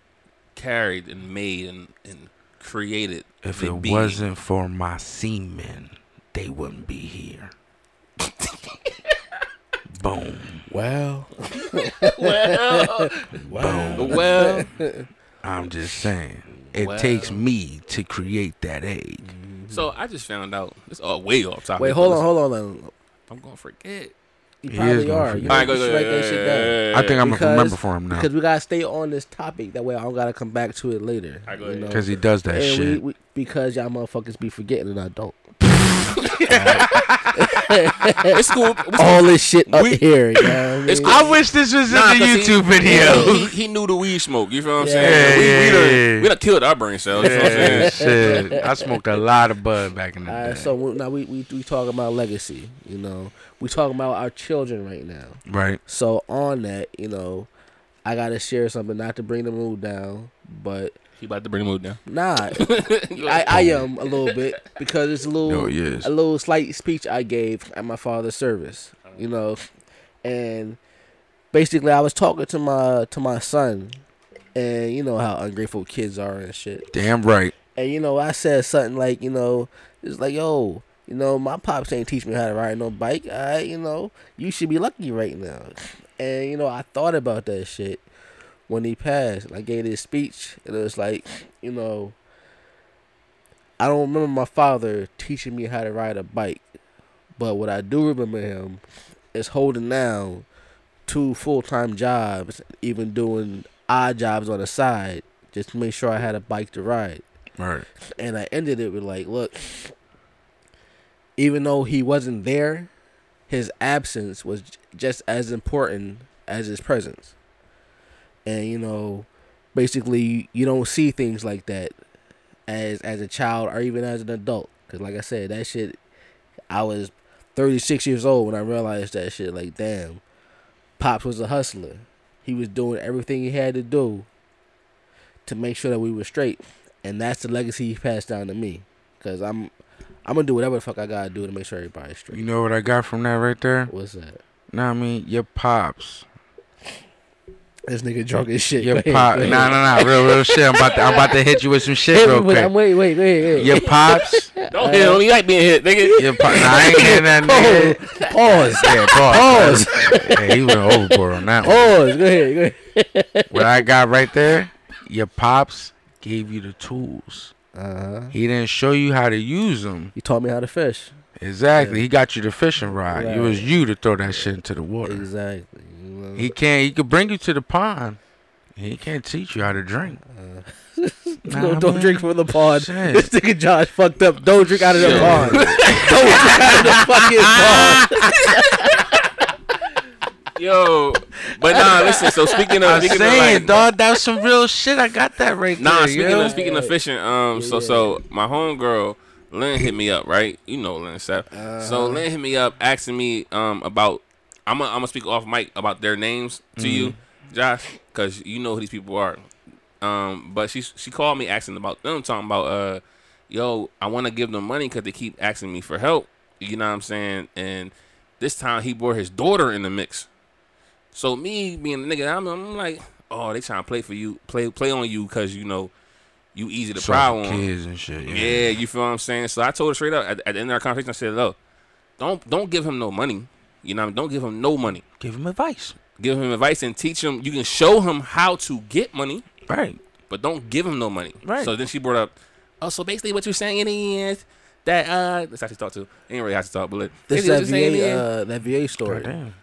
carried and made and, and created.
if
the
it
being.
wasn't for my semen, they wouldn't be here. Boom.
Well,
well,
I'm just saying. It
Well.
takes me to create that egg.
so I just found out. It's all way off topic.
wait, hold on, hold on.
I'm gonna forget.
He
You
is
probably
gonna
are.
forget.
You
All right,
need
go,
to
go,
write
go,
that
go,
shit
go,
down.
go, go,
I think I'm gonna
Because-
remember for him now
Because we gotta stay on this topic. That way, I don't gotta come back to it later.
I go
you
ahead.
know?
because he does that
And we,
shit.
we, because y'all motherfuckers be forgetting and I don't.
It's cool. It's
All this shit up
We-
here. You know what I mean?
It's cool.
I wish this was
Nah,
in the
'cause
YouTube
he,
video.
He, he knew the weed smoke. You feel what I'm
Yeah.
saying?
Yeah,
we, we,
yeah,
done,
yeah.
we done killed our brain cells. You know what I'm
Yeah,
saying?
shit. I smoked a lot of bud back in the
All
day.
right, so we, now we, we we talking about legacy. You know, we talking about our children right now.
right.
So on that, you know, I gotta share something not to bring the mood down, but
He about to bring the mood down.
nah, I, I am a little bit because it's a little
No, he is.
a little slight speech I gave at my father's service, you know, and basically I was talking to my to my son, and you know how ungrateful kids are and shit.
Damn right.
And you know, I said something like, you know, it's like, yo, you know, my pops ain't teach me how to ride no bike. I, you know, you should be lucky right now. And you know, I thought about that shit when he passed, and I gave this speech, and it was like, you know, I don't remember my father teaching me how to ride a bike, but what I do remember him is holding down two full time jobs, even doing odd jobs on the side, just to make sure I had a bike to ride
Right.
and I ended it with like, look, even though he wasn't there, his absence was j- just as important as his presence. And you know, basically, you don't see things like that as as a child or even as an adult. Cause like I said, that shit, I was 36 years old when I realized that shit. Like, damn, pops was a hustler. He was doing everything he had to do to make sure that we were straight and that's the legacy he passed down to me. Cause I'm, I'm gonna do whatever the fuck I gotta do to make sure everybody's
You
straight.
know what I got from that right there?
What's that?
Nah, I mean your pops.
This nigga drunk as shit.
Your
Go ahead,
pop.
go
Nah,
ahead.
nah, nah. Real, real shit. I'm about to, I'm about to hit you with some shit
Hit me
real
with- I'm
quick.
wait, wait, wait, wait.
Your pops.
Don't hit him. He like being hit, nigga.
Your pop. Nah, I ain't getting that nigga.
Oh, Pause.
Yeah, pause. yeah, he went overboard on that one.
Pause. Go ahead. Go ahead.
What I got right there, your pops gave you the tools.
Uh-huh.
He didn't show you how to use them.
You taught me how to fish.
Exactly. He got you the fishing rod. It
Right.
was you to throw that shit into the water.
Exactly. You know?
He can't. He could bring you to the pond. He can't teach you how to drink.
Uh-huh.
Nah,
don't, don't
man.
drink from the pond.
Shit.
This nigga Josh fucked up. Don't drink out of the
Shit.
pond. don't drink out of the fucking pond.
Yo, but nah, listen. So speaking of,
I'm
speaking
saying,
of like,
dog, that was some real shit. I got that right
Nah,
there.
speaking
yo.
of speaking of fishing, um, so so my homegirl Lynn hit me up, right? You know Lynn Seth. so Lynn hit me up asking me um about I'm gonna I'm gonna speak off mic about their names to you, Josh, because you know who these people are. Um, but she she called me asking about them, talking about uh, yo, I want to give them money because they keep asking me for help. You know what I'm saying? And this time he brought his daughter in the mix. So me being the nigga, I'm, I'm like, oh, they trying to play for you, play play on you because you know you easy to
So,
pry on.
kids and shit.
Yeah. you feel what I'm saying? So I told her straight up at, at the end of our conversation, I said, look, don't don't give him no money. You know, what I mean? don't give him no money.
Give him advice.
Give him advice and teach him. You can show him how to get money
Right.
but don't give him no money.
Right.
So then she brought up, oh, so basically what you're saying is that uh, that's how she talked to. Ain't really how she talked, but like,
This
basically what
that
you're saying
VA,
is-
uh, that VA story.
Damn.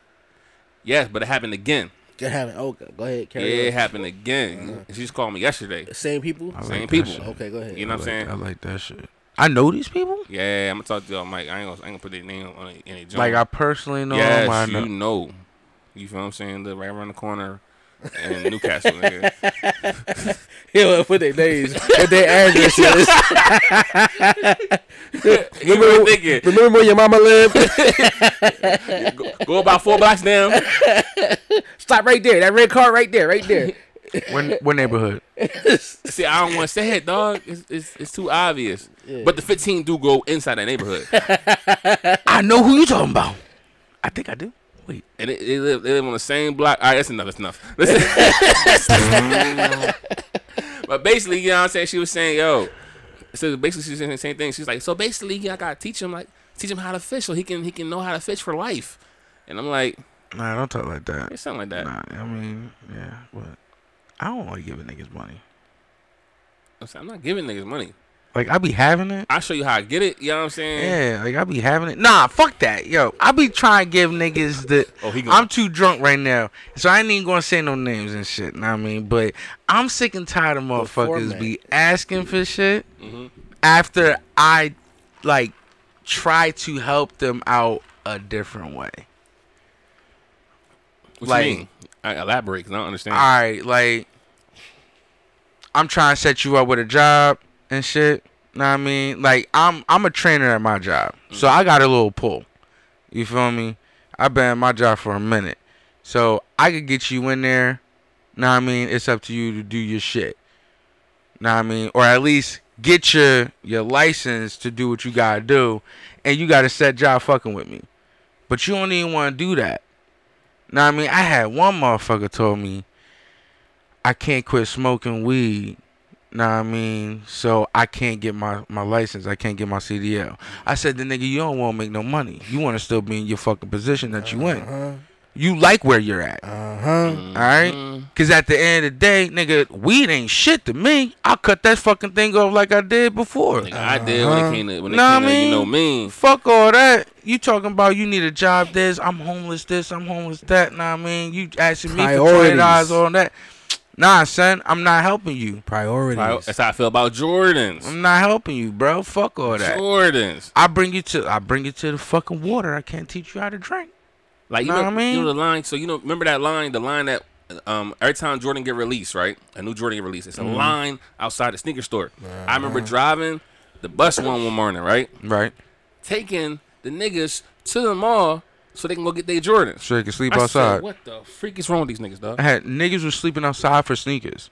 yes, but it happened again.
Just having. Oh, go ahead.
Yeah,
Carry
it
on. Uh-huh.
happened again. She just called me yesterday.
Same people.
I
Same
that
people.
shit.
Okay, go ahead.
You know what I'm
I like-
saying?
I like that shit. I know these people.
Yeah, I'm gonna talk to y'all, Mike. I ain't gonna, I ain't gonna put their name on any- any joint.
Like I personally know
yes,
them. I
you
know.
know, you feel what I'm saying? Live right around the corner. in Newcastle, nigga.
Yeah, well, put their names, put their addresses.
He was thinking,
Remember where your mama lived?
go, go about four blocks down.
Stop right there. That red car right there, right there.
What, what neighborhood?
See, I don't want to say it, dog. It's, it's, it's too obvious. But the 15 do go inside that neighborhood.
I know who you talking about. I think I do. Wait.
and they, they, live, they live on the same block. All right, that's enough. That's enough. Listen. but basically, you know what I'm saying? She was saying, yo, so basically she was saying the same thing. She's like, so basically, yeah, I gotta teach him like teach him how to fish so he can he can know how to fish for life. And I'm like,
Nah, don't talk like that.
it's something like that.
Nah, I mean, yeah, but I don't like giving niggas money.
I'm, saying, I'm not giving niggas money.
Like I be having it.
I'll show you how I get it. You know what I'm saying?
Yeah, like I be having it. Nah, fuck that, yo. I be trying to give niggas the.
Oh, he gonna-
I'm too drunk right now, so I ain't even gonna say no names and shit. Know what I mean, but I'm sick and tired of motherfuckers
format.
be asking for shit
Mm-hmm.
after I like try to help them out a different way.
What
Like-
you mean? I elaborate because I don't understand.
All right, like I'm trying to set you up with a job and shit. Know what I mean? Like I'm I'm a trainer at my job,
Mm.
so I got a little pull. You feel me? I've been at my job for a minute, so I could get you in there. Know what I mean? It's up to you to do your shit. Know what I mean? Or at least get your your license to do what you gotta do, and you got a set job fucking with me. But you don't even want to do that. Know what I mean? I had one motherfucker told me I can't quit smoking weed. Know what I mean? So I can't get my, my license. I can't get my CDL. I said, the nigga, you don't want to make no money. You want to still be in your fucking position that you in. You like where you're at.
Uh huh.
All
Mm-hmm.
right? Because at the end of the day, nigga, weed ain't shit to me. I'll cut that fucking thing off like I did before.
Nigga, I did when it came to when it
Know what
came
I
to you
mean?
know me.
Fuck all that. You talking about you need a job this, I'm homeless this, I'm homeless that. Nah, I mean, you asking me for twenty dollars
Priorities.
on that. Nah, son, I'm not helping you.
Pri-
Priorities.
That's how I feel about Jordans.
I'm not helping you, bro. Fuck all that.
Jordans.
I bring you to I bring you to the fucking water. I can't teach you how to drink.
Like you know,
Know what I mean?
you know the line. So you know, remember that line, the line that um, every time Jordan get released, right? A new Jordan get released. It's a
Mm-hmm.
line outside the sneaker store. I remember driving the bus one one morning, right?
Right.
Taking the niggas to the mall so they can go get their Jordans.
So you can sleep
I
outside.
Said, what the freak is wrong with these niggas, dog?
I had niggas was sleeping outside for sneakers.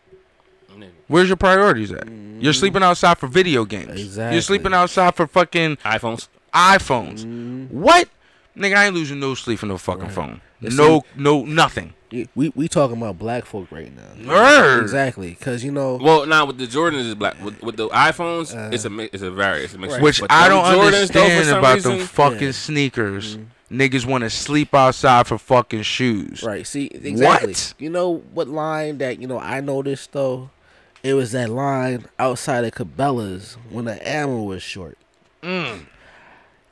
Where's your priorities at? You're sleeping outside for video games.
Mm-hmm. Exactly.
You're sleeping outside for fucking
iPhones.
iPhones.
Mm-hmm.
What? Nigga, I ain't losing no sleep for no fucking phone. No, no, nothing.
we we talking about black folk right now.
Word.
Exactly, because you know Uh.
Well, now with the Jordans is black. With, with the iPhones, it's a mi- it's a vari. It's a mixture.
Which
But
I
them
don't
Jordans, though, for
understand
some
about
reason-
them fucking sneakers. Niggas want to sleep outside for fucking shoes.
Mm-hmm. Right. See, exactly.
What?
You know what line that you know I noticed though? It was that line outside of Cabela's when the ammo was short.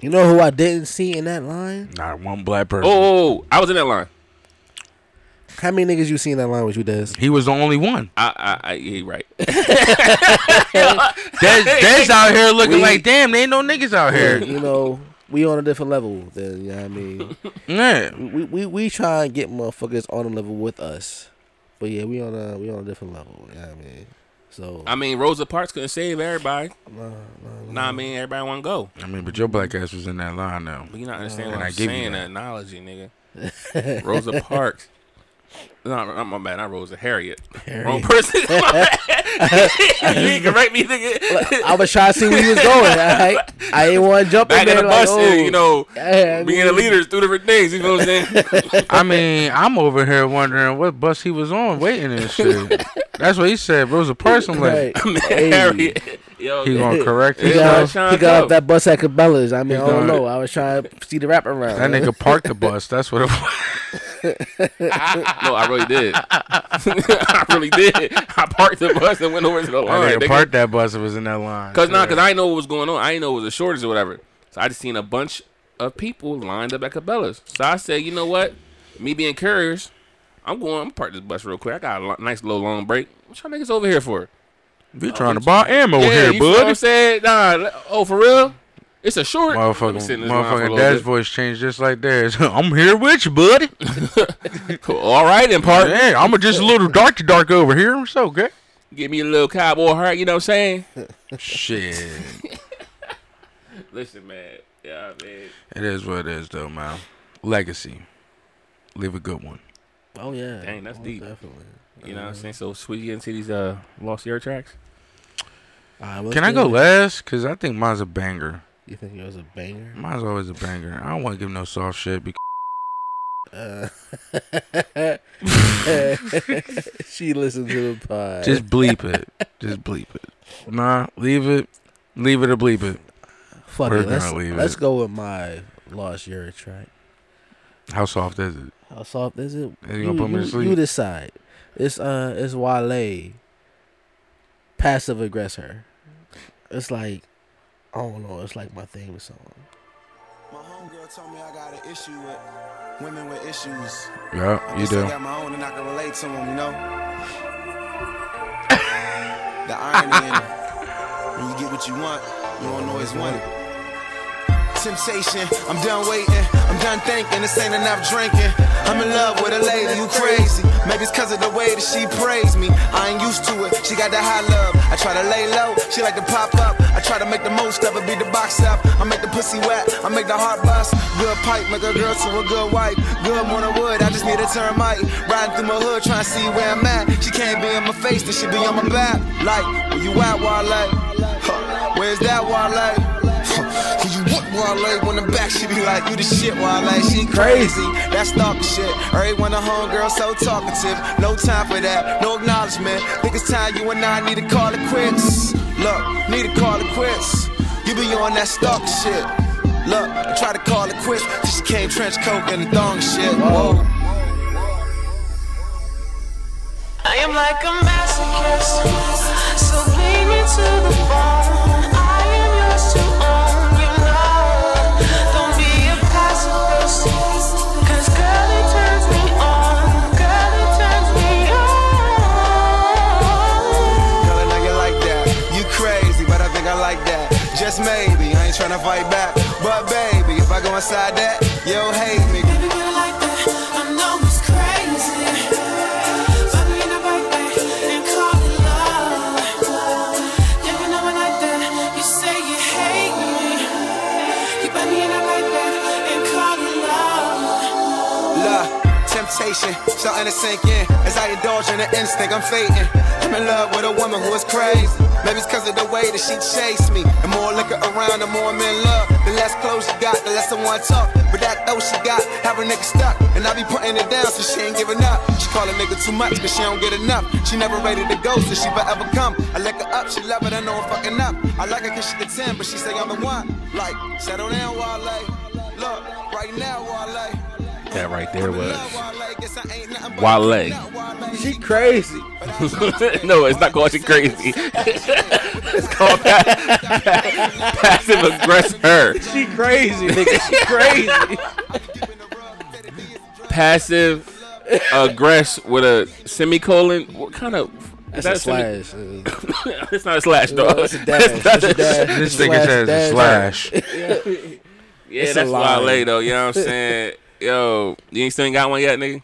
You know who I didn't see in that line?
Not one black
Oh,
person.
oh, oh, I was in that line.
How many niggas you seen in that line with you, Des?
He was the only one.
I, I, I he right.
Des, Des out here looking like, damn, there ain't no niggas out here.
you know, we on a different level. Then you know what I mean.
Yeah.
we, we we try and get motherfuckers on a level with us, but yeah, we on a we on a different level. You know what I mean. So
I mean, Rosa Parks couldn't save everybody. Nah, I mean, everybody want to go.
I mean, but your black ass was in that line though.
But you
Uh,
not understanding
And
what
I
I'm
give you
saying.
that.
That analogy, nigga. Rosa Parks. No, I'm my bad. Not Rosa. Harriet. Wrong person. My bad. you ain't correct me, nigga.
I was trying to see where you was going. I I ain't want to jump
Back
in
in the
there like,
bus, and,
oh,
you know,
yeah, I
being a
mean-
leader is two different things. You know what I'm saying?
I mean, I'm over here wondering what bus he was on waiting and shit. That's what he said. But it was a person like
Right. Hey.
Harriet. Yo,
he gonna correct
He
it.
Yeah,
got,
I
off,
was trying
he
to
got
go.
off that bus at Cabela's. I mean, I
got-
don't know. I was trying to see the wrap around.
That nigga parked the bus. That's what it was.
no, I really did. I really did. I parked the bus and went over to the
That
line.
nigga
nigga.
parked that bus. It was in that line.
Cause nah,
Yeah.
cause I didn't know what was going on. I didn't know it was a shortage or whatever. So I just seen a bunch of people lined up at Cabela's. So I said, you know what? Me being curious, I'm going. I'm park this bus real quick. I got a lo- nice little long break. What y'all niggas over here for?
you trying to buy ammo
yeah,
here,
you feel what I'm
bud?
saying? Nah. le- Oh, for real? It's a short. Let me sit
Motherfucking,
in this line for a
motherfucking
little
dad's
bit.
voice changed just like theirs. I'm here with you, buddy.
Cool. All right, then, partner.
Yeah, I'm a just a little dark to dark over here. It's okay.
Give me a little cowboy heart. You know what I'm saying?
Shit.
Listen, man. Yeah, man.
It is what it is, though, man. Legacy. Leave a good one.
oh yeah,
Dang, that's
Oh,
deep.
Definitely. Uh-huh.
You know what I'm saying? So, sweet you into these uh lost air tracks.
All right, let's
Can I
do
go
it.
last? Because I think mine's a banger.
You think yours a banger?
Mine's always a banger. I don't want to give no soft shit because
Uh, she listens to the pod.
just bleep it. Just bleep it. Nah, leave it. Leave it or bleep it.
Fuck
we're
it.
gonna
Let's,
leave
let's
it.
go with my lost year track.
How soft is it?
How soft is it?
Is he gonna put me to
you
sleep?
decide. It's uh, it's Wale. Passive aggressor. it's like I don't know. It's like my theme song.
My homegirl told me I got an issue with women with issues.
Yeah, you
Guess
do.
I got my own and I can relate to them, you know? the irony in it. When you get what you want, you don't always want it. Temptation, I'm done waiting, I'm done thinking, this ain't enough drinking. I'm in love with a lady, you crazy. Maybe it's cause of the way that she praised me. I ain't used to it, she got that high love. I try to lay low, she like to pop up. I try to make the most of it, beat the box up. I make the pussy wet, I make the heart bust. Good pipe, make a girl to a good wife. Good one of wood, I just need a termite. Riding through my hood, trying to see where I'm at. She can't be in my face, then she be on my back. Like, where you at, Wale? Huh, Where's that Wale? Huh, Who you want, Wale? When the back, she be like, you the shit, Wale. She crazy, that's stalker shit. Everyone a homegirl so talkative. No time for that, no acknowledgement. Think it's time you and I need to call it quits. Look, need to call it quits. You be on that stalker shit. Look, I try to call it quits. She came trench coat and a thong shit. Whoa.
I am like a masochist, so bleed me to the bone. I am yours to own, you know. Don't be a pacifist, 'cause girl, it turns me on. Girl, it turns me on.
Girl, a nigga like that. You crazy, but I think I like that. Just maybe, I ain't tryna fight back. But baby, if I go inside that, you'll hate me.
Baby, girl, like that, I know it's crazy. Fuck me in the back back and call it love. Yeah, when I'm like that, you say you hate me. You fuck me in the back back and call it love.
Love, temptation, starting to sink in. As I indulge in the instinct, I'm fading. I'm in love with a woman who is crazy. Maybe it's cause of the way that she chased me. The more liquor around, the more I'm in love. The less clothes she got, the less I want to talk. But that though she got, have a nigga stuck. And I be putting it down so she ain't giving up. She call a nigga too much cause she don't get enough. She never ready to go, so she forever come. I lick her up, she love it, I know I'm fucking up. I like her cause she the 10, but she say I'm the one. Like, settle down, Wale. Look, right now, Wale.
That right there was.
Wale.
She crazy.
no, it's not called you crazy. it's called pa- pa- passive aggressor.
She crazy, nigga. She crazy.
Passive aggress with a semicolon. What kind of? is
That's a
that a
slash. uh,
semi- it's not a slash, dog.
That's a dash. That's a dash.
This nigga says a slash.
Yeah,
It's a
that's
line.
Wale though. You know what I'm saying? Yo, you ain't still ain't got one yet, nigga.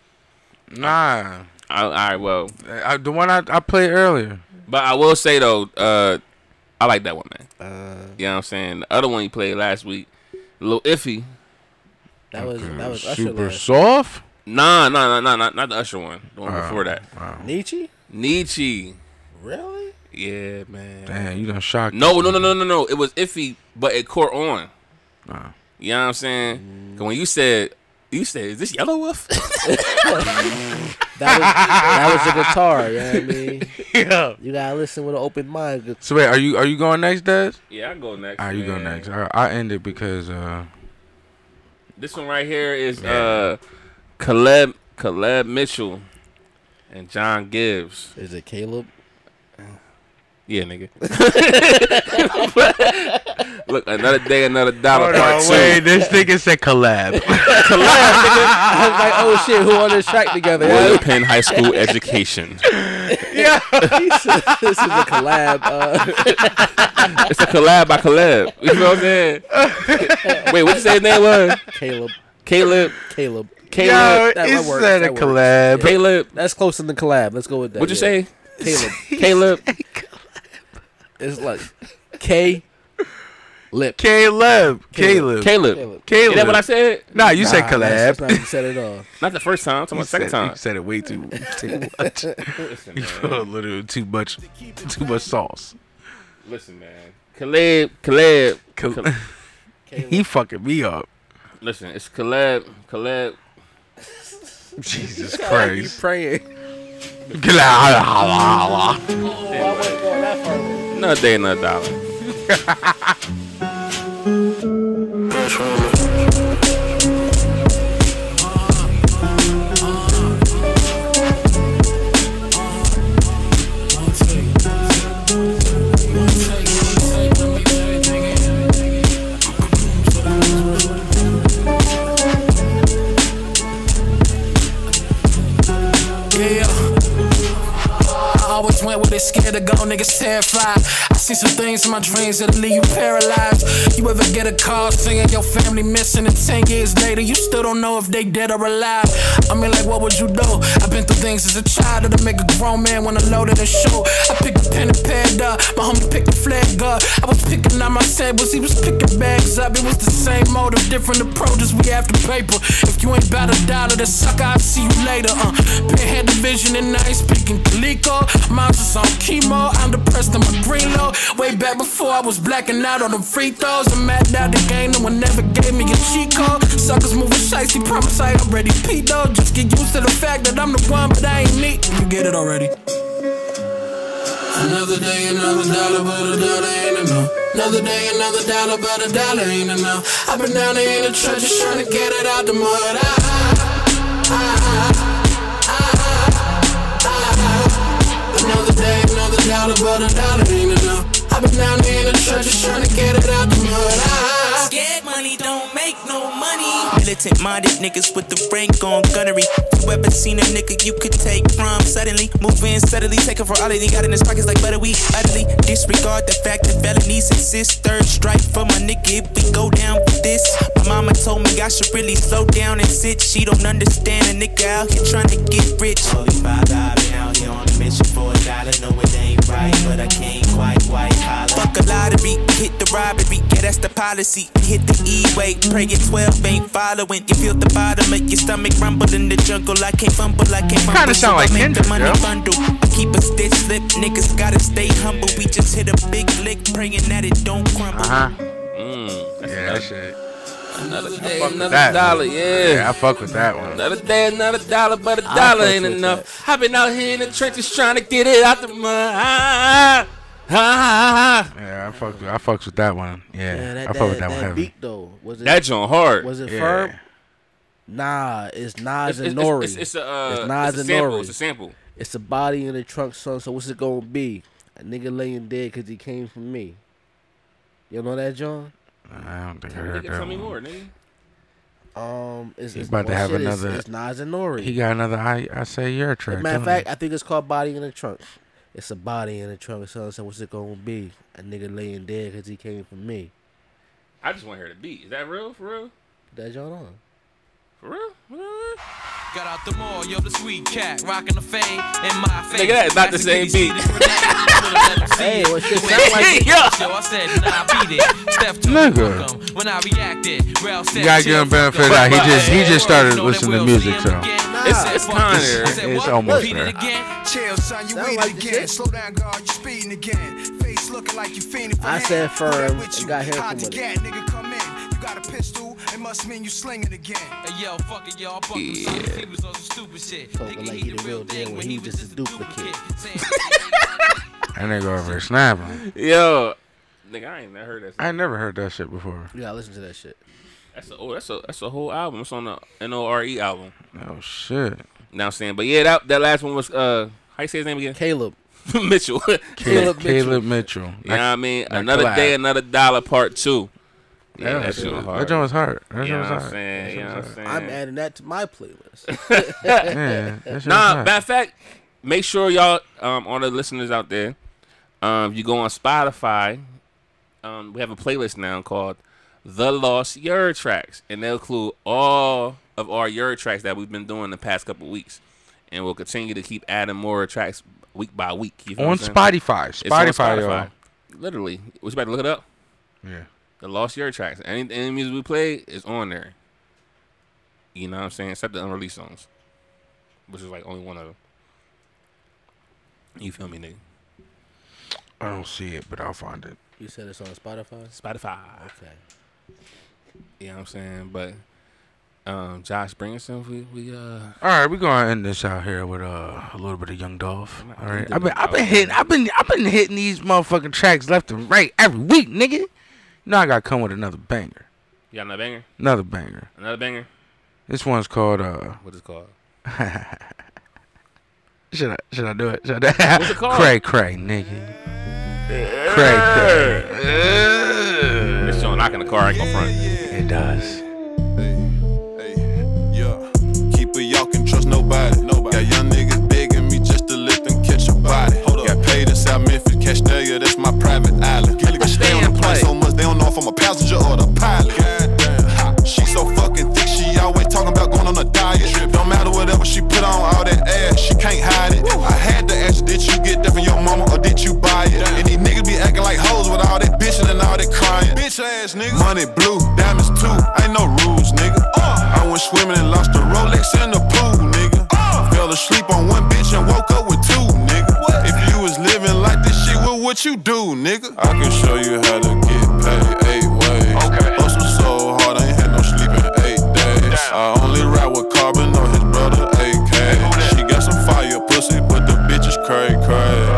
Nah,
I, all right, well,
I, the one I, I played earlier.
but I will say though, uh, I like that one, man.
Uh,
You know what I'm saying? The other one you played last week, a little iffy.
that was that was Usher
Super
last.
soft.
Nah, nah, nah, nah, not not the Usher one. The one before that,
Nietzsche?
Nietzsche.
Really?
Yeah, man.
Damn, you done shocked.
No, no, no, no, no, no. It was iffy, but it caught on.
Nah.
You know what I'm saying? 'Cause when you said, you said, is this Yellow Wolf?
That was that was a guitar. You know what I mean? You gotta listen with an open mind.
So wait, are you are you going next, Des?
yeah, I go next.
Ah, you go
man.
next. I, I end it because uh,
This one right here is uh, Caleb Caleb Mitchell and John Gibbs.
Is it Caleb?
Yeah, nigga. Look, another day, another dollar. part two.
this nigga said collab.
I was like, oh shit, who on this track together?
Royal Penn High School education.
He said, this is a collab. Uh,
It's a collab by Caleb. You know what I'm saying? Wait, what you say his name was?
Caleb.
Caleb.
Caleb. that-
Caleb.
that works, that works.
collab.
Caleb.
That's close in the collab. Let's go with that.
What'd you
yeah.
say?
Caleb.
Caleb.
It's like K lip.
Caleb.
Caleb.
Caleb.
Caleb.
Is that what I said?
Nah, you said
Nah, That's, that's not
collab.
what you said at all.
Not the first time. I'm talking about the second
Said-
time.
You said it way too too much.
Listen,
You
man.
put a little too much too much sauce.
Listen, man. Caleb. Caleb.
Cal-
Cal-
he fucking me up.
Listen, it's Caleb. Caleb.
Jesus
You
Christ.
praying?
Collab.
Another day, another dollar.
went where they scared to go, niggas terrified. I see some things in my dreams that'll leave you paralyzed. You ever get a call saying your family missing, and 10 years later, you still don't know if they dead or alive? I mean, like, what would you do? I've been through things as a child that'll make a grown man wanna load it and shoot. I picked a pen and pad up, my homie picked a flag up. I was picking out my samples, he was picking bags up. It was the same motive, different approaches, we after paper. If you ain't about a dollar, then sucker, I'll see you later. Uh, been had division and I ain't speaking Coleco. Mine's just on chemo, I'm depressed, I'm a green low. Way back before I was blacking out on them free throws. I'm mad out the game, no one never gave me a cheat code. Suckers moving shicey, promise I ain't already peed though. Just get used to the fact that I'm the one, but I ain't me. You get it already. Another day, another dollar, but a dollar ain't enough. Another day, another dollar, but a dollar ain't enough. I've been down there in the trenches just trying to get it out the mud. Ah, I, ah, another day, another dollar, but a dollar ain't enough. I've been down there in the trenches just trying to get it out the mud. Ah, I,
Scared money don't make no money. Militant minded niggas with the rank on gunnery. You ever seen a nigga you could take from? Suddenly, move in, suddenly take for all Got in his pockets like butter. We utterly disregard the fact that felonies exist. Third strike for my nigga if we go down for this. My mama told me I should really slow down and sit. She don't understand a nigga out here trying to get rich. Only five dollars out here on a mission for a dollar. No, it ain't right, but I can't quite white collar. Fuck a lottery, hit the robbery. Yeah, that's the policy. Hit the E way, pray your 12 ain't following. You feel the bottom, make your stomach rumble in the jungle. I can't fumble, I can't fumble.
Kinda sound
I
like
make
Kendrick,
the money
yo.
bundle. I keep a stitch slip, niggas gotta stay humble. We just hit a big lick, praying that it don't crumble.
Uh huh.
Mm, that's
Yeah,
another,
that shit.
another
I
day,
fuck with
another
that.
dollar, yeah.
Yeah, I fuck with that one.
Another day, another dollar, but a dollar
fucks
ain't
with
enough. I've been out here in the trenches trying to get it out the mud. Ah, ah, ah, ah.
Yeah, I fuck. With, I fucks with that one. Yeah,
Yeah, that,
I fuck
that,
with that, one
that
heavy.
beat though was it
That joint hard.
was it
Yeah.
firm? Nah, it's Nas
it's, it's,
and Nori.
it's, it's a, uh,
It's Nas
it's a
and
sample.
Nori.
It's a sample.
It's a body in the trunk, son. So what's it gonna be? A nigga laying dead because he came from me. You know that, John?
I don't think I
Nigga,
heard that.
tell me
one.
more, nigga.
Um, it's,
He
it's
about to
well,
have
shit, it's-
another-
It's, Nas and Nori.
He got another. I I say your track.
Matter of
don't he?
fact, I think it's called Body in the Trunk. It's a body in the trunk, son. So what's it gonna be? A nigga laying dead because he came from me.
I just want to hear the beat. Is that real? For real?
That John on?
For real? What?
Got out the mall, yo, the sweet cat, rocking the fame in my face.
Nigga, that's not the same beat.
Hey,
hey,
well, shit sound like it.
Yo, I said, nah, beat it. Steph took
Nigga.
Nigga. When I reacted, Ralph said,
You gotta give him benefit of the doubt. He just he just started listening to music, so
It's-
Ah,
it's kinda-
it's almost there.
Chill, son, you
Sound
ain't
like the
again.
shit.
Slow down, guard, you speeding again. Face looking like you fiending for
I
hand.
said
Who
firm
that
and
with you?
got handsome
How'd you
with it.
get, nigga, come in. You got a pistol, it must mean you slinging again.
Yo, fuck it, y'all. Fuck him, son. He was on some stupid shit.
Talking
Nigga,
like
he the real deal
when he just a duplicate.
Saying-
that nigga over there snapping.
Yo, nigga, I ain't never heard that.
I ain't never heard that shit before.
You gotta listen to that shit.
That's a, oh, that's a that's a whole album. It's on the N O R E album.
Oh shit.
Now I'm saying, but yeah, that that last one was uh, how you say his name again?
Caleb.
Mitchell.
Caleb,
Caleb
Caleb Mitchell.
You know what I mean?
That
Another
collab.
day, another dollar, part two. Yeah,
Yeah,
that
that
shit was
joint
hard.
was hard. That
you know
joint
what
was
I'm
hard.
saying? You know what I'm saying?
I'm adding that to my playlist.
Yeah, that shit
Nah,
was
matter
hard.
of fact, make sure y'all, um, all the listeners out there, um, you go on Spotify. Um, we have a playlist now called The Lost Year Tracks, and they'll include all of our Year tracks that we've been doing the past couple weeks, and we'll continue to keep adding more tracks week by week. You feel
On
what I'm saying?
Spotify,
It's on
Spotify, y'all.
Literally, was you about to look it up?
Yeah.
The Lost Year tracks. Any, any music we play is on there. You know what I'm saying? Except the unreleased songs, which is like only one of them. You feel me, nigga?
I don't see it, but I'll find it.
you said it's on Spotify.
Spotify.
Okay.
You know what I'm saying? But um, Josh Bringerson, we we uh
All right, we're gonna end this out here with uh, a little bit of Young Dolph.
not
All right,
ending
I've been
it
I've
out.
been hitting I've been I've been hitting these motherfucking tracks left and right every week, nigga. You know I gotta come with another banger,
you got another banger?
another banger.
Another banger?
This one's called uh,
What is it called?
should I should I do it? Should I?
What's it called?
Ah, Cray cray, nigga. Cray cray.
This joint knocking the car. I ain't gonna front.
It does.
Yeah. Keep it y'all can trust nobody. Nobody. Got young niggas begging me just to let them catch a body. Hold up. Got
to sleep on one bitch and woke up with two, nigga. If you was living like this shit, what would you do, nigga? I can show you how to get paid eight ways. Okay. Hustle so hard, I ain't had no sleep in eight days. I only ride with Carbon on his brother AK. She got some fire pussy, but the bitch is cray cray.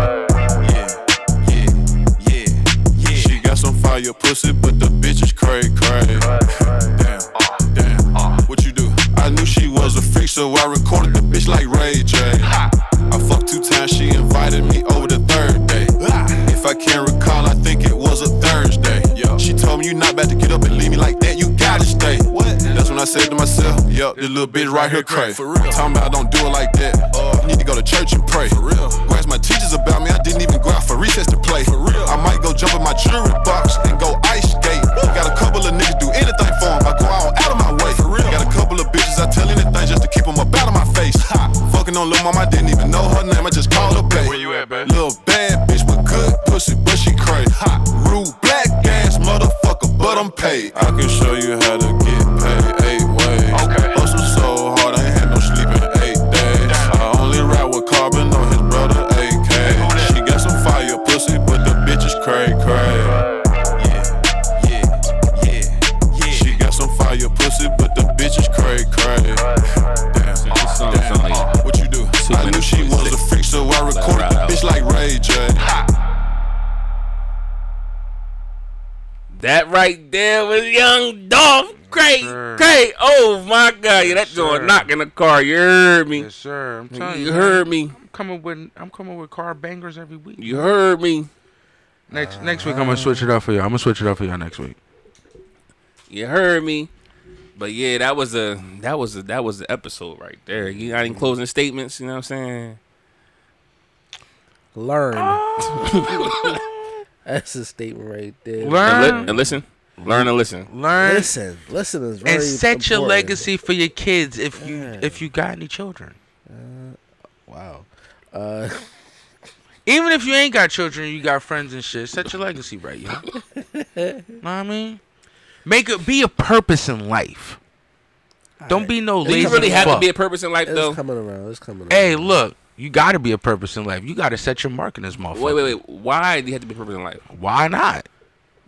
Yeah, yeah, yeah, yeah. She got some fire pussy, but the bitch is cray cray. Uh, Damn, damn. What you do? I knew she was a freak, so I recorded the bitch like Ray J. I fucked two times, she invited me over the third day. If I can recall, I think it was a Thursday. She told me you not about to get up and leave me like that, you gotta stay. What? That's when I said to myself, yup, this little bitch right here cray. For real. Talking about don't do it like that. Uh, need to go to church and pray. For real. Go ask my teachers about me, I didn't even go out for recess to play. For real. I might go jump in my jewelry box and go ice skate. Got a couple of niggas do anything for 'em, I go out out of my way. For real. Got a couple of bitches, I tell anything just to keep them up out of my face. Ha. Fucking on Lil Mama, I didn't even know her name, I just called her babe. Where you at, babe? Lil bad bitch with good pussy, but she crazy. Ha. Rude black ass motherfucker, but I'm paid. I can show you how to get paid eight ways. Okay. Hustle so hard, I ain't had no sleep in eight days. I only ride with Carbon on his brother AK. She got some fire pussy, but the bitch is cray cray. Yeah, yeah, yeah, yeah. She got some fire pussy, but the bitch is cray cray. Damn,
song
damn,
sound like
uh, what you do? I knew she was a freak, so I recorded the
Right.
bitch like Ray J.
That right there was Young Dolph. Great, great. Oh my God, yeah, that joint knock in the car. You heard me.
Yes, sir. I'm telling
You
you.
heard
man.
me.
I'm coming with I'm coming with car bangers every week.
You heard me.
Next next week I'm
Uh,
gonna switch it up for y'all. I'm gonna switch it up for y'all next week.
You heard me. But yeah, that was a that was a that was the episode right there. You got any closing statements? You know what I'm saying?
Learn.
Oh.
That's a statement right there.
And, li-
Learn,
and listen, learn and listen.
learn,
Listen, listen is very
and set your
important.
legacy for your kids if you if you got any children.
Wow. Uh,
Even if you ain't got children, you got friends and shit. Set your legacy right, yo. know what I mean? Make it be a purpose in life. Don't be no
Do
lazy.
you really have to
fuck.
be a purpose in life
it's
though?
coming around. It's coming.
Hey,
around.
look, you got to be a purpose in life. You got to set your mark in this motherfucker.
Wait, wait, wait. Why do you have to be a purpose in life?
Why not?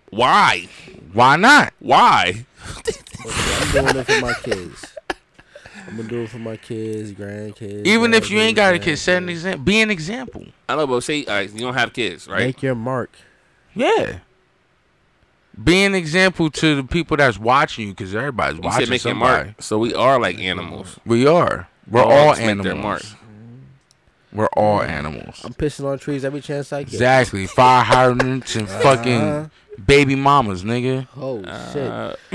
Why?
Why not?
Why?
I'm doing it for my kids. I'm gonna do it for my kids, grandkids.
Even if you ain't
grandkids,
got a kid, set an
grandkids.
example. Be an example.
I know, but say all right, you don't have kids, right?
Make your mark.
Yeah. Be an example to the people that's watching you because everybody's
You
watching
said make your
somebody.
mark. So we are like animals.
We are. We're
Dogs
all
make their mark.
animals. We're all animals.
I'm pissing on trees every chance I get.
Exactly. Fire hydrants and fucking baby mamas, nigga.
Uh-huh. Oh shit.
Uh,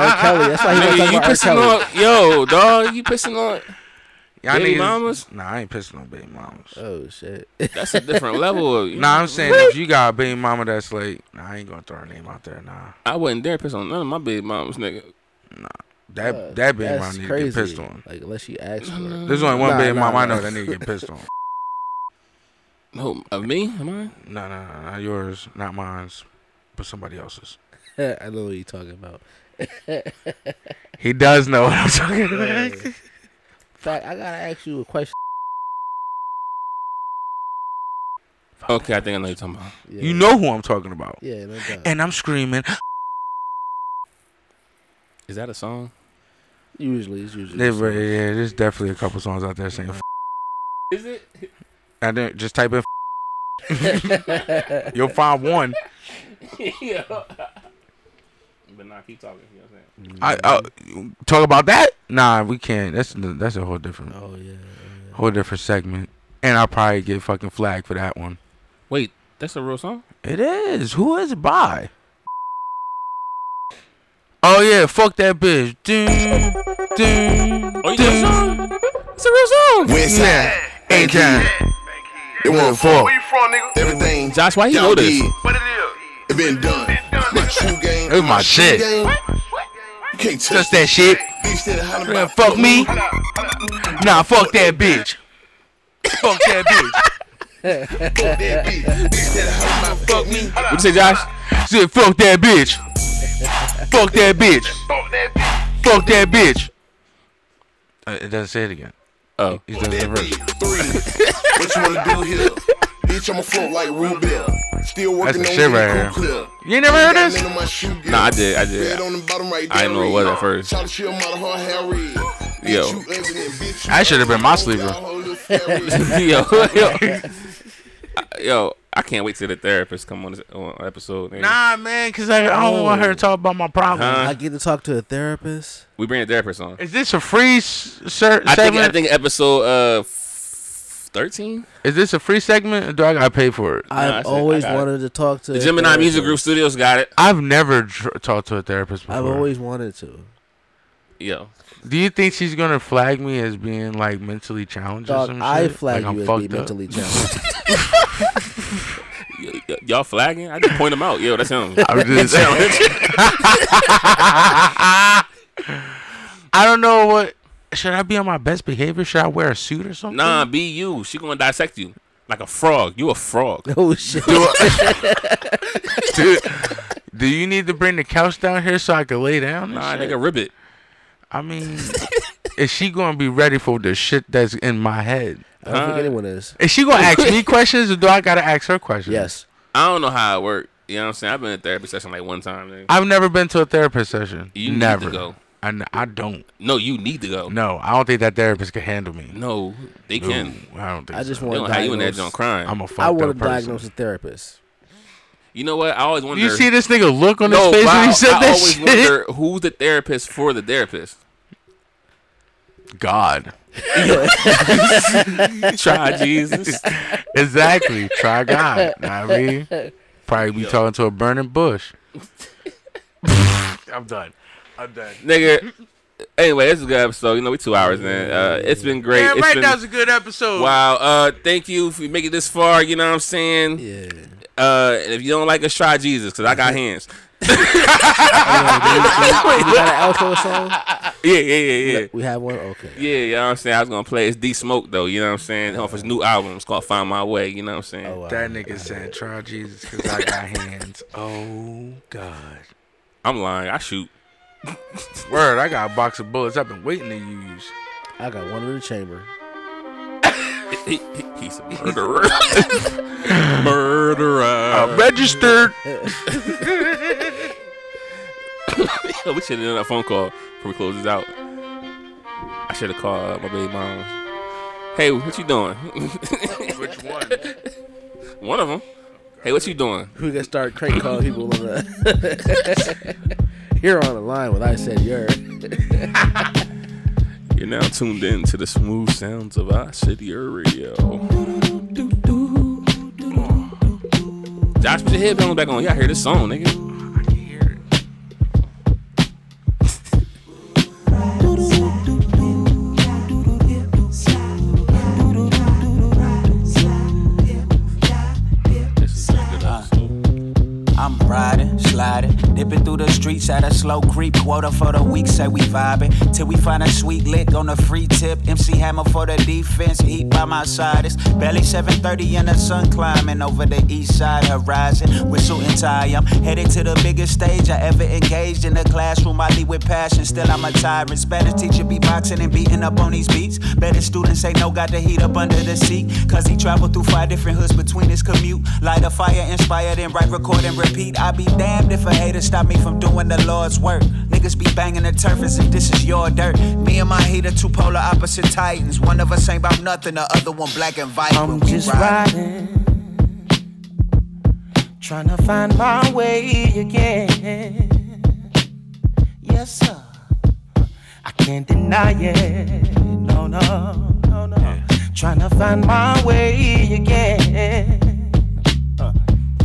R. Kelly. That's why he was
Nigga,
talking about
you
R.
pissing
Kelly.
on yo, dog. You pissing on
Y'all
Baby
niggas-
mamas?
Nah, I ain't pissing on baby mamas.
Oh shit.
that's a different level. Of,
Nah, I'm saying if you got a baby mama that's like, nah, I ain't gonna throw her name out there. Nah,
I wouldn't dare piss on none of my big moms, nigga.
that
Uh,
that baby mama
that's
need to
crazy.
get pissed on.
Like unless she asks for it.
There's only one
Nah,
baby
nah,
mama I know
nah.
that nigga get pissed on.
No, of me? Am I?
No, no, no, not yours, not mine's, but somebody else's.
I know what you're talking about.
He does know what I'm talking about.
Fact, I gotta ask you a question.
Okay, I think I know what you're talking about.
Yeah.
You know who I'm talking about.
Yeah, no doubt.
And I'm screaming.
Is that a song?
usually, it's usually.
Yeah,
the
but
same.
yeah, there's definitely a couple songs out there saying. F-.
Is it?
I didn't just type in. F-. You'll find one.
yeah. But nah, keep talking. You know what I'm
I,
saying?
I talk about that. Nah, we can't. That's that's a whole different
Oh yeah.
whole different segment. And I'll probably get fucking flagged for that one.
Wait, that's a real song?
It is. Who is it by? Oh yeah, fuck that bitch. Ding, ding,
Oh, you got a
ding.
song? It's a real song.
West
Yeah,
side,
ain't time.
it won't fall.
from, nigga?
Everything
Josh, why you
y'all
know this?
did,
What it is?
It been done. My true game.
It's my
true
shit.
game. You can't touch
Touch that shit.
Bitch, that hollering
Man,
about
fuck me. Nah, fuck that bitch. Fuck that bitch.
Fuck that bitch. Bitch, that hollering about fuck me.
What you say, Josh?
Said fuck that bitch. Fuck that bitch. Fuck that bitch. Uh, it doesn't say it again.
Oh,
he does the verse.
Three. what you wanna do here? Bitch, I'ma float like root beer. Still
That's
working
the
on
shit
getting
right here.
cool clear.
You ain't never heard this?
Got none of my shoe gear.
Nah, I did, I did.
Red on the bottom right
I
there,
didn't know what it was at first.
Shout out to your mother, her hair red.
Yo.
Bitch, you ugly and bitch, you
I should have been my sleeper.
yo, yo, yo, I can't wait till the therapist come on this on episode. nigga.
Nah, man, because I, I don't
Oh.
want her to talk about my problems.
Huh?
Oh. I get to talk to a therapist.
We bring a therapist on.
Is this a free s- sir,
I think I
segment?
think episode uh thirteen.
Is this a free segment or do I got to pay for it?
I
I've
said- I
always
got it.
wanted to talk to
The
a
Gemini Music
therapist.
Group Studios got it.
I've never tr- talked to a therapist before.
I've always wanted to.
Yo,
Do you think she's gonna flag me as being like mentally challenged or
Dog,
some
I
shit?
flag
like, I'm
you as
fucked
being
up?
mentally challenged.
y- y- y'all flagging? I just point them out. Yo, that's him.
I was just I don't know what. Should I be on my best behavior? Should I wear a suit or something?
nah, be you. She gonna dissect you like a frog. You a frog.
oh shit!
Do, I- Dude, do you need to bring the couch down here so I can lay down? and
Nah,
shit?
nigga, ribbit.
I mean, is she gonna be ready for the shit that's in my head?
I don't think
Huh?
anyone is.
Is she gonna ask me questions or do I gotta ask her questions?
Yes.
I don't know how it worked. You know what I'm saying? I've been in therapy session like one time. Nigga.
I've never been to a therapist session.
You need to
never.
go.
I, n- I don't.
No, you need to go.
No,
No,
I don't think that therapist can handle me.
they
No,
can.
I don't think.
I just
so.
They
want
don't
to
have you in that
diagnose.
junk crying.
I'm a fucked
I want
up
to
person.
diagnose a therapist.
you know what? I always wonder.
You see this nigga look on his
No,
face
but
when
I,
he said
I
that
always
shit.
wonder who's the therapist for the therapist.
God,
Try Jesus.
exactly. Try God. Know what I mean, probably be talking to a burning bush. I'm done. I'm done.
Nigga. Anyway, this is a good episode. You know, we two hours in. Uh, it's been great.
Yeah,
It's
right.
been-
That was a good episode.
wow. Uh, thank you for making it this far. You know what I'm saying?
Yeah. Mm-hmm.
Uh, if you don't like us, try Jesus, cause I got hands.
You got an outro song?
Yeah, yeah, yeah, yeah.
We have one. Okay.
Yeah, you know what I'm saying? I was gonna play it's D Smoke though, you know what I'm saying? Off his new album. It's called Find My Way, you know what I'm saying?
Oh, wow.
That nigga said, "Try Jesus, cause I got hands." Oh God.
I'm lying, I shoot.
Word, I got a box of bullets I've been waiting to use.
I got one in the chamber.
He's a murderer. murderer.
I'm registered.
we should have done that phone call before we close this out. I should have called my baby mom. Hey, what you doing?
Which one?
One of them. Hey, what you doing?
We can start crank calling people on the. You're on the line when I said you're.
You're now tuned in to the smooth sounds of our city radio. Josh, put your headphones back on. Y'all hear this song, nigga.
I'm riding, sliding, dipping through the streets at a slow creep. Quota for the week, say we vibing. Till we find a sweet lick on the free tip. MC Hammer for the defense, heat by my side. It's barely 7:30 and the sun climbing over the east side horizon. With suit and tie, I'm headed to the biggest stage I ever engaged in the classroom. I lead with passion, still I'm a tyrant. Spanish teacher be boxing and beating up on these beats. Better students say no, got the heat up under the seat. Cause he traveled through five different hoods between his commute. Light a fire, inspired, and write, record, and repeat. I be damned if a hater stop me from doing the Lord's work. Niggas be banging the turf as if this is your dirt. Me and my heater, two polar opposite titans. One of us ain't about nothing, the other one black and white.
I'm
when we
just
ride.
riding, trying to find my way again. Yes, sir. I can't deny it. No, no, no, no. Trying to find my way again.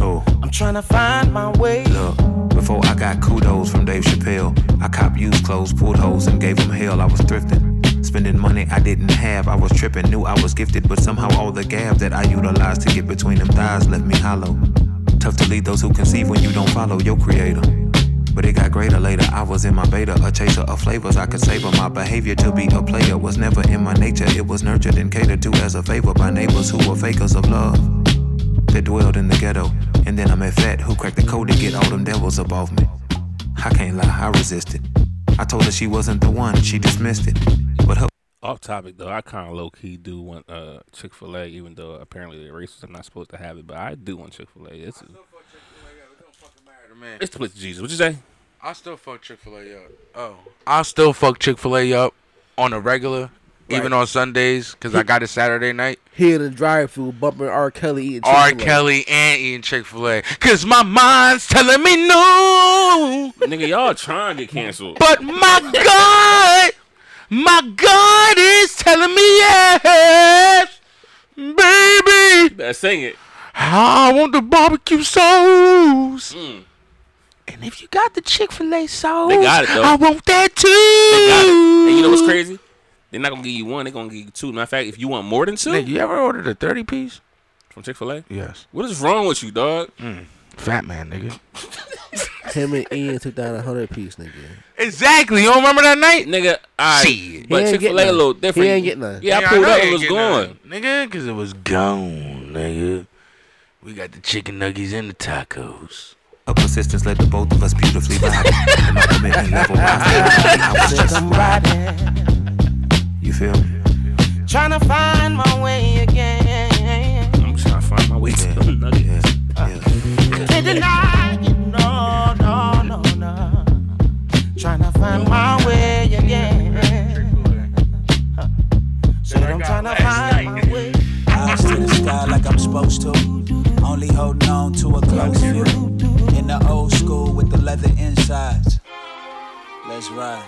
Oh,
I'm trying to find my way.
look, before I got kudos from Dave Chappelle, I copped used clothes, pulled holes, and gave them hell. I was thrifting. Spending money I didn't have, I was tripping. Knew I was gifted, but somehow all the gab that I utilized to get between them thighs left me hollow. Tough to lead those who conceive when you don't follow your creator. But it got greater later. I was in my beta, a chaser of flavors I could savor. My behavior to be a player was never in my nature. It was nurtured and catered to as a favor by neighbors who were fakers of love that dwelled in the ghetto. And then I met Fat, who cracked the code to get all them devils up off me. I can't lie, I resisted. I told her she wasn't the one, she dismissed it. But her
Off topic though, I kind of low key do want uh, Chick Fil A, even though apparently the racists are not supposed to have it, but I do want Chick Fil A. It's
man.
it's the place of Jesus. What you say?
I still fuck Chick Fil A up. Oh, I still fuck Chick Fil A up on a regular, even on Sundays, cause I got it Saturday night.
Here the drive through bumping R. Kelly eating
R.
Chick-fil-A.
Kelly and eating Chick Fil A, cause my mind's telling me no,
Nigga, y'all trying to get canceled.
but my God, my God is telling me yes, baby.
better sing it.
I want the barbecue sauce.
Mm.
And if you got the Chick Fil A sauce,
got it, though.
I want that too.
And you know what's crazy? They're not gonna give you one. They're gonna give you two. Matter of fact, if you want more than two,
Nigga, you ever ordered a thirty piece?
from Chick Fil A,
Yes.
what is wrong with you, dog?
Fat man, nigga.
Him and Ian took down a hundred piece, nigga.
Exactly. You don't remember that night?
Nigga, I.
Shit.
But
He ain't
Chick Fil
get
A a
none.
little different.
He ain't get none.
Yeah, I
Nigga,
pulled
know
up.
you
It
ain't
was
get
going.
none, nigga, cause it was gone, nigga. We got the chicken nuggets and the tacos.
A persistence led to both of us beautifully vibing. And my commitment level wise, I was just
riding,
You feel me?
trying to find my way again.
I'm trying to find my way to the nuggets.
Can't deny it, no, no, no, no. Trying to find my way again.
Said I'm trying to find my
way.
Eyes to the sky like I'm supposed to. Only holding on to a close view. In the old school with the leather insides. Let's ride.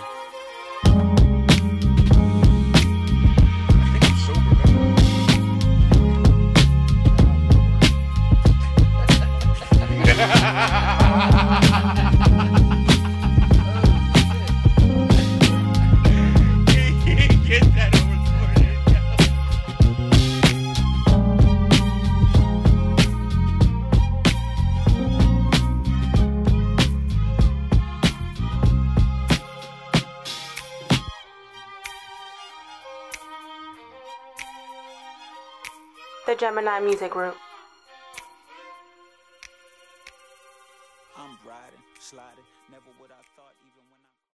The Gemini Music Group.
I'm riding, sliding. Never would I thought even when I.